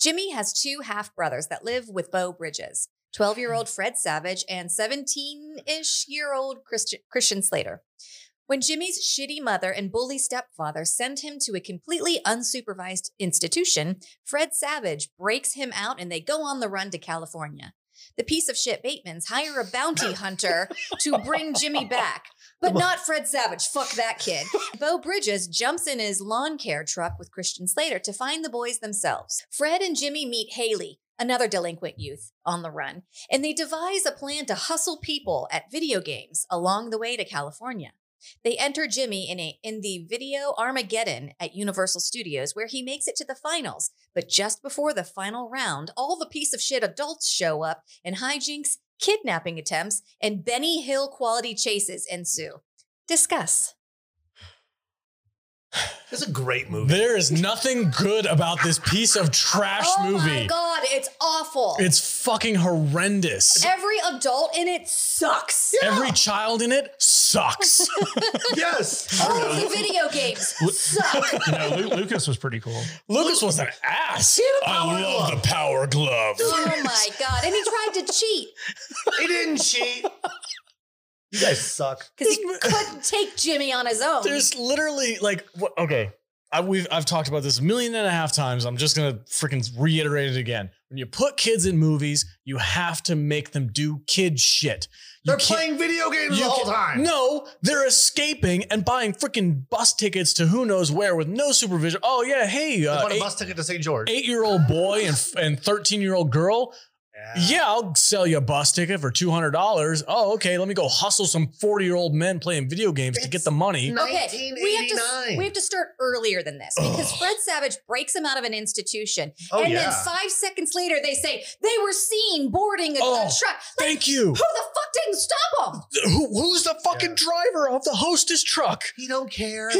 C: Jimmy has two half brothers that live with Bo Bridges 12 year old Fred Savage and 17 ish year old Christian, Christian Slater. When Jimmy's shitty mother and bully stepfather send him to a completely unsupervised institution, Fred Savage breaks him out and they go on the run to California. The piece of shit Batemans hire a bounty hunter to bring Jimmy back, but not Fred Savage. Fuck that kid. Bo Bridges jumps in his lawn care truck with Christian Slater to find the boys themselves. Fred and Jimmy meet Haley, another delinquent youth on the run, and they devise a plan to hustle people at video games along the way to California. They enter Jimmy in a in the video Armageddon at Universal Studios where he makes it to the finals, but just before the final round, all the piece of shit adults show up and hijinks, kidnapping attempts, and Benny Hill quality chases ensue. Discuss.
D: It's a great movie.
A: There is nothing good about this piece of trash
C: oh my
A: movie.
C: god, it's awful.
A: It's fucking horrendous.
C: every adult in it sucks.
A: Every child in it
C: <laughs>
A: sucks.
D: <laughs>
A: <laughs>
D: yes.
C: All of the video games suck.
B: You know, Lu- Lucas was pretty cool.
A: Lucas was an ass. I love the power glove.
C: Oh my god. And he tried to cheat
D: He didn't cheat. You guys suck.
C: because he couldn't take Jimmy on his own.
A: There's literally like what, okay. I, we've I've talked about this a million and a half times. I'm just gonna freaking reiterate it again. When you put kids in movies, you have to make them do kid shit. You
D: They're
A: can't-
D: playing video games
A: you
D: the whole
A: can't-
D: time.
A: No, they're escaping and buying freaking bus tickets to who knows where with no supervision. Oh yeah, hey,
D: I
A: uh,
D: bought a bus ticket to St. George.
A: eight year old boy and and thirteen year old girl.
C: Uh.
A: Yeah, I'll sell you a bus ticket for two hundred dollars. Oh, okay. Let me go hustle some forty-year-old men playing video games to get the money.
C: Okay, we have, to, we have to start earlier than this because Fred Savage breaks him out of an institution.
A: Oh,
C: and then
A: yeah.
C: five seconds later, they say they were seen boarding a, a
A: Oh,
C: truck.
A: thank you.
C: <laughs> Who the fuck didn't stop them?
A: Who, who's the fucking driver of the hostess
C: <laughs>
A: truck?
D: He don't care.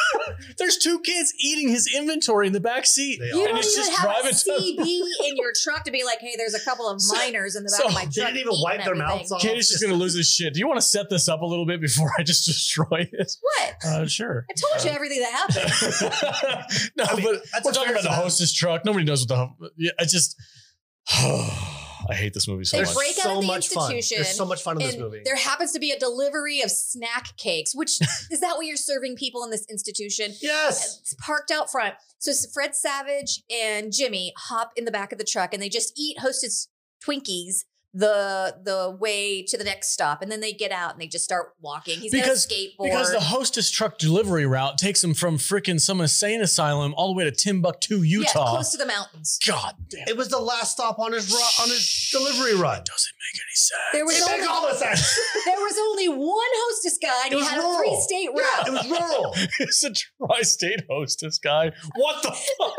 A: <laughs> There's two kids eating his inventory in the back seat,
C: You don't even have a
A: to-
C: CB in your truck to be like, hey, there's a couple
A: <laughs>
C: of minors in the back of my truck. eating everything."
A: Katie's just gonna lose his shit. Do you want to set this up a little bit before I just <laughs> destroy it?
C: What?
A: Uh, <laughs> sure.
C: I told you everything that
A: <laughs>
C: happened.
A: No, but we're talking about the hostess truck. Nobody knows what the. ho- Yeah, I just. <sighs> I hate this movie so
C: they
A: much.
C: break out of the institution. and There
A: happy.
C: happens to be a delivery of snack
A: <laughs>
C: cakes, which is that what you're serving people in this institution?
D: Yes.
C: It's parked out front. So s- Fred Savage and Jimmy hop in the back of the truck and they just eat hostess Twinkies the the way to the next stop. And then they get out and they just start walking. He's
A: Because,
C: got a skateboard.
A: because the hostess truck delivery route takes him from freaking some insane asylum all the way to Timbuktu, Utah.
C: Yeah, close to the mountains.
A: God damn.
D: It was the last stop on his ru- on his delivery run.
A: Doesn't make any sense.
C: There was
D: it
C: only,
D: make all the
C: <laughs>
D: sense.
C: there was only one hostess guy and
D: It
C: he
D: was
C: had
D: rural.
C: a three state route.
D: Yeah, it was
C: <laughs>
D: rural.
A: it's a tri-state hostess guy. What the
C: <laughs>
A: fuck?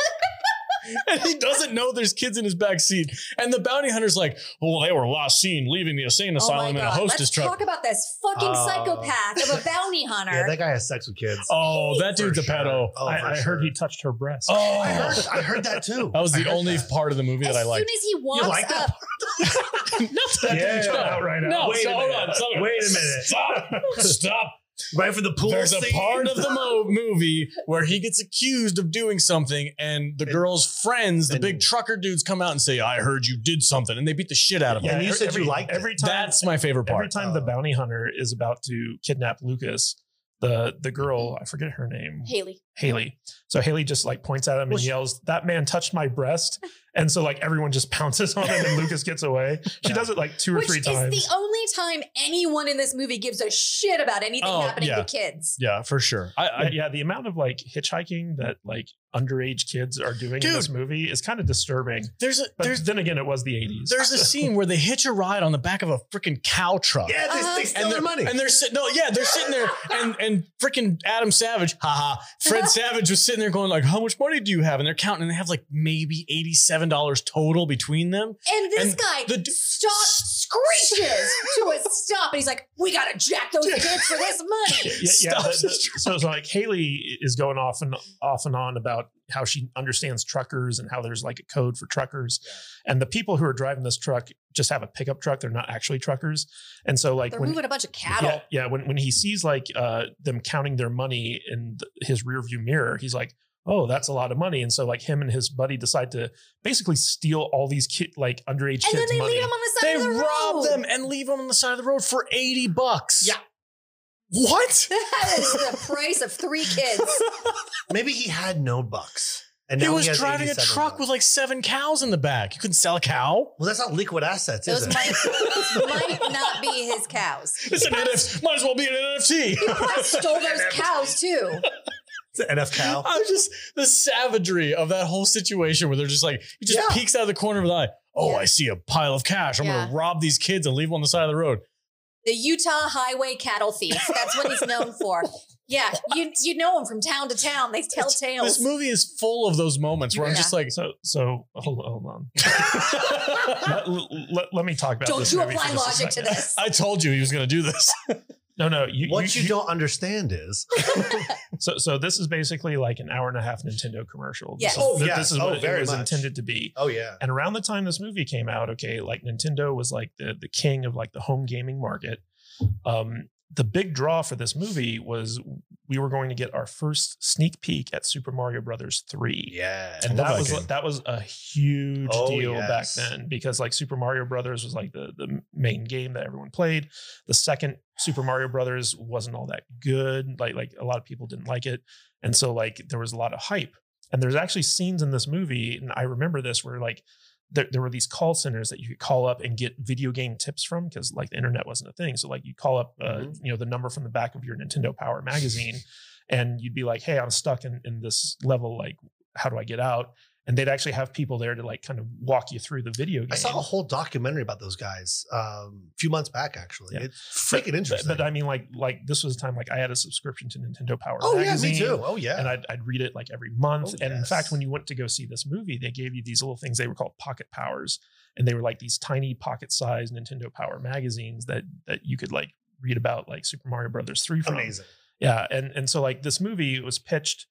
A: and he doesn't know there's kids in his back seat. And the bounty hunter's like, "Well, they were last seen leaving the insane
C: Oh my
A: asylum in a
C: God,
A: hostess
C: Let's
A: truck."
C: talk about this fucking
A: Oh.
C: psychopath of a bounty hunter.
D: Yeah, that guy has sex with kids.
A: oh, that dude's a pedo.
B: I, I heard he touched her breast.
A: Oh,
D: I heard, I heard that too.
A: That was the only part of the movie that I
C: as soon
A: liked.
C: as he walks
D: like
C: up,
A: <laughs>
B: That didn't come
A: Yeah.
B: out right
A: No,
B: out.
A: so hold on. so-
D: Wait a minute.
A: Stop. Stop.
D: Right for the pool.
A: There's
D: scene?
A: a part
D: <laughs>
A: of the mo- movie where he gets accused of doing something, and the girl's friends, the big trucker dudes, come out and say, "I heard you did something," and they beat the shit out of him.
B: Yeah,
D: And you said
B: every-
D: you liked
B: every
D: it.
B: time-
A: That's my favorite
B: Every
A: part.
B: time
C: Oh.
B: the bounty hunter is about to kidnap Lucas, the the girl I forget her name
C: Haley.
B: Haley. So Haley just like points at him and yells, "That man touched my breast!" And so like everyone just <laughs> pounces on him, and Lucas gets away. She does it like two or
C: which
B: three
C: is
B: times.
C: the only time anyone in this movie gives a shit about anything
A: Oh,
C: happening
A: yeah.
C: to kids.
A: Yeah, for sure. I, I
B: yeah, yeah, the amount of like hitchhiking that like underage kids are doing in this
A: Dude.
B: movie is kind of disturbing.
A: there's a
B: But
A: there's
B: then again, it was the '80s.
A: there's a scene where they hitch a ride on the back of a freaking cow truck.
D: Yeah, they, they steal
A: And they're,
D: their money.
A: and they're sitting. No, yeah, they're sitting there, and and freaking Adam Savage, haha.
C: <laughs>
A: Fred Savage was sitting there going like, "How much money do you have?" And they're counting, and they have like maybe eighty seven dollars total between them.
C: And this
A: And
C: guy
A: the d-
C: stops, screeches
B: <laughs>
C: to a stop, and he's like, "We gotta jack those kids for this money."
B: yeah, yeah
A: stops
B: the- the-
A: his
B: so, so like Haley is going off and off and on about how she understands truckers and how there's like a code for truckers, and the people who are driving this truck just have a pickup truck. They're not actually truckers, and so like
C: They're
B: when
C: moving a bunch of
B: yeah,
C: cattle.
B: yeah, when when he sees like uh, them counting their money in th- his rearview mirror, he's like. Oh, that's a lot of money, and so like him and his buddy decide to basically steal all these kid like underage
C: And then
B: kids'
C: they
B: money.
C: leave him on the
A: They
C: side of the road.
A: rob them and leave them on the side of the road for eighty bucks.
D: Yeah.
C: <laughs>
A: What?
C: That
B: <laughs>
C: is the price of three kids.
D: Maybe he had no bucks. And
A: He
D: now
A: was
D: has
A: driving a
D: 87
A: truck
D: bucks.
A: with like seven cows in the back. You couldn't sell a cow.
D: Well, that's not liquid assets, is
C: Those
D: it?
C: might, might not be his cows.
A: It's an NF. Might as well be an NFT.
B: <laughs>
C: I stole those cows too.
D: <laughs> It's an
A: <laughs>
D: NF cow.
A: I'm just the savagery of that whole situation where they're just like, he just
D: Yeah.
A: peeks out of the corner of the eye. Oh, I see a pile of cash. I'm
C: Yeah.
A: gonna rob these kids and leave them on the side of the road.
C: The Utah Highway Cattle Thief. That's what he's known for.
B: <laughs>
C: Yeah, you you know him from town to town. They tell
A: This
C: tales.
A: movie is full of those moments where I'm
C: Yeah.
A: just like, <laughs>
B: So, so hold on. Hold
C: <laughs>
B: on. let, let- let me talk about
C: Don't
B: this
C: you
B: movie
C: apply
B: for just a
C: logic to
B: second. <laughs>
C: this.
A: I told you he was gonna do this.
B: No, no. You,
D: What you, don't understand is
B: So, so this is basically like an hour and a half Nintendo commercial.
C: Yes.
B: This is,
D: Oh,
B: th-
D: yes.
B: This is
D: Oh,
B: what it
D: very
B: was
D: much.
B: intended to be.
D: <laughs> Oh yeah.
B: And around the time this movie came out, okay, like Nintendo was like the the king of like the home gaming market. Um, the big draw for this movie was we were going to get our first sneak peek at Super Mario Brothers three.
D: Yeah.
B: and
A: I love
B: that
A: that
B: was
A: game.
B: that was a huge
D: Oh,
B: deal
D: yes.
B: back then because like Super Mario Brothers was like the the main game that everyone played. The second
A: <sighs>
B: Super Mario Brothers wasn't all that good. Like like a lot of people didn't like it, and so like there was a lot of hype. And there's actually scenes in this movie, and I remember this where like there, there were these call centers that you could call up and get video game tips from because like the internet wasn't a thing. So like you call up, uh,
D: Mhm.
B: you know, the number from the back of your Nintendo Power magazine, and you'd be like, "Hey, I'm stuck in in this level. Like, how do I get out?" and they'd actually have people there to like kind of walk you through the video game.
D: I saw a whole documentary about those guys um, a few months back, actually.
B: Yeah.
D: It's freaking interesting.
B: But, but I mean, like, like this was a time like I had a subscription to Nintendo Power.
D: oh, yeah,
B: magazine,
D: me too. Oh, yeah.
B: And I'd, I'd read it like every month.
D: Oh,
B: and in fact,
D: yes.
B: when you went to go see this movie, they gave you these little things. They were called pocket powers, and they were like these tiny pocket-sized Nintendo Power magazines that that you could like read about like Super Mario Brothers three from.
D: Amazing.
B: Yeah, and and so like this movie was pitched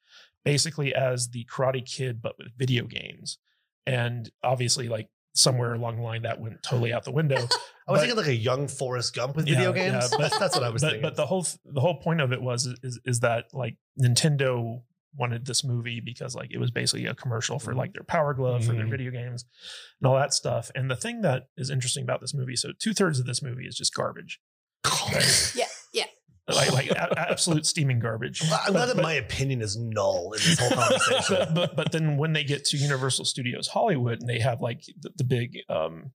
B: basically as the Karate Kid but with video games, and obviously like somewhere along the line that went totally out the window.
D: I was
B: But-
D: thinking like a young Forrest Gump with
B: Yeah,
D: <laughs> video
B: yeah,
D: games.
B: but-
D: That's what I was
B: but,
D: thinking.
B: but the whole the whole point of it was is is that like Nintendo wanted this movie because like it was basically a commercial
D: Mm-hmm.
B: for like their Power Glove for their
A: Mhm.
B: video games and all that stuff. And the thing that is interesting about this movie, so two thirds of this movie is just garbage,
C: Yeah, yeah.
B: like like a-
D: <laughs>
B: absolute steaming garbage.
D: Well, I'm
B: But-
D: glad that
B: but-
D: my opinion is null in this whole conversation.
B: <laughs> but, but but then when they get to Universal Studios Hollywood and they have like the, the big um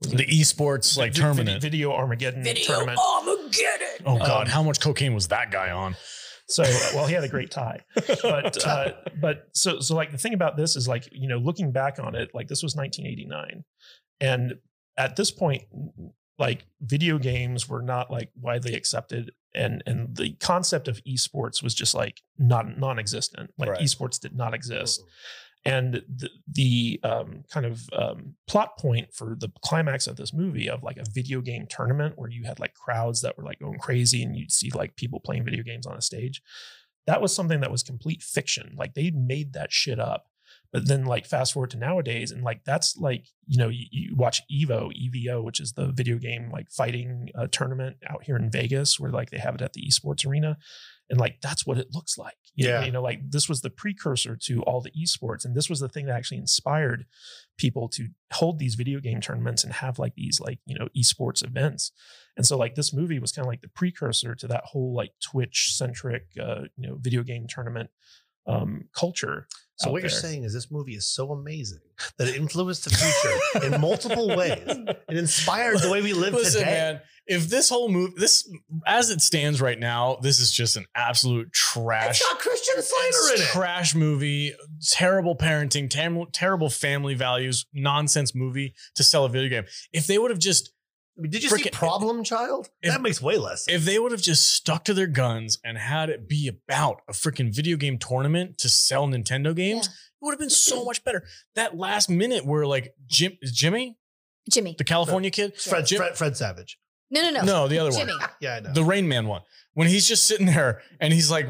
A: The
D: E,
A: esports
D: <laughs>
A: like
B: vi- vid-
A: tournament.
B: video Armageddon tournament.
C: Armageddon.
A: Oh God,
B: Um,
A: how much cocaine was that guy on?
B: So well, he had a great tie,
D: <laughs>
A: <laughs>
B: but uh, but so so like the thing about this is like you know looking back on it, like this was 1989, and at this point, like video games were not like widely accepted, and and the concept of esports was just like not non-existent. Like
A: Right.
B: esports did not exist.
D: Mm-hmm.
B: And the, the um, kind of um, plot point for the climax of this movie of like a video game tournament where you had like crowds that were like going crazy and you'd see like people playing video games on a stage. That was something that was complete fiction. Like they made that shit up. But then like fast forward to nowadays and like that's like, you know, you, you watch Evo, EVO, which is the video game like fighting uh, tournament out here in Vegas where like they have it at the esports arena. And like that's what it looks like. You know,
D: Yeah.
B: you know, like this was the precursor to all the esports. And this was the thing that actually inspired people to hold these video game tournaments and have like these like, you know, esports events. And so like this movie was kind of like the precursor to that whole like Twitch centric uh, you know, video game tournament um culture.
D: So
B: out
D: what you're
B: there.
D: saying is this movie is so amazing that it influenced the future
B: <laughs>
D: in multiple ways. It inspired the way we live
A: Listen,
D: today.
A: man, if this whole movie, this as it stands right now, this is just an absolute trash.
D: It's got Christian Slater in it.
A: Trash movie, terrible parenting, tam- terrible family values, nonsense movie to sell a video game. If they would have just,
D: I mean, did you see
A: Frickin-
D: Problem Child?
A: if-
D: that makes way less. sense.
A: if they would have just stuck to their guns and had it be about a freaking video game tournament to sell Nintendo games, it would have been so much better. That last minute where like Jim, Jimmy,
C: Jimmy.
A: the California kid,
D: Fred,
A: Jim-
D: Fred, Fred Savage.
C: No, no, no.
A: no, the other one.
C: Jimmy.
D: Yeah, I know.
A: the Rain Man one, when he's just sitting there and he's like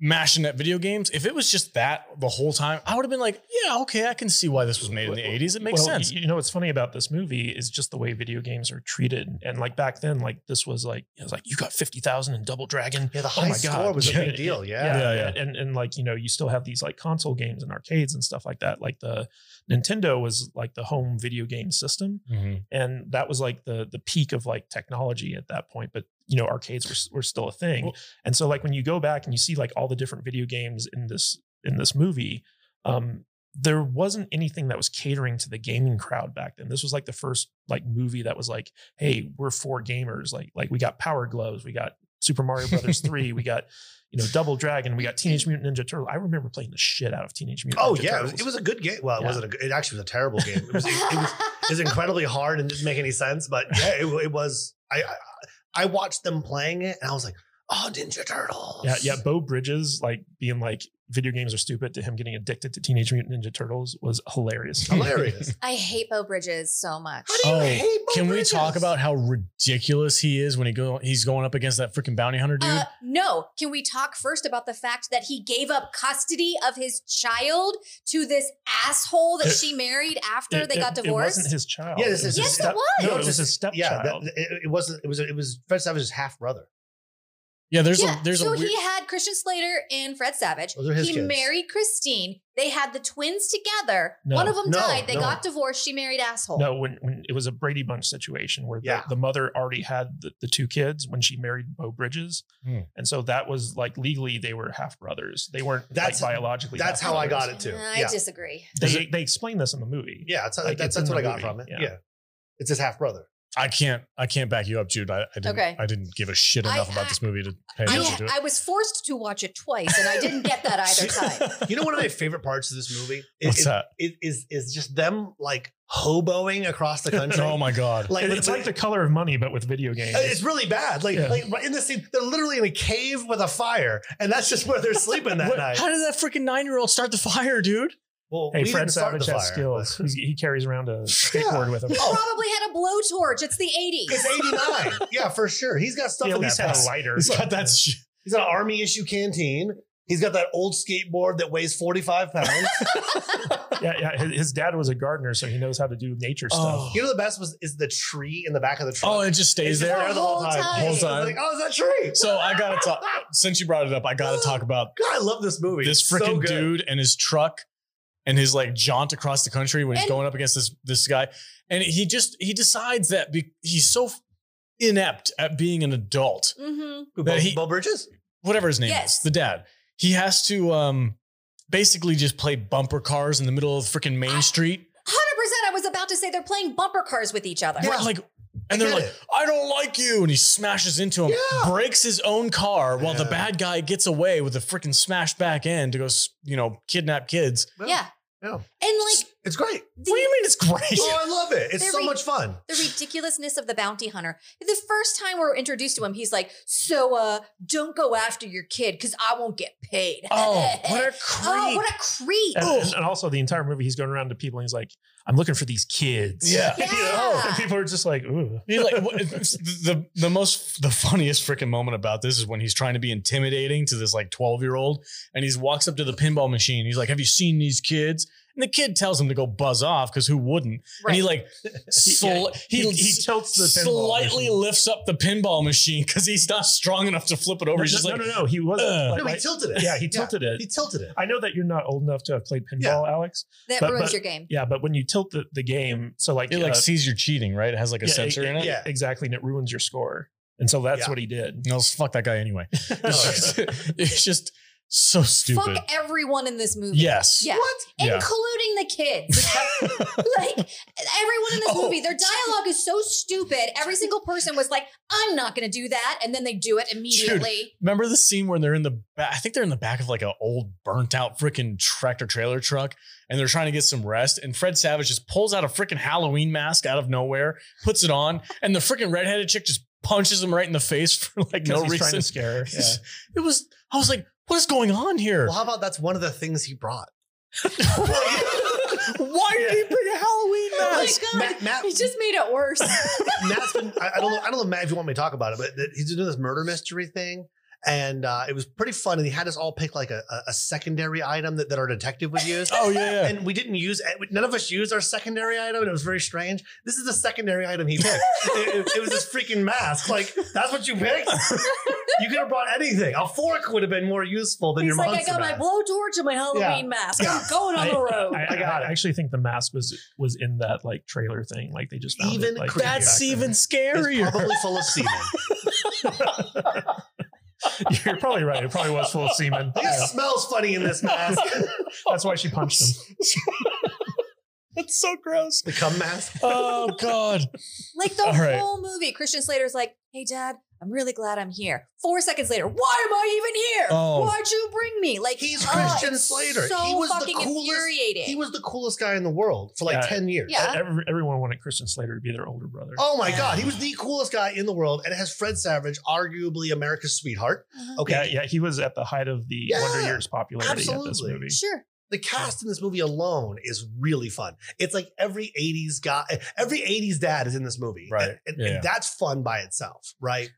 A: mashing at video games, if it was just that the whole time, I would have been like, yeah, okay, I can see why this was made in the 80s. It makes
B: Well,
A: sense.
B: You you know what's funny about this movie is just the way video games are treated. And like back then, like this was like it was like you got fifty thousand in Double Dragon.
D: yeah, the
B: Oh
D: high
B: my
D: score
B: God.
D: was a
B: Yeah, <laughs>
D: big deal. Yeah.
B: Yeah,
A: Yeah,
B: And, and and like you know, you still have these like console games and arcades and stuff like that. Like the Nintendo was like the home video game system,
A: Mhm.
B: and that was like the the peak of like technology at that point. But you know, arcades were were still a thing.
A: Well-
B: and so like when you go back and you see like all the different video games in this in this movie, um, there wasn't anything that was catering to the gaming crowd back then. This was like the first like movie that was like, hey, we're for gamers. Like like we got Power Gloves, we got Super Mario
D: <laughs>
B: Brothers three, we got you know Double Dragon, we got Teenage Mutant Ninja Turtle. I remember playing the shit out of Teenage Mutant.
D: Oh
B: Ninja
D: yeah, it was,
B: Turtles.
D: it was a good game. Well, it
B: Yeah.
D: wasn't. A, good- it actually was a terrible game. It was, it,
B: <laughs>
D: it was it was incredibly hard and didn't make any sense. But yeah, it, it was. I, I I watched them playing it and I was like, oh, Ninja Turtles.
B: yeah yeah. Bo Bridges like being like video games are stupid to him getting addicted to Teenage Mutant Ninja Turtles was hilarious. <laughs>
D: <laughs> hilarious.
C: <laughs> I hate Bo Bridges so much.
D: How do you
A: Oh,
D: hate Bo
A: Can we
D: Bridges?
A: talk about how ridiculous he is when he go he's going up against that freaking bounty hunter dude?
C: Uh, no. Can we talk first about the fact that he gave up custody of his child to this asshole that
B: It-
C: she married after
B: It-
C: they
B: it-
C: got
B: It
C: divorced?
B: wasn't his child.
D: Yeah, this
B: It
D: is-
B: his
C: Yes, it
B: step-
C: was.
B: No, it
D: It's
B: was his
D: Yeah,
B: stepchild.
D: that, it, it wasn't. It was. It was Fred Savage's half brother.
A: yeah, there's
C: yeah.
A: a there's
C: so
A: a weird,
C: he had Christian Slater and Fred Savage.
D: Those are his
C: He
D: kids.
C: married Christine. They had the twins together.
B: No.
C: One of them
D: No,
C: died. They
D: no.
C: got divorced. She married asshole.
B: No, when when it was a Brady Bunch situation where the,
D: Oh. Yeah.
B: the mother already had the, the two kids when she married Bo Bridges,
A: Hmm.
B: and so that was like legally they were half brothers. They weren't
D: That's-
B: like biologically.
D: That's how I got it too.
C: I
D: Yeah,
C: disagree.
B: They they explain this in the movie.
D: yeah. That's,
B: Like, it's
D: that's,
B: in
D: that's what
B: the
D: I got
B: movie.
D: from it.
B: Yeah.
D: yeah, it's his half brother.
A: I can't. I can't back you up, Jude. I, I didn't.
L: Okay.
A: I didn't give a shit enough
L: I-
A: about
L: I-
A: this movie to pay
L: I,
A: attention to it.
L: I was forced to watch it twice, and I didn't get that either time.
D: You know, one of my favorite parts of this movie is,
A: What's
D: is,
A: that?
D: is, is, is just them like hoboing
B: <laughs>
D: across the country.
A: oh my god!
D: Like,
B: It-
D: with-
B: it's like the color of money, but with video games.
D: Uh, It's really bad. Like,
B: Yeah.
D: like in this scene, they're literally in a cave with a fire, and that's just where they're sleeping
A: <laughs>
D: that
A: What-
D: night.
A: How did that freaking nine year old start the fire, dude?
D: Well,
B: Hey,
D: we
B: Fred
D: didn't start
B: Savage
D: the
B: has
D: fire. Oh,
B: skills. He's,
D: <laughs>
B: he carries around a skateboard with him.
L: He probably had a blowtorch. It's the 80s.
D: It's 89. yeah, for sure. He's got stuff
B: He at
D: in
B: least
D: that
B: had a
D: past.
B: lighter.
D: <laughs> He's got,
A: that. Sh-
D: he's got an army issue canteen. He's got that old skateboard that weighs
A: <laughs>
D: 45 pounds.
B: <laughs> yeah, yeah. His, his dad was a gardener, so he knows how to do nature
A: Oh.
B: stuff.
D: you know the best was is the tree in the back of the truck.
A: Oh, it just
D: It's
A: stays
D: just
A: there.
D: the whole time.
A: Whole time.
D: It's like, oh, is that tree? Oh,
A: So I gotta talk. Since you brought it up, I gotta talk about
D: God, I love this movie.
A: this
D: It's so
A: freaking
D: good.
A: dude and his truck and his like jaunt across the country when he's
L: And-
A: going up against this this guy and he just he decides that be, he's so inept at being an adult
L: Mm-hmm.
D: Who,
A: that
D: Bo-
A: he-
D: Bo Bridges?
A: whatever his name
L: Yes.
A: is the dad he has to um basically just play bumper cars in the middle of freaking main
L: I-
A: street
L: 100% I was about to say they're playing bumper cars with each other.
A: Right, like and they're
D: get
A: like
D: it.
A: i don't like you and he smashes into him
D: Yeah.
A: breaks his own car while the
D: Yeah.
A: bad guy gets away with a freaking smashed back end to go s- you know kidnap kids
L: yeah.
A: Oh.
D: Yeah.
L: And like
A: <laughs>
D: It's great.
L: the,
A: what do you mean it's great
L: <laughs>
D: Oh, I love it. It's
L: They're
D: so
L: re-
D: much fun.
L: the ridiculousness of the bounty hunter. The first time we're introduced to him, he's like, So uh, don't go after your kid because I won't get paid.
A: Oh, what a creep.
L: <laughs> Oh, what a creep.
B: And, and- and also, the entire movie, he's going around to people and he's like, I'm looking for these kids.
A: Yeah.
B: You know?
L: Yeah.
B: <laughs> And people are just like, ooh.
A: He's like what- the the most the funniest freaking moment about this is when he's trying to be intimidating to this like 12 year old and he walks up to the pinball machine. He's like, "Have you seen these kids?" And the kid tells him to go buzz off because who wouldn't? And he
B: <laughs>
A: like sli- he,
B: He- he tilts the pinball
A: slightly
B: machine.
A: lifts up the pinball machine because he's not strong enough to flip it over.
B: No,
A: he's
B: no,
A: just like,
B: no, no, no, He wasn't.
A: uh.
B: like,
D: No, he
B: like-
D: tilted it.
B: yeah, he tilted it.
D: He tilted it.
B: I know that you're not old enough to have played pinball,
D: Yeah.
B: Alex.
L: that
B: but-
L: ruins
B: but-
L: your game.
B: Yeah, but when you tilt the, the game, so like,
A: it like
B: uh,
A: sees you're cheating, right? It has like a
B: yeah,
A: sensor in it.
D: yeah.
B: exactly, and it ruins your score. And so that's
D: Yeah.
B: what he did.
A: No, fuck that guy
B: <laughs>
A: anyway.
D: Oh,
A: It's just, <laughs> it's just so stupid.
L: Fuck everyone in this movie.
A: Yes.
L: Yeah.
D: What?
A: Yeah.
L: Including the kids.
B: <laughs>
L: like everyone in this
D: Oh.
L: movie, their dialogue is so stupid. Every single person was like, I'm not gonna do that. And then they do it immediately.
A: Remember the scene when they're in the back? I think they're in the back of like an old burnt out freaking tractor trailer truck and they're trying to get some rest. And Fred Savage just pulls out a freaking Halloween mask out of nowhere, puts it on, and the freaking redheaded chick just punches him right in the face for like
B: Because
A: no
B: he's trying
A: reason.
B: to scare. her. Yeah.
A: It was, I was like, what is going on here?
D: Well, how about that's one of the things he brought?
A: Why did
B: <laughs>
A: he bring a Halloween mask?
L: Oh God.
D: Matt, Matt,
L: He just made it
D: <laughs>
L: worse.
D: Matt's been, I, I don't know, I don't know, Matt, if you want me to talk about it, but that he's doing this murder mystery thing. And uh, it was pretty fun. And he had us all pick like a, a, a secondary item that, that our detective would
B: <laughs>
D: use.
A: Oh, yeah, yeah.
D: And we didn't use, eh, none of us used our secondary item. And it was very strange. This is the secondary
B: <laughs>
D: item he picked. it, it- it was this freaking mask. Like, that's what you picked? you could have brought anything. A fork would have been more useful than
L: He's
D: your
L: like, I
D: monster
L: got my
D: mask.
L: blowtorch and my Halloween mask. I'm going on
B: I-
L: the road.
B: I,
D: <laughs> I got it.
B: actually think the mask was was in that like trailer thing. Like they just found it,
D: Even
B: like,
D: creepier.
A: That's
B: back
A: even
B: there.
A: scarier.
D: It's probably full of semen.
B: <laughs> You're probably right. It probably was full of
D: <laughs>
B: semen.
D: It
B: Yeah.
D: smells funny in this mask.
B: That's why she punched him.
D: <laughs>
A: That's so gross.
D: the cum mask.
A: Oh, God.
B: <laughs>
L: Like the
A: All right.
L: whole movie, Christian Slater's like, "Hey, Dad, I'm really glad I'm here." Four seconds later, why am I even here?
A: Oh.
L: Why'd you bring me? Like
D: He's
L: oh,
D: Christian
L: it's
D: Slater.
L: So
D: he was the
L: fucking
D: coolest.
L: infuriating.
D: He was the coolest guy in the world for like
B: Yeah.
D: 10 years.
L: Yeah.
B: Every, everyone wanted Kristen Slater to be their older brother.
D: Oh my God. He was the coolest guy in the world. And it has Fred Savage, arguably America's sweetheart. Okay.
B: Yeah, yeah. He was at the height of the
D: Yeah.
B: Wonder Years popularity at this
D: Absolutely.
B: movie.
L: sure.
D: The cast in this movie alone is really fun. It's like every 80s guy, every 80s dad is in this movie.
A: Right.
D: And, and-
A: Yeah.
D: and that's fun by itself, right?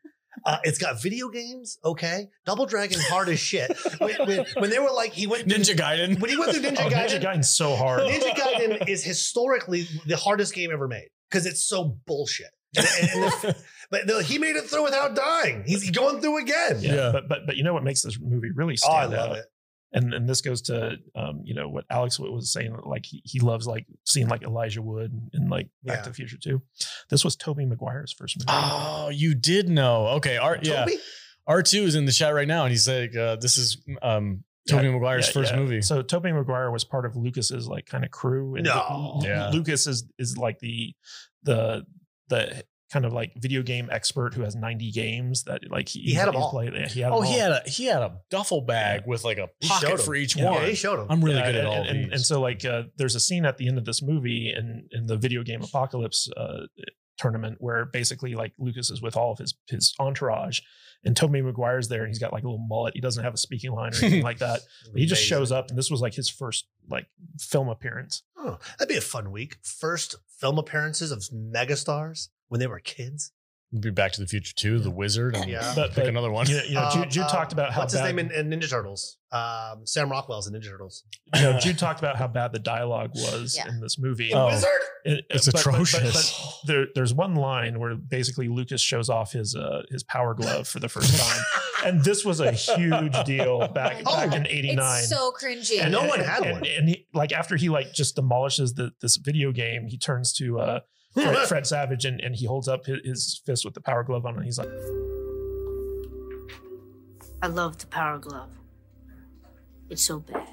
D: Uh, it's got video games, okay? Double Dragon hard as shit. When, when- when they were like, he went
A: Ninja Gaiden.
D: when he went through
B: <laughs>
D: Ninja
B: Oh,
D: Gaiden,
B: Ninja Gaiden's so hard. <laughs>
D: Ninja Gaiden is historically the hardest game ever made because it's so bullshit. And- and- and the- but the- he made it through without dying. He's going through again.
B: yeah.
A: Yeah.
B: But but but you know what makes this movie really
D: Oh,
B: stand
D: I love
B: out?
D: it.
B: And and this goes to um, you know what Alex was saying, like he, he loves like seeing like Elijah Wood and, like Back
D: Yeah.
B: to the Future too. This was Toby Maguire's first movie.
A: Oh, you did know. Okay. R, yeah.
D: Toby?
A: R2 is in the chat right now and he's like, uh, this is um, Tobey Maguire's
B: Yeah,
A: first
B: yeah.
A: movie.
B: So Tobey Maguire was part of Lucas's like kind of crew.
D: No.
B: Lu-
A: Yeah.
B: Lucas is is like the the the kind of like video game expert who has 90 games that like
D: He had 'em
B: he's
D: all.
B: played- yeah, he had
A: oh,
B: them
A: he
B: all.
A: had a he had a duffel bag with like a
D: He showed
A: pocket
D: 'em.
A: for each
B: Yeah.
A: one.
D: Yeah, he showed 'em.
A: I'm really
B: Yeah,
A: good at
B: and,
A: all
B: and,
A: these.
B: and so like uh, there's a scene at the end of this movie in in the video game apocalypse uh, tournament where basically like Lucas is with all of his his entourage and Tobey Maguire's there and he's got like a little mullet. He doesn't have a speaking line or anything like
A: <laughs>
B: that. But he just shows up and this was like his first like film appearance.
D: Oh, that'd be a fun week. First film appearances of megastars when they were kids.
A: We'll be Back to the Future 2, The Wizard, and
D: Yeah.
B: But-
A: pick
B: but,
A: another one.
B: You know, you know, Jude, Jude
D: Um,
B: talked about how
D: what's
B: bad,
D: his name in, in Ninja Turtles? Um, Sam Rockwell's in Ninja Turtles.
B: you
D: <laughs>
B: know, Jude talked about how bad the dialogue was
L: Yeah.
B: in this movie.
A: Oh.
D: Wizard.
B: It-
A: It's
B: but- but- but-
A: atrocious.
B: but there, there's one line where basically Lucas shows off his uh, his power glove for the first time, and this was a huge deal back
L: Oh,
B: back in '89.
L: It's so cringy.
B: and
D: No one had
B: and,
D: one.
B: And he, like after he like just demolishes the, this video game, he turns to uh, Fred, Fred Savage and, and he holds up his, his fist with the power glove on, and he's like,
F: I love the power glove. It's so bad.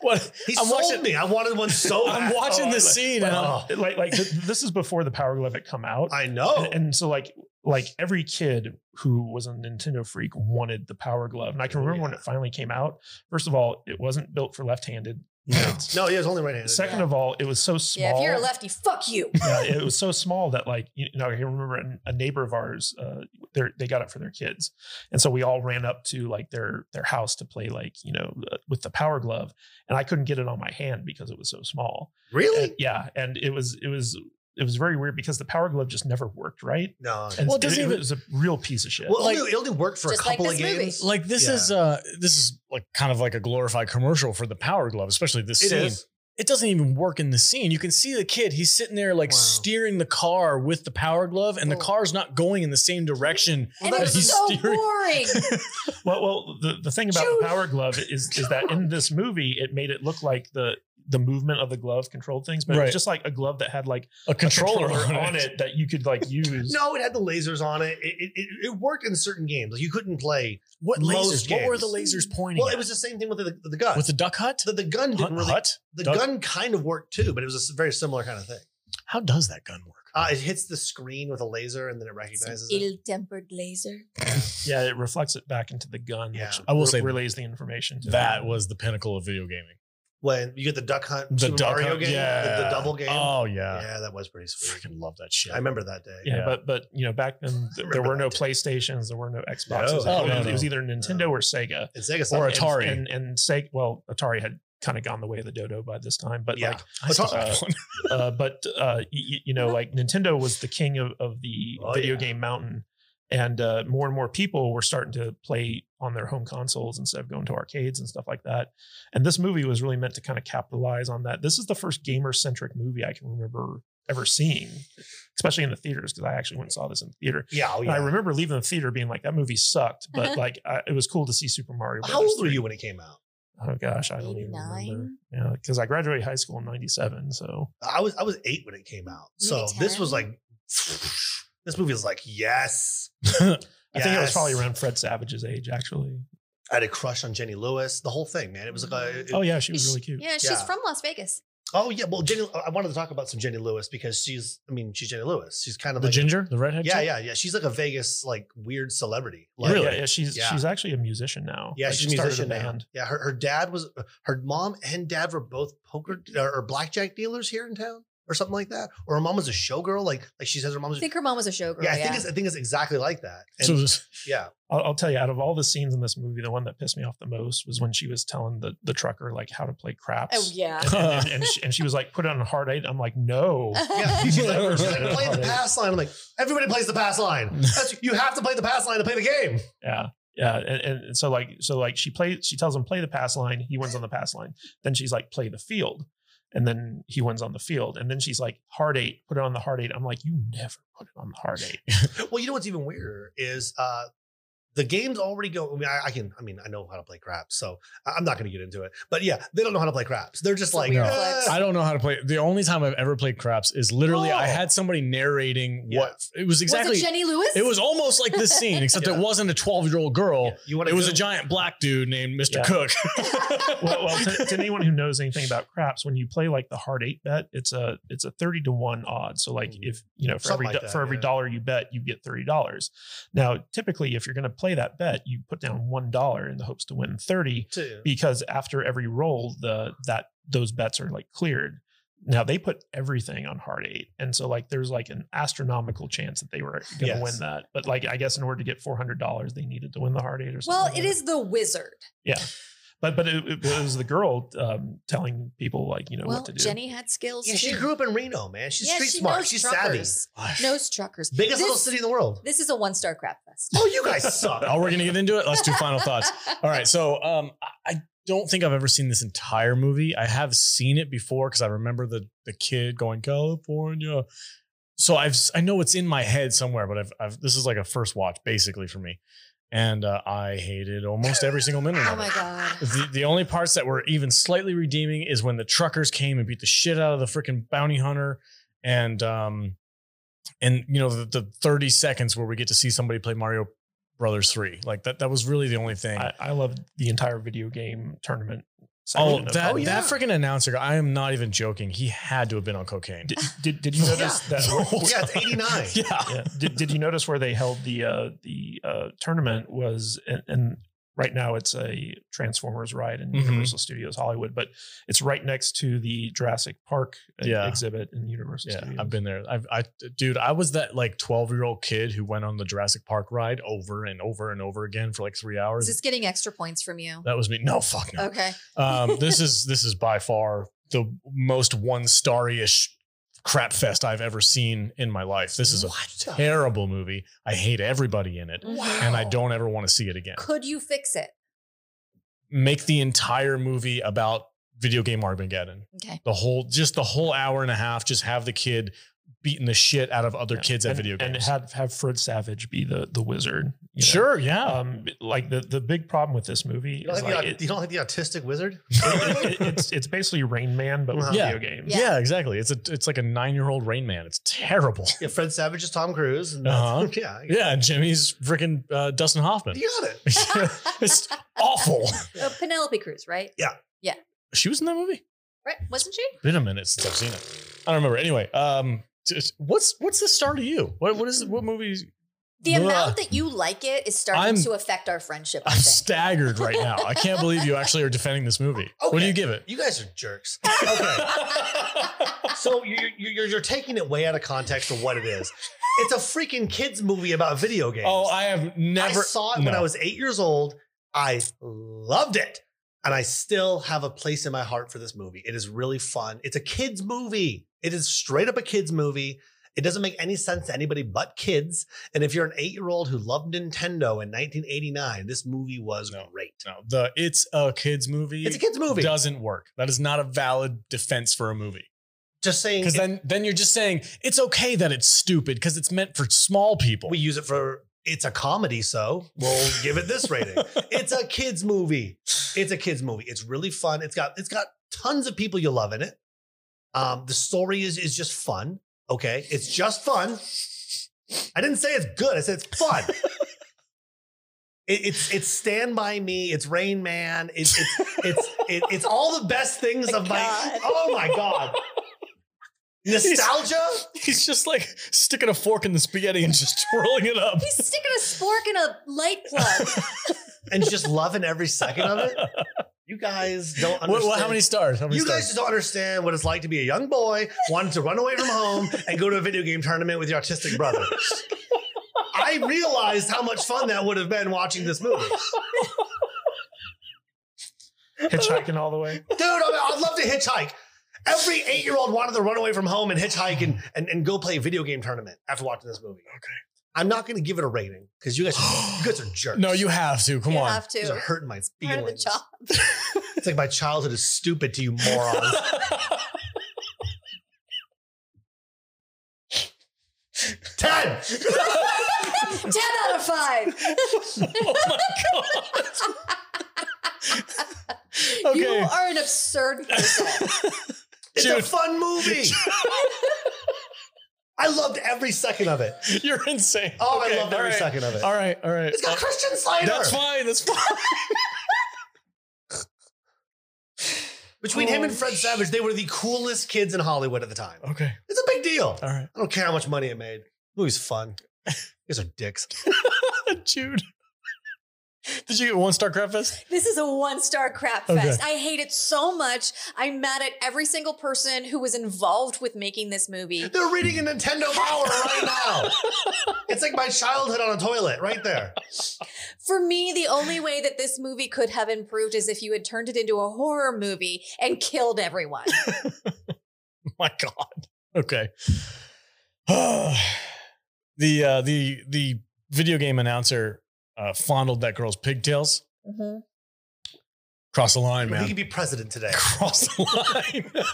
A: what?
D: He
A: I'm
D: sold
A: watching-
D: me. I wanted
B: <laughs>
D: one so
A: I'm
D: bad.
A: watching
B: "Oh,
A: this
B: like-
A: scene
B: like,
A: and I'm-
B: like like th- this is before the power glove had come out."
D: I know.
B: And, and so like like every kid who was a Nintendo freak wanted the Power Glove, and I
D: Oh,
B: can remember when it finally came out. First of all, it wasn't bult for left-handed. kids.
D: no, he was only right-handed.
B: Second of all, it was so small.
L: yeah, if you're a lefty, fuck
D: <laughs>
L: you. <laughs>
B: Yeah, it was so small that like you know I can remember an- a neighbor of ours, uh, they're- they got it for their kids, and so we all ran up to like their their house to play like you know uh, with the Power Glove, and I couldn't get it on my hand because it was so small.
D: really?
B: And- yeah, and it was it was. It was very weird because the power glove just never worked right.
D: no.
A: Well,
B: And well,
A: it
B: it,
A: doesn't
B: it
A: even-
B: was a real piece of shit.
D: Well,
A: Like-
D: it only, it only worked for a
L: Just like
D: couple
L: this
D: of
L: movie.
D: games.
A: like this
D: Yeah.
A: is uh this is like kind of like a glorified commercial for the power glove especially this
D: It
A: scene
D: is.
A: it doesn't even work in the scene you can see the kid he's sitting there like
D: Wow.
A: steering the car with the power glove and the
L: Oh.
A: car's not going in the same direction
L: And
A: that
L: it's
A: he's
D: <laughs>
L: so
A: steering
L: boring.
B: well, well, the, the thing about
L: Shoot.
B: the power glove is is that in this movie it made it look like the the movement of the glove controlled things, but it
A: Right.
B: was just like a glove that had like
A: a
B: a
A: controller, on it,
B: that you
A: <laughs>
B: could like use.
D: No, it had the lasers on it. It, it, it, it worked in certain games. Like you couldn't play.
A: what lasers
D: Most
A: what were
D: games.
A: the lasers pointing
D: Well,
A: at?
D: it was the same thing with the, the gun.
A: with the duck hut
D: the, the gun didn't
A: Hut-
D: really.
A: hut?
D: The
A: Duck-
D: gun kind of worked too, but it was a s- very similar kind of thing.
A: how does that gun work
D: Uh, it hits the screen with a laser and then it recognizes it.
L: Ill-tempered laser.
B: Yeah, it reflects it back into the gun.
D: Yeah.
B: which
A: I will
B: re-
A: say
B: relays the information to
A: that was the pinnacle of video gaming
D: When you get the Duck Hunt,
A: the
D: Super
A: duck
D: Mario
A: hunt
D: game,
A: yeah
D: the, the double game.
A: oh yeah,
D: yeah, that was pretty sweet.
A: freaking love that shit
D: I
A: <laughs>
D: remember that day.
B: Yeah,
A: Yeah.
B: but but you know back
D: <laughs>
B: then th- there
D: Remember
B: were no
D: that.
B: PlayStations, there were no Xboxes.
D: No.
B: It was-
A: Oh, no,
B: It was
A: no.
B: either Nintendo
D: No.
B: or Sega.
D: And Sega
A: Or
D: Saturn.
B: And-
A: Atari.
B: and, and, Sega. Well, Atari had kind of gone the way of the dodo by this time, but
D: Yeah.
B: like
A: I still
B: Uh,
A: have one.
B: uh, but uh, you, you know, like Nintendo was the king of, of the
D: Oh,
B: video
D: yeah.
B: game mountain, and uh, more and more people were starting to play on their home consoles instead of going to arcades and stuff like that. And this movie was really meant to kind of capitalize on that. This is the first gamer centric movie I can remember ever seeing, especially in the theaters because I actually went and saw this in the theater.
D: yeah,
A: <laughs>
D: oh,
B: And
D: yeah.
B: I remember leaving the theater being like, "That movie sucked," but like, I, it was cool to see Super Mario.
D: How
B: Brothers
D: old were
B: 3.
D: you when it came out?
B: Oh gosh, I don't even remember.
L: Nine?
B: Yeah, because I graduated high school in '97, so
D: I was I was eight when it came out.
L: Maybe
D: So this
L: 10.
D: was like <laughs> this movie was like, yes.
B: <laughs> I think it was probably
D: Yes.
B: around Fred Savage's age, actually.
D: I had a crush on Jenny Lewis, the whole thing, man. It was like a,
B: Oh yeah, she was really cute.
L: Yeah, she's
D: Yeah.
L: from Las Vegas.
D: oh yeah. Well, Jenny, I wanted to talk about some Jenny Lewis because she's, I mean, she's Jenny Lewis. She's kind of
A: the
D: like a-
A: ginger the redhead
D: yeah,
A: chick?
D: yeah, yeah. She's like a Vegas like weird celebrity.
B: Yeah,
D: Like,
B: Yeah, yeah, she's
D: Yeah.
B: she's actually a musician now.
D: Yeah,
B: Like,
D: she's
B: she
D: a
B: started
D: musician now. Yeah, her, her dad was her mom and dad were both poker or, or blackjack dealers here in town or something like that. Or her mom was a showgirl, like like she says her mom
L: I
D: was.
L: think her mom was a showgirl.
D: yeah, I think it's I think it's exactly like that. And
A: so this- <laughs>
D: yeah,
B: I'll, I'll tell you, out of all the scenes in this movie, the one that pissed me off the most was when she was telling the, the trucker like how to play craps.
L: Oh yeah.
A: <laughs>
B: And, and, and she, and she was like, "Put it on a hard eight." I'm
L: <laughs>
B: like, "No."
D: <laughs> yeah. She's like, she's like, play the
A: <laughs>
B: Yeah.
D: pass line. I'm like, everybody plays the pass line. That's, you have to play the pass line to play the game.
B: Yeah. Yeah. And, and- and so like so like she plays she tells him play the pass line, he wins on the pass line. Then she's like, play the field. And then he wins on the field. And then she's like, hard eight, put it on the
D: <laughs>
B: hard eight. I'm like, you never put it on the hard eight.
D: Well, you know what's even weirder is uh, the game's already going. I mean, I, I can. I mean, I know how to play craps, so I- I'm not going to get into it. But yeah, they don't know how to play craps. They're just
A: It's a
D: like,
A: weird
D: "Eh."
A: flex. I don't know how to play. The only time I've ever played craps is literally I
D: Oh.
A: had somebody narrating
D: Yeah.
A: what it was exactly.
L: Was it Jenny Lewis?
A: It was almost like this <laughs> scene, except it wasn't a 12 year old girl.
D: You want
A: It was a giant black dude named Mr.
B: Yeah.
D: <laughs>
A: Cook. <laughs>
B: well, well to, to anyone who knows anything about craps, when you play like the hard eight bet, it's a it's a thirty to one odds. So like if you know for
D: Mm.
B: every
D: Something like
B: do-
D: that,
B: for every
D: yeah.
B: dollar you bet, you get thirty dollars. Now, typically, if you're going to play that bet, you put down one dollar in the hopes to win thirty,
D: Two.
B: because after every roll, the that those bets are like cleared. Now they put everything on hard eight, and so like there's like an astronomical chance that they were going to
D: Yes.
B: win that. But like I guess in order to get four hundred dollars, they needed to win the hard eight or something.
L: Well,
B: like
L: it
B: that.
L: is the wizard.
B: Yeah. But but it, it was the girl um, telling people like you know
L: well,
B: what to do.
L: Jenny had skills.
D: Yeah, she
L: too.
D: grew up in Reno, man. She's
L: Yeah,
D: street
L: she
D: smart.
L: knows
D: She's
L: truckers.
D: savvy.
L: knows truckers.
D: Biggest little
L: This-
D: city in the world.
L: This is a one star crap
D: <laughs>
L: fest.
D: Oh, you
A: <laughs>
D: guys suck.
A: oh, we're gonna get into it. Let's do
D: <laughs>
A: final thoughts. All right, so um, I- I don't think I've ever seen this entire movie. I have seen it before because I remember the the kid going California. So I've s- I know it's in my head somewhere, but I've, I've this is like a first watch basically for me, and uh, I hated almost every single minute.
L: <laughs> Oh
A: of
L: my
A: it.
L: god.
A: The, the only parts that were even slightly redeeming is when the truckers came and beat the shit out of the freaking bounty hunter and um and you know the, the 30 seconds where we get to see somebody play mario brothers 3 like that that was really the only thing
B: I, I love the entire video game tournament.
A: oh
B: section of
A: that
B: it.
A: that freaking announcer guy, i am not even joking he had to have been on cocaine
B: Did, did,
L: <laughs>
B: did you notice that?
D: Yeah, it's 89.
A: <laughs> yeah
B: yeah. Did, did you notice where they held the uh, the uh, tournament was and, and right now it's a Transformers ride in
A: Mhm.
B: Universal Studios Hollywood, but it's right next to the Jurassic Park uh,
A: Yeah.
B: exhibit in Universal
A: yeah
B: Studios.
A: i've been there I've, i dude i was that like 12 year old kid who went on the jurassic park ride over and over and over again for like three hours
L: Is this getting extra points from you?
A: that was me no fuck no
L: Okay. <laughs>
A: um, this is this is by far the most one starry-ish crap fest I've ever seen in my life. This is a
D: What the-
A: terrible movie. I hate everybody in it, and I don't ever want to see it again.
L: Could you fix it?
A: Make the entire movie about video game Armageddon.
L: Okay.
A: The whole just the whole hour and a half. Just have the kid beating the shit out of other
B: Yeah.
A: kids at
B: and,
A: video games.
B: and have have Fred Savage be the the wizard. you know?
A: sure, yeah.
B: um like the the big problem with this movie
D: You don't,
B: is
D: like
B: like
D: the,
B: <laughs> it-
D: you don't like the autistic
A: <laughs>
D: wizard?
B: it- it- it's it's basically Rain Man but with
A: Uh-huh. Yeah.
B: video games.
A: yeah, exactly. It's a it's like a nine year old Rain Man. It's terrible. <laughs>
D: yeah, Fred Savage is Tom Cruise. And
A: Uh-huh.
D: <laughs> yeah, I-
A: Yeah, and Jimmy's freaking uh, Dustin
D: <laughs>
A: Hoffman. <laughs>
D: you got it.
A: it's awful.
L: Uh, Penelope Cruz, right?
A: She was in that movie.
L: Right? Wasn't she?
A: Been a minute since I've seen it. I don't remember. Anyway, um, just- what's what's the star to you? What what is what movies?
L: The
A: Ugh.
L: amount that you like it is starting
A: I'm-
L: to affect our friendship. I
A: I'm
L: think.
A: staggered right now. I can't believe you actually are defending this movie. What do
D: Okay.
A: you give it?
D: You guys are
A: <laughs>
D: jerks. Okay. so you're, you're, you're taking it way out of context of what it is. It's a freaking kids movie about video games.
A: Oh, I have never
D: I saw it when
A: no.
D: I was eight years old. I loved it. And I still have a place in my heart for this movie. It is really fun. It's a kids' movie. It is straight up a kids' movie. It doesn't make any sense to anybody but kids. And if you're an eight year old who loved Nintendo in 1989, this movie was
A: No.
D: great.
A: No, the it's a kids movie.
D: It's a kids' movie.
A: Doesn't work. That is not a valid defense for a movie.
D: Just saying,
A: Because then then you're just saying it's okay that it's stupid because it's meant for small people.
D: we use it for it's a comedy, so we'll give it this rating. It's a kids movie. It's a kids movie. It's really fun. It's got it's got tons of people you love in it. Um, the story is is just fun. Okay, it's just fun. I didn't say it's good. I said it's fun. It- it's it's Stand by Me. It's Rain Man. It's it's it's, it, it's all the best things of my.
L: God.
D: Oh my god. Nostalgia.
A: He's just like sticking a fork in the spaghetti and just <laughs> twirling it up.
L: He's sticking a spork in a light plug.
D: and just loving every second
A: <laughs>
D: of it. You guys don't understand.
A: What, what- how many stars? How many
D: you
A: stars?
D: guys just don't understand what it's like to be a young boy wanting to run away from home and go to a video game tournament with your autistic brother. I realized how much fun that would have been watching this movie.
B: Hitchhiking all the way.
D: Dude, I- I'd love to hitchhike. Every eight year old wanted to run away from home and hitchhike and, and, and go play a video game tournament after watching this movie. Okay. I'm not going to give it a rating because you guys, you guys
A: <gasps>
D: are jerks.
A: no, you have to. Come
L: you
A: on.
L: have
D: guys are
L: to.
C: <laughs>
D: hurting my
L: Part of the
D: feelings.
L: job.
D: It's like my childhood is stupid to you morons.
A: <laughs>
D: Ten.
C: 10 out of 5.
A: oh my god.
C: You
A: <laughs> Okay.
C: are an absurd
A: <laughs>
C: person.
D: It's a
A: Dude.
D: fun movie. I loved every second of it.
A: <laughs> You're insane.
D: Oh, I loved every
A: all right.
D: second of it.
A: All right, all right.
D: It's got
A: Uh,
D: Christian Slater.
A: That's fine. That's <laughs> fine.
D: Between him and Fred
A: Oh,
D: Savage, they were the coolest kids in Hollywood at the time.
A: Okay.
D: It's a big deal.
A: All right.
D: I don't care how much money it made.
A: <laughs>
D: Movie's fun. These are dicks.
A: Jude. <laughs> Did you get one StarCraft Fest?
C: This is a one star crap
A: Okay.
C: fest. I hate it so much. I'm mad at every single person who was involved with making this movie.
D: They're reading a Nintendo Power
A: <laughs>
D: right now. It's like my childhood on a toilet right there.
C: For me, the only way that this movie could have improved is if you had turned it into a horror movie and
A: <laughs>
C: killed everyone.
A: My God. Okay. <sighs> the uh, the the video game announcer uh, fondled that girl's pigtails. Cross the line,
D: He
A: man.
D: could be president today.
A: <laughs> Cross the line.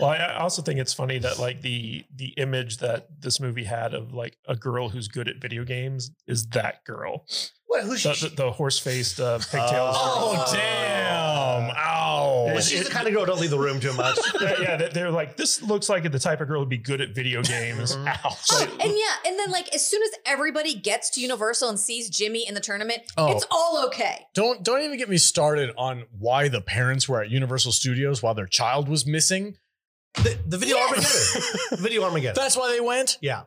B: Well, I, I also think it's funny that like the the image that this movie had of like a girl who's good at video games is that girl,
D: What? Who's
B: the,
D: she?
B: the, the horse faced uh, pigtails. Um,
A: oh, damn! Ow!
D: Well, she's the kind of girl who don't leave the room
B: <laughs>
D: too much.
B: yeah, yeah, they- they're like this looks like the type of girl who'd be good at video
D: Mm-hmm.
B: games. Ow!
C: Oh, and yeah, and then like as soon as everybody gets to Universal and sees Jimmy in the tournament,
A: Oh.
C: it's all okay.
A: Don't don't even get me started on why the parents were at Universal Studios while their child was missing.
D: The, the video
C: Yes.
B: <laughs>
D: Armageddon. video Armageddon.
A: That's why they went.
D: Yeah.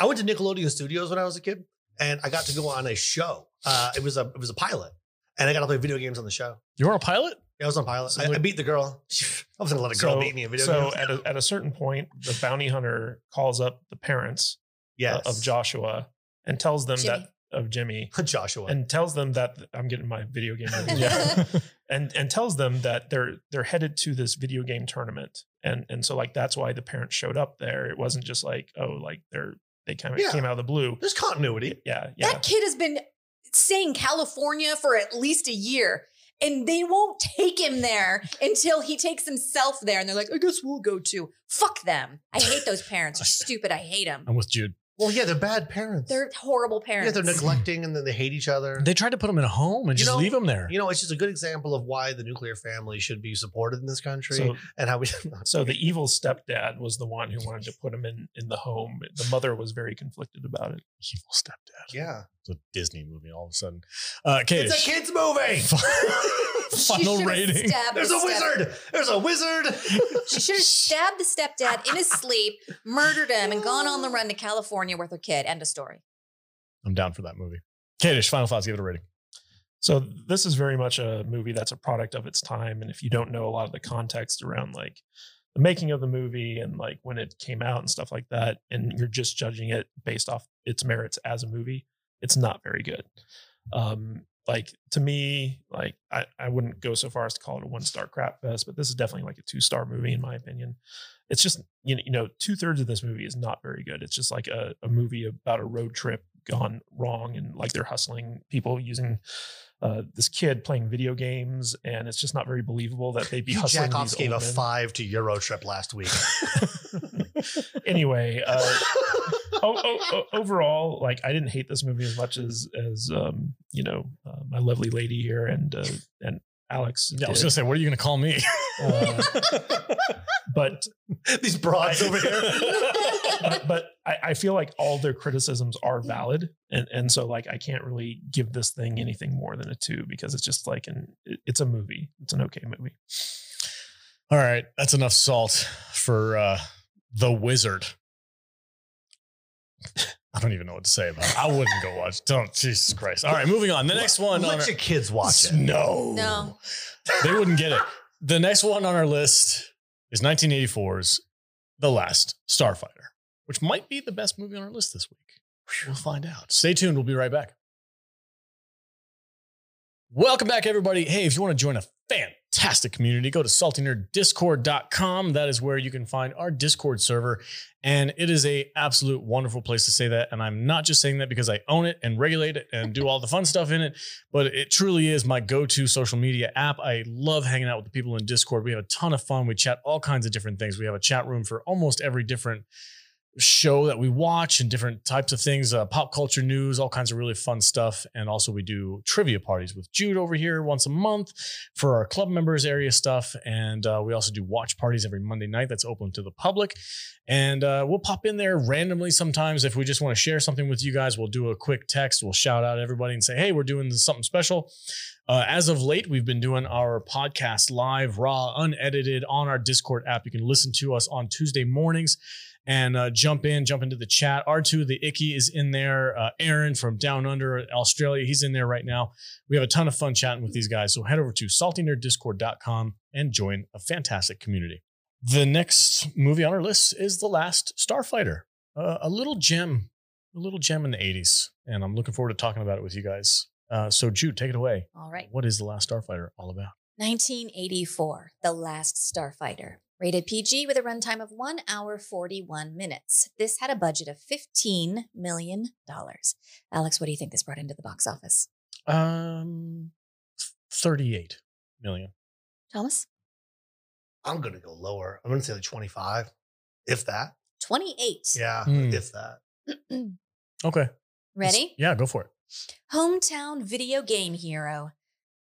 D: I went to Nickelodeon Studios when I was a kid, and I got to go on a show. Uh, it was a it was a pilot, and I got to play video games on the show.
A: You were a pilot.
D: Yeah, I was on pilot.
A: So
D: I,
A: what-
D: I beat the girl. <laughs> I was gonna let a girl
B: so
D: beat me in video
B: so uh,
D: games.
B: at a, at a certain point, the bounty hunter calls up the parents uh,
D: Yes,
B: of Joshua and tells them
C: Jimmy.
B: that of Jimmy
D: <laughs> Joshua.
B: and tells them that I'm getting my video
D: <laughs>
B: game review. and and tells them that they're they're headed to this video game tournament and and so like that's why the parents showed up there it wasn't just like oh like they're they kind of
D: Yeah.
B: came out of the blue
D: There's continuity.
B: yeah yeah
C: That kid has been saying California for at least a year, and they won't take him there until he takes himself there. And they're like, I guess we'll go too. Fuck them. I hate those parents. They're stupid. I hate them.
D: <laughs>
A: I'm with Jude.
D: Well, yeah, they're bad parents.
C: They're horrible
D: yeah,
C: parents.
D: they're neglecting, and then they hate each other.
A: They tried to put him in a home and
D: You
A: just
D: know-
A: leave him there.
D: you know, it's just a good example of why the nuclear family should be supported in this country,
B: so,
D: and how we. <laughs> Oh,
B: so the evil stepdad was the one who wanted to put him in in the home the mother was very conflicted about it
A: Evil stepdad.
D: yeah,
A: It's a Disney movie. All of a sudden, uh, Kate.
D: it's a kids movie.
C: She
A: final
C: should've
A: rating.
C: stabbed
D: <laughs> There's
C: the
D: a
C: step-
D: wizard. There's a wizard.
C: She should have stabbed the stepdad in his sleep, murdered him, and gone on the run to California with her kid. End of story.
A: I'm down for that movie. Kadish, final thoughts. Give it a rating.
B: so this is very much a movie that's a product of its time and if you don't know a lot of the context around like the making of the movie and like when it came out and stuff like that and you're just judging it based off its merits as a movie it's not very good um like to me like i, I wouldn't go so far as to call it a one star crap fest but this is definitely like a two star movie in my opinion it's just you know, you know two thirds of this movie is not very good it's just like a, a movie about a road trip gone wrong and like they're hustling people using uh, this kid playing video games and it's just not very believable that
D: <laughs>
B: they'd be
D: Hugh
B: hustling these
D: Jackoffs gave
B: old
D: a
B: men.
D: five to Euro trip last
A: <laughs>
D: week.
B: anyway, uh, o- o- o- overall, like I didn't hate this movie as much as as um, you know uh, my lovely lady here and uh, and Alex.
A: Yeah, I was
B: did.
A: gonna say, what are you gonna call me?
B: Uh, but
D: <laughs> These broads over here.
B: but, but I, I feel like all their criticisms are
A: Mm.
B: valid, and and so like I can't really give this thing anything more than a two because it's just like an it- it's a movie. It's an okay movie.
A: <laughs> All right, that's enough salt for uh, the wizard. I don't even know what to say about. it. I wouldn't go watch. Don't Jesus Christ! All right, moving on. <laughs> The next one.
D: Let
A: on our-
D: your kids watch it.
A: No,
C: No.
A: they wouldn't get it. The next one on our list is 1984's The Last Starfighter, which might be the best movie on our list this week. We'll find out. Stay tuned. We'll be right back. Welcome back, everybody. Hey, if you want to join a fantastic community, go to saltynerddiscord.com. That is where you can find our Discord server. And it is a absolute wonderful place to say that. And I'm not just saying that because I own it and regulate it and do all the fun stuff in it but it truly is my go-to social media app. I love hanging out with the people in Discord. We have a ton of fun. We chat all kinds of different things. We have a chat room for almost every different show that we watch and different types of things, uh, pop culture news, all kinds of really fun stuff. And also, we do trivia parties with Jude over here once a month for our club members area stuff. And uh, we also do watch parties every Monday night that's open to the public. And uh, we'll pop in there randomly sometimes if we just want to share something with you guys. We'll do a quick text, we'll shout out everybody and say, hey, we're doing something special. Uh, as of late, we've been doing our podcast live, raw, unedited on our Discord app. You can listen to us on Tuesday mornings and uh, jump in, jump into the chat. R2, the Icky, is in there. Uh, Aaron from Down Under Australia, he's in there right now. We have a ton of fun chatting with these guys. So head over to saltynerddiscord.com and join a fantastic community. The next movie on our list is The Last Starfighter, uh, a little gem, a little gem in the 80s. And I'm looking forward to talking about it with you guys. Uh, so, Jude, take it away.
C: All right.
A: What is The Last Starfighter all about?
C: 1984, The Last Starfighter. Rated PG with a runtime of 1 hour 41 minutes. This had a budget of $15 million. Alex, what do you think this brought into the box office?
A: Um, 38 million.
C: Thomas?
D: I'm going to go lower. I'm going to say like 25, if that.
C: 28.
A: Hmm.
D: Yeah, mm.
C: <clears throat>
D: if that.
A: okay.
C: Ready? Let's,
A: yeah, go for it.
C: Hometown video game hero,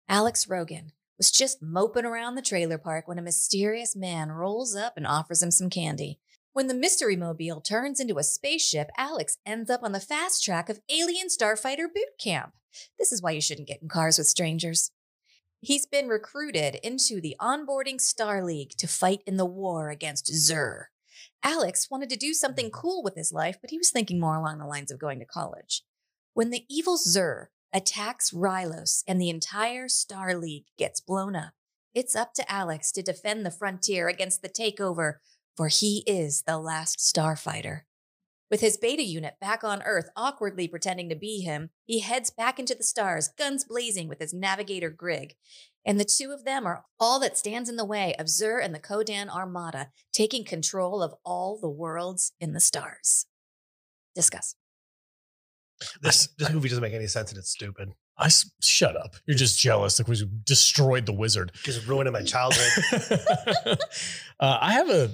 C: Alex Rogan was just moping around the trailer park when a mysterious man rolls up and offers him some candy. When the mystery mobile turns into a spaceship, Alex ends up on the fast track of Alien Starfighter Boot Camp. This is why you shouldn't get in cars with strangers. He's been recruited into the onboarding Star League to fight in the war against Zur. Alex wanted to do something cool with his life, but he was thinking more along the lines of going to college. When the evil Zur attacks Rylos, and the entire Star League gets blown up. It's up to Alex to defend the frontier against the takeover, for he is the last starfighter. With his beta unit back on Earth, awkwardly pretending to be him, he heads back into the stars, guns blazing with his navigator Grig. And the two of them are all that stands in the way of Zur and the Kodan Armada taking control of all the worlds in the stars. Discuss
D: this this movie doesn't make any sense and it's stupid.
A: I shut up. You're just jealous. Like we destroyed the <laughs> wizard.
D: Just ruining my childhood.
A: <laughs> uh, I have a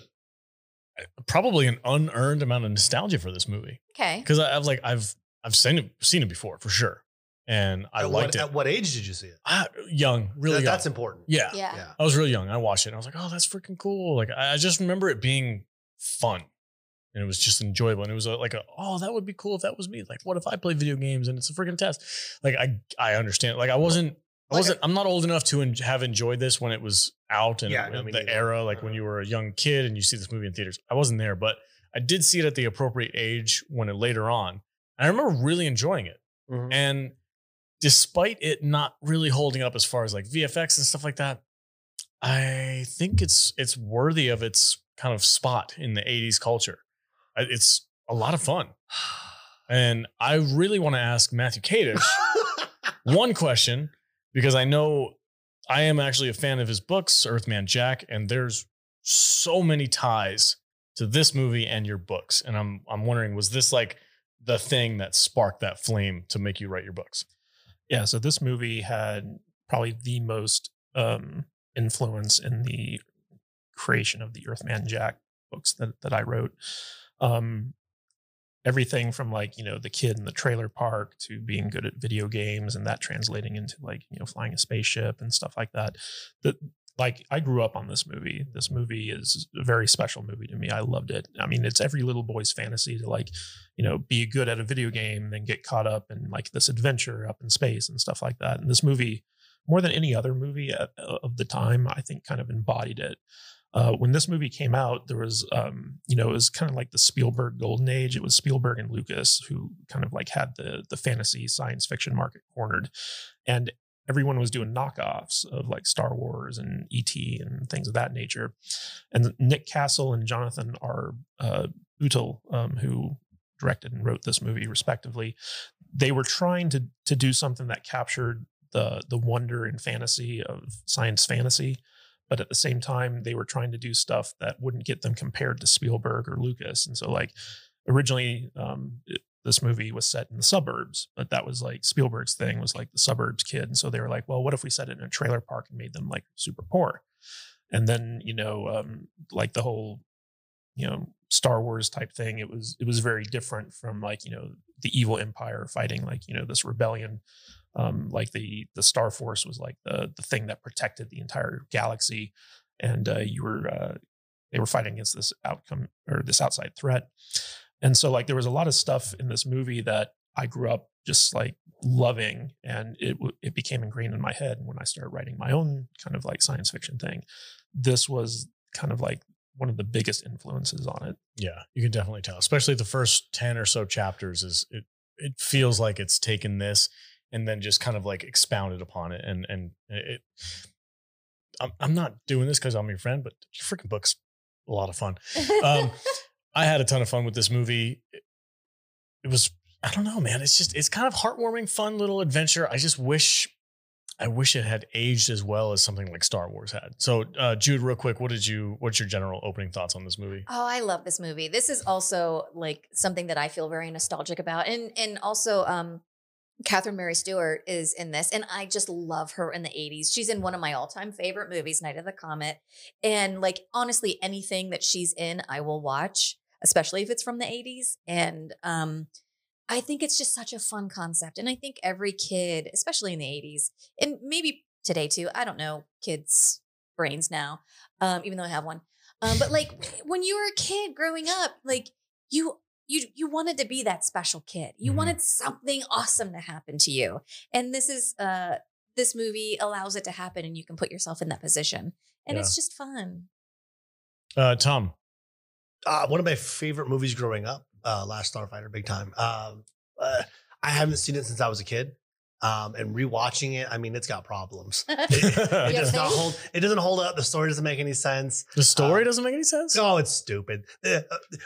A: probably an unearned amount of nostalgia for this movie.
C: Okay.
A: Because I've like I've I've seen it seen it before for sure. And I
D: at
A: liked
D: what,
A: it.
D: At what age did you see it?
A: I, young, really.
D: That,
A: young.
D: That's important.
A: Yeah.
C: yeah. yeah.
A: I was really young. I watched it. and I was like, oh, that's freaking cool. Like I, I just remember it being fun and it was just enjoyable. And it was a, like, a, oh, that would be cool if that was me. Like, what if I play video games and it's a freaking test? Like, I I understand. Like, I wasn't. I wasn't, I'm not old enough to en- have enjoyed this when it was out and
D: yeah,
A: it,
D: no,
A: the
D: neither. Uh-huh.
A: era, like when you were a young kid and you see this movie in theaters. I wasn't there, but I did see it at the appropriate age when it later on. And I remember really enjoying it.
D: Mhm.
A: And despite it not really holding up as far as like VFX and stuff like that, I think it's it's worthy of its kind of spot in the 80s culture. I- It's a lot of fun. And I really want to ask Matthew Kadish one question because I know I am actually a fan of his books, Earthman Jack, and there's so many ties to this movie and your books. And I'm I'm wondering, was this like the thing that sparked that flame to make you write your books?
B: Yeah, so this movie had probably the most um, influence in the creation of the Earthman Jack books that, that I wrote. Um, everything from like, you know, the kid in the trailer park to being good at video games and that translating into like, you know, flying a spaceship and stuff like that. That like I grew up on this movie. This movie is a very special movie to me. I loved it. I mean, it's every little boy's fantasy to like, you know, be good at a video game, then get caught up in like this adventure up in space and stuff like that. And this movie, more than any other movie uh, of the time, I think kind of embodied it. Uh, when this movie came out, there was, um, you know, it was kind of like the Spielberg golden age. It was Spielberg and Lucas who kind of like had the the fantasy science fiction market cornered, and everyone was doing knockoffs of like Star Wars and ET and things of that nature. And Nick Castle and Jonathan R. Uh, Utel, um, who directed and wrote this movie respectively, they were trying to to do something that captured the the wonder and fantasy of science fantasy. But at the same time, they were trying to do stuff that wouldn't get them compared to Spielberg or Lucas. And so, like, originally, um, it- this movie was set in the suburbs, but that was like Spielberg's thing was like the suburbs kid. And so they were like, well, what if we set it in a trailer park and made them like super poor? And then, you know, um, like the whole you know Star Wars type thing. It was it was very different from like you know the evil empire fighting like you know this rebellion. Um, like the the Star Force was like the the thing that protected the entire galaxy, and uh, you were uh, they were fighting against this outcome or this outside threat. And so like there was a lot of stuff in this movie that I grew up just like loving and it it became ingrained in my head when I started writing my own kind of like science fiction thing. This was kind of like one of the biggest influences on it.
A: Yeah, you can definitely tell, especially the first 10 or so chapters is it it feels like it's taken this and then just kind of like expounded upon it and and it I'm, I'm not doing this cuz I'm your friend, but your freaking book's a lot of fun. <laughs> Um, I had a ton of fun with this movie. It was, I don't know, man. It's just, it's kind of heartwarming, fun little adventure. I just wish, I wish it had aged as well as something like Star Wars had. So, uh, Jude, real quick, what did you, what's your general opening thoughts on this movie?
C: Oh, I love this movie. This is also like something that I feel very nostalgic about, and and also, um, Catherine Mary Stewart is in this, and I just love her in the 80s. She's in one of my all time favorite movies, Night of the Comet. And like, honestly, anything that she's in, I will watch, especially if it's from the 80s. And um, I think it's just such a fun concept. And I think every kid, especially in the 80s, and maybe today too, I don't know kids' brains now, um, even though I have one. Um, but like, <laughs> when you were a kid growing up, like, you you you wanted to be that special kid. You mm-hmm. wanted something awesome to happen to you. And this is uh this movie allows it to happen and you can put yourself in that position. And yeah. it's just fun.
A: Uh
D: <laughs>
A: Tom.
D: Uh one of my favorite movies growing up, uh Last Starfighter big time. Um uh, I haven't seen it since I was a kid. Um, and rewatching it, I mean, it's got problems. It, it does not hold. It doesn't hold up. The story doesn't make any sense.
A: <laughs> The story um, doesn't make any sense.
D: Oh, it's stupid. Uh,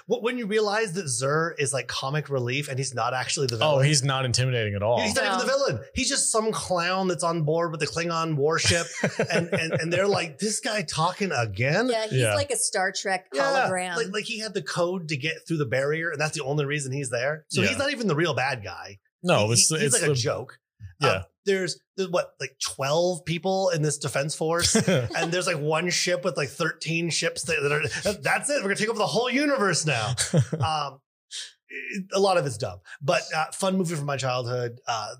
D: when you realize that Zur is like comic relief and he's not actually the villain.
A: Oh, he's not intimidating at all.
D: He's not no. even the villain. He's just some clown that's on board with the Klingon warship, and, and and they're like, this guy talking again.
C: Yeah, he's yeah. like a Star Trek hologram. Yeah,
D: like, like, he had the code to get through the barrier, and that's the only reason he's there. So yeah. he's not even the real bad guy.
A: <laughs> No,
D: he,
A: it's,
D: he,
A: it's
D: like
A: the,
D: a joke. Uh,
A: Yeah. Um,
D: there's, there's what like 12 people in this defense force and there's like one ship with like 13 ships that, that are that's it we're gonna take over the whole universe
A: <laughs>
D: now um, a lot of it's dumb but uh, fun movie from my childhood uh,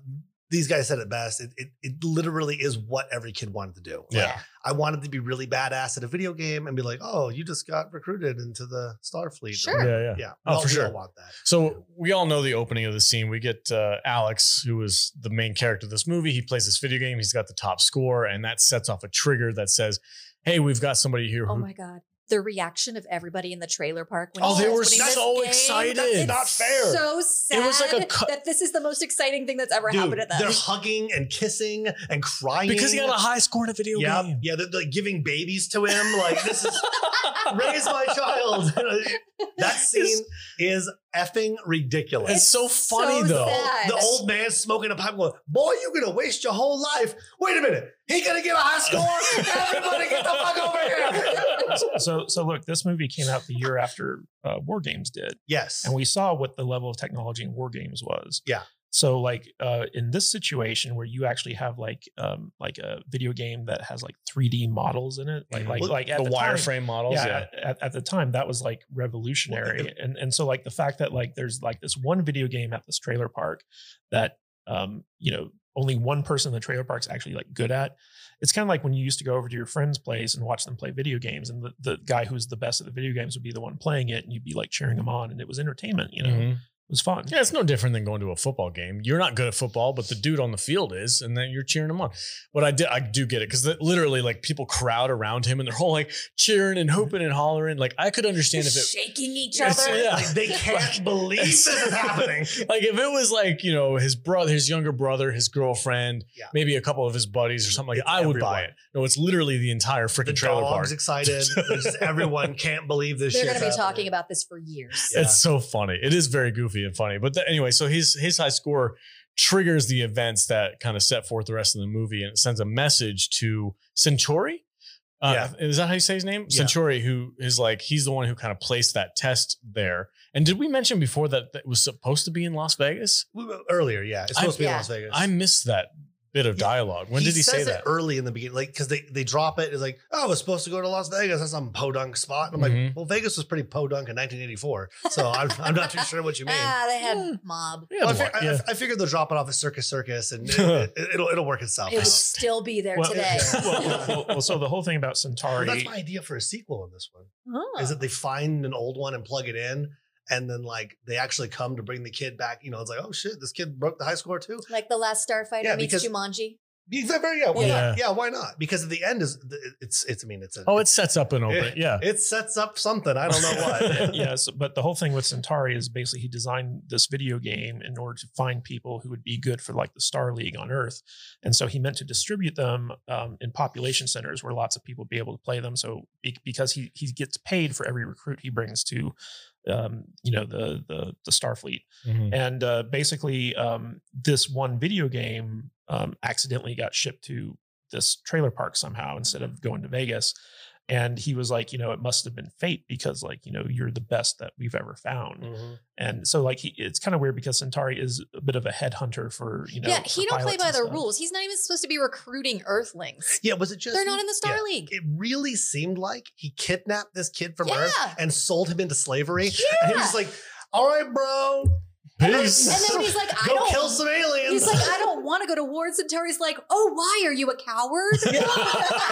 D: these guys said it best it, it, it, literally is what every kid wanted to do
A: yeah like,
D: i wanted to be really badass at a video game and be like oh you just got recruited into the starfleet
C: sure.
A: <laughs> yeah yeah
D: yeah
A: oh,
D: all,
A: for sure
D: want that
A: so we all know the opening of the scene we get uh, alex who is the main character of this movie he plays this video game he's got the top score and that sets off a trigger that says hey we've got somebody here
C: oh my god the reaction of everybody in the trailer park
A: when Mm-hmm. oh they were so excited
D: that's not fair
C: so sad it was like a cu- that this is the most exciting thing that's ever Dude, happened to them
D: <laughs> they're hugging and kissing and crying
A: because he got a high score in a video
D: yeah,
A: game
D: yeah they're, they're giving babies to him like this
A: <laughs>
D: is raise my child that scene is effing ridiculous
A: it's, so funny so though sad.
D: the old man smoking a pipe going boy you're gonna waste your whole life wait a minute he gonna get a
A: <laughs>
D: high score everybody get the fuck over
B: <laughs>
D: here
B: so so look, this movie came out the year after uh, War Games did.
D: Yes,
B: and we saw what the level of technology in War Games was.
D: Yeah.
B: So like uh, in this situation where you actually have like um, like a video game that has like 3D models in it, like like,
D: Mm-hmm.
B: like
A: the, the wireframe models. Yeah. yeah.
B: At, at, at, the time, that was like revolutionary, well, and and so like the fact that like there's like this one video game at this trailer park that um, you know only one person in the trailer park's actually like good at. It's kind of like when you used to go over to your friend's place and watch them play video games, and the, the guy who's the best at the video games would be the one playing it, and you'd be like cheering him on, and it was entertainment, you know. Mm-hmm. It was fun.
A: Yeah, it's no different than going to a football game. You're not good at football, but the dude on the field is, and then you're cheering him on. But I did, I do get it because literally, like people crowd around him and they're all like cheering and hooping and hollering. Like I could understand
C: shaking
A: if
C: it shaking each other.
D: Yeah, like, they can't
A: <laughs>
D: like, believe this is happening.
A: like if it was like you know his brother, his younger brother, his girlfriend, yeah. maybe a couple of his buddies or something like that, I would everyone. buy it. No, it's literally the entire freaking the trailer dog's park.
D: Excited, everyone can't believe this.
C: They're
D: going
C: to be happening. talking about this for years.
A: Yeah. It's so funny. It is very goofy and funny. But the, anyway, so his his high score triggers the events that kind of set forth the rest of the movie, and it sends a message to Centauri. Uh, yeah. Is that how you say his name? Yeah. Centauri, who is like he's the one who kind of placed that test there. And did we mention before that, that was supposed to be in Las Vegas
D: earlier? Yeah, it's supposed I, to be yeah. in Las Vegas.
A: I missed that bit of dialogue. When did he say
D: says it
A: that?
D: early in the beginning, like because they they drop it. It's like, oh, it's supposed to go to Las Vegas. That's some podunk spot. And I'm
A: Mhm.
D: like, well, Vegas was pretty podunk in 1984, so I'm, I'm not too
C: <laughs>
D: sure what you mean.
C: Ah, they had mob.
D: Well, I, fi- I- I figured they'll drop it off at Circus Circus, and it, will it'll work itself.
C: It
D: <laughs>
C: would
D: out.
C: still be there
D: Well,
C: today.
B: <laughs> well, well, well, well, so the whole thing about Centauri.
D: Well, that's my idea for a sequel on this one.
C: Oh.
D: Is that they find an old one and plug it in, and then like they actually come to bring the kid back. You know, it's like, oh shit, this kid broke the high score too.
C: like the last Starfighter
D: Yeah,
C: meets
D: because-
C: Jumanji.
D: Exactly. Yeah. Why
A: Yeah.
D: not? Yeah. Why not? Because at the end is it's it's. I mean, it's a.
A: oh, it sets up an open.
D: it, <laughs>
A: Yeah.
D: It sets up something. I don't know
B: <laughs>
D: what.
B: yes, but the whole thing with Centauri is basically he designed this video game in order to find people who would be good for like the Star League on Earth, and so he meant to distribute them um, in population centers where lots of people would be able to play them. So be- because he he gets paid for every recruit he brings to, um, you know the the the Starfleet,
A: Mhm.
B: and uh, basically um, this one video game um, accidentally got shipped to this trailer park somehow instead of going to Vegas. And he was like, you know, it must have been fate because, like, you know, you're the best that we've ever found.
C: Mm.
B: And so, like, he, it's kind of weird because Centauri is a bit of a headhunter for, you know,
C: yeah, he
B: for
C: don't play
B: pilots
C: by
B: and
C: the
B: stuff.
C: rules. He's not even supposed to be recruiting
D: <laughs>
C: Earthlings.
D: Yeah, was it just
C: They're not in the Star
D: yeah. <laughs>
C: League.
D: It really seemed like he kidnapped this kid from
C: Yeah.
D: Earth and sold him into slavery. <laughs> And he was
C: Yeah.
D: just like, all right, bro.
C: And then, and then he's like, I
D: Go
C: don't
D: kill some aliens.
C: He's like, I don't want to go to war. And Centauri's like, Oh, why are you a
A: <laughs>
C: coward? <laughs>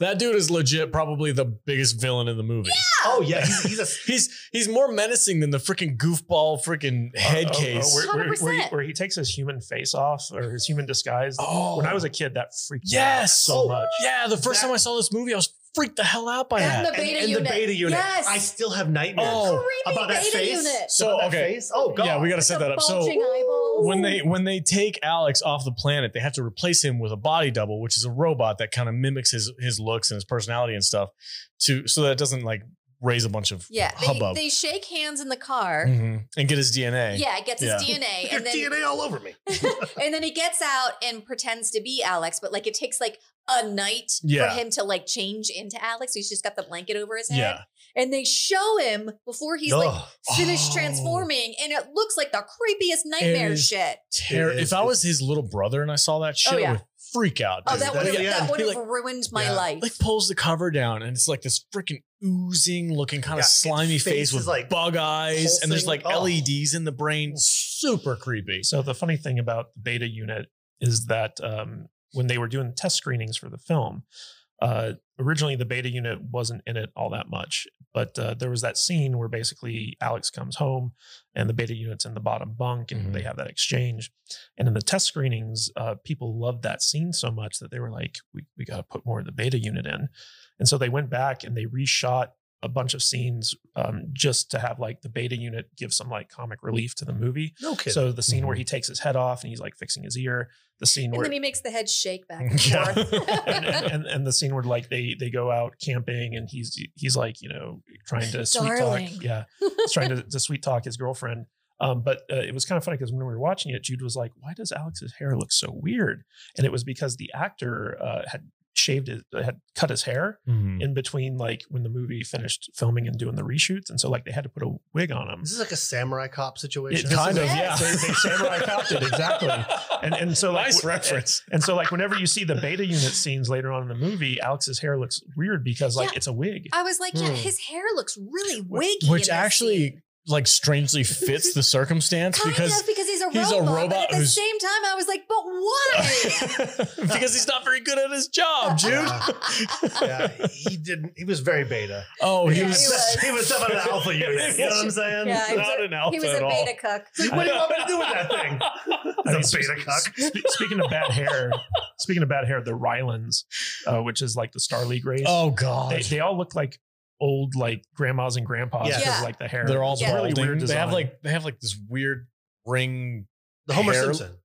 A: that dude is legit probably the biggest villain in the movie.
D: Oh yeah, he's, he's a
A: He's he's more menacing than the freaking goofball freaking head
B: Oh, oh, oh,
A: case.
B: <laughs> where- where, where he,
C: 100%.
B: where he takes his human face off or his human disguise. When I was a kid, that freaked me out
A: Yes.
B: so
C: Oh,
B: much.
A: Yeah, the first time I saw this movie, I was freaked the hell out by
C: And
A: that.
C: <laughs> the beta
D: and
C: unit.
D: the beta unit.
C: Yes.
D: I still have nightmares
A: Oh.
C: Creepy
D: about that
C: beta
D: face.
C: unit.
A: So,
D: About that
A: okay.
D: face. Oh god.
A: Yeah, we got to set that up. So
C: Bulging eyeballs.
A: when they when they take Alex off the planet, they have to replace him with a body double, which is a robot that kind of mimics his his looks and his personality and stuff, to so that it doesn't like raise a bunch of
C: Yeah, they,
A: hubbub
C: they shake hands in the car.
A: Mhm. and get his DNA.
C: Yeah, it gets his
A: Yeah. <laughs>
C: DNA,
D: Your
C: and then
D: DNA all over me.
C: and then he gets out and pretends to be Alex, but like it takes like a night
A: Yeah.
C: for him to like change into Alex. He's just got the blanket over his head,
A: Yeah.
C: and they show him before he's like
D: Ugh.
C: finished
A: Oh.
C: transforming, and it looks like the creepiest nightmare
A: is-
C: shit.
A: Terror.
D: It is-
A: If I was his little brother and I saw that shit,
C: Oh, yeah.
A: I would freak out.
C: Oh,
A: dude.
C: that
D: that-
C: would have
D: yeah.
C: that would
A: He,
C: have
A: like-
C: ruined my
A: Yeah.
C: life.
A: Like pulls the cover down and it's like this freaking oozing looking kind
D: Yeah,
A: of
D: its
A: slimy
D: face
A: face,
D: is,
A: with
D: like,
A: like bug eyes and there's like
D: pulsing. Oh.
A: LEDs in the brain. Super creepy.
B: So the funny thing about the beta unit is that um, when they were doing test screenings for the film, uh, originally the beta unit wasn't in it all that much, but uh, there was that scene where basically Alex comes home and the beta unit's in the bottom bunk and
A: Mhm.
B: they have that exchange. And in the test screenings, uh, people loved that scene so much that they were like, we, we got to put more of the beta unit in. And so they went back and they reshot a bunch of scenes um, just to have like the beta unit give some like comic relief to the movie.
D: No kidding.
B: So the scene where
A: Mhm.
B: he takes his head off and he's like fixing his ear, the scene
C: and
B: where
C: then he makes the head shake back and
A: Yeah.
B: <laughs> and, and, <laughs>
C: forth.
B: and, and the scene where like they they go out camping and he's he's like you know trying to sweet talk
C: Darling.
B: yeah he's trying to, to sweet talk his girlfriend. Um, but uh, it was kind of funny because when we were watching it, Jude was like, "Why does Alex's hair look so weird?" And it was because the actor uh, had shaved his had cut his hair
A: Mhm.
B: in between like when the movie finished filming and doing the reshoots and so like they had to put a wig on him
D: This is like a samurai cop situation.
B: It kind
D: This
A: <laughs>
B: of,
D: is-
C: yeah.
B: They- <laughs> they samurai copped it, exactly. and and so like
A: Nice
B: w-
A: reference.
B: and so like whenever you see the
A: <laughs>
B: beta unit scenes later on in the movie alex's hair looks weird because like
C: Yeah.
B: it's a wig
C: I was like, yeah,
D: Hmm.
C: his hair looks really wiggy. in
A: Which
C: this
A: actually
C: scene.
A: like strangely fits the circumstance
C: kind
A: because
C: of because he's a
A: he's a
C: robot.
A: robot
C: but at the
A: who's-
C: same time, I was like, but why?
A: because he's not very good at his <laughs> job, dude.
D: Yeah. yeah, he didn't. He was very beta.
A: Oh, he
C: Yeah,
A: was.
C: he was.
D: <laughs> he was up an
L: <laughs>
D: alpha unit. You know what I'm
C: <laughs>
D: saying?
C: Yeah, he was
A: <laughs> Not
C: a-
A: an alpha
C: he was a
A: at all.
C: beta cuck.
D: Like, what do you want me to do with
B: <laughs>
D: that thing?
B: I mean,
D: He's a
B: sp-
D: beta cuck.
B: sp- sp- speaking of
A: <laughs>
B: bad hair speaking of bad hair the rylands uh, which is like the star league race
A: Oh god.
B: they, they all look like old like grandmas and grandpas
D: Yeah.
B: because of,
C: Yeah.
B: like the hair
A: They're all
B: It's a
A: balding. they have
B: design.
A: like they have like this weird ring.
D: The Homer
A: hair-
D: Simpson.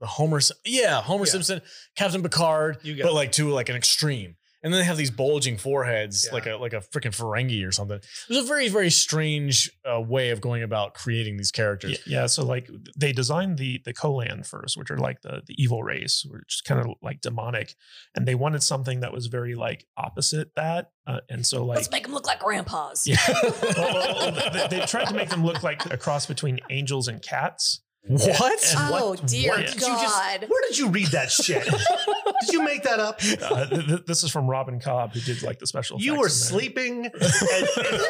A: The Homer, Sim- yeah, Homer
D: Yeah.
A: Simpson, Captain Picard,
D: You got
A: but
D: it.
A: like to like an extreme. And then they have these bulging foreheads,
D: Yeah.
A: like a like a freaking Ferengi or something. It was a very very strange uh, way of going about creating these characters.
B: Y- Yeah, so like they designed the the Kolan first, which are like the the evil race, which is kind of like demonic, and they wanted something that was very like opposite that, uh, and so like
C: Let's make him look like grandpas.
B: yeah, Well, well, well, they, they tried to make them look like a cross between angels and cats,
A: What?
D: And
L: Oh, dear
D: where did you
L: God.
D: just, where did you read
L: <laughs>
D: that shit? did you make that up?
B: Uh, th- th- this is from Robin Cobb, who did like the special.
D: You
B: effects
D: were
B: in there.
A: <laughs>
D: sleeping.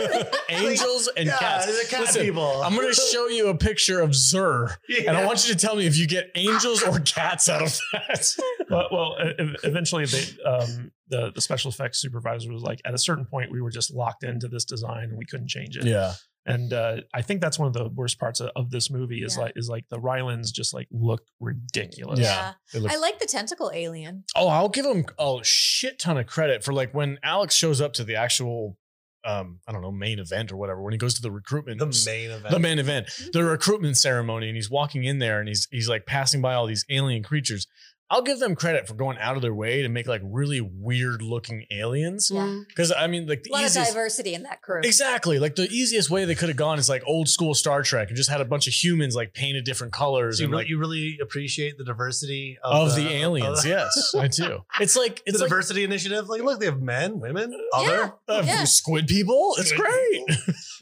A: Angels and
D: Yeah,
A: cats.
D: the cat
A: Listen,
D: people.
A: I'm going to
D: <laughs>
A: show you a picture of Zur, and I
B: Yeah.
A: want you to tell me if you get angels or cats out of
D: <laughs>
A: that.
B: well, well e- e- eventually they, um, the the special effects supervisor was like, at a certain point, we were just locked into this design and we couldn't change it.
A: Yeah.
B: and uh, I think that's one of the worst parts of, of this movie is like is like the Rylands just like look ridiculous.
A: Yeah. They look-
L: I like the tentacle alien.
A: Oh, I'll give him a shit ton of credit for like when Alex shows up to the actual, um, I don't know, main event or whatever. When he goes to the recruitment,
D: The main event.
A: the main event, the recruitment ceremony, and he's walking in there and he's he's like passing by all these alien creatures. I'll give them credit for going out of their way to make like really weird looking aliens.
L: Yeah.
A: Because I mean, like the
L: A lot of
A: easiest.
L: diversity in that crew.
A: Exactly. Like the easiest way they could have gone is like old school Star Trek and just had a bunch of humans like painted different colors
D: So you,
A: and
D: really,
A: like
D: you really appreciate the diversity
A: of,
D: of,
A: the, aliens.
D: of-
A: yes, I do. It's like
D: The
A: it's like,
D: diversity initiative. Like, look, they have men, women, other.
A: Uh,
L: Yeah.
A: Squid people. It's
B: Squid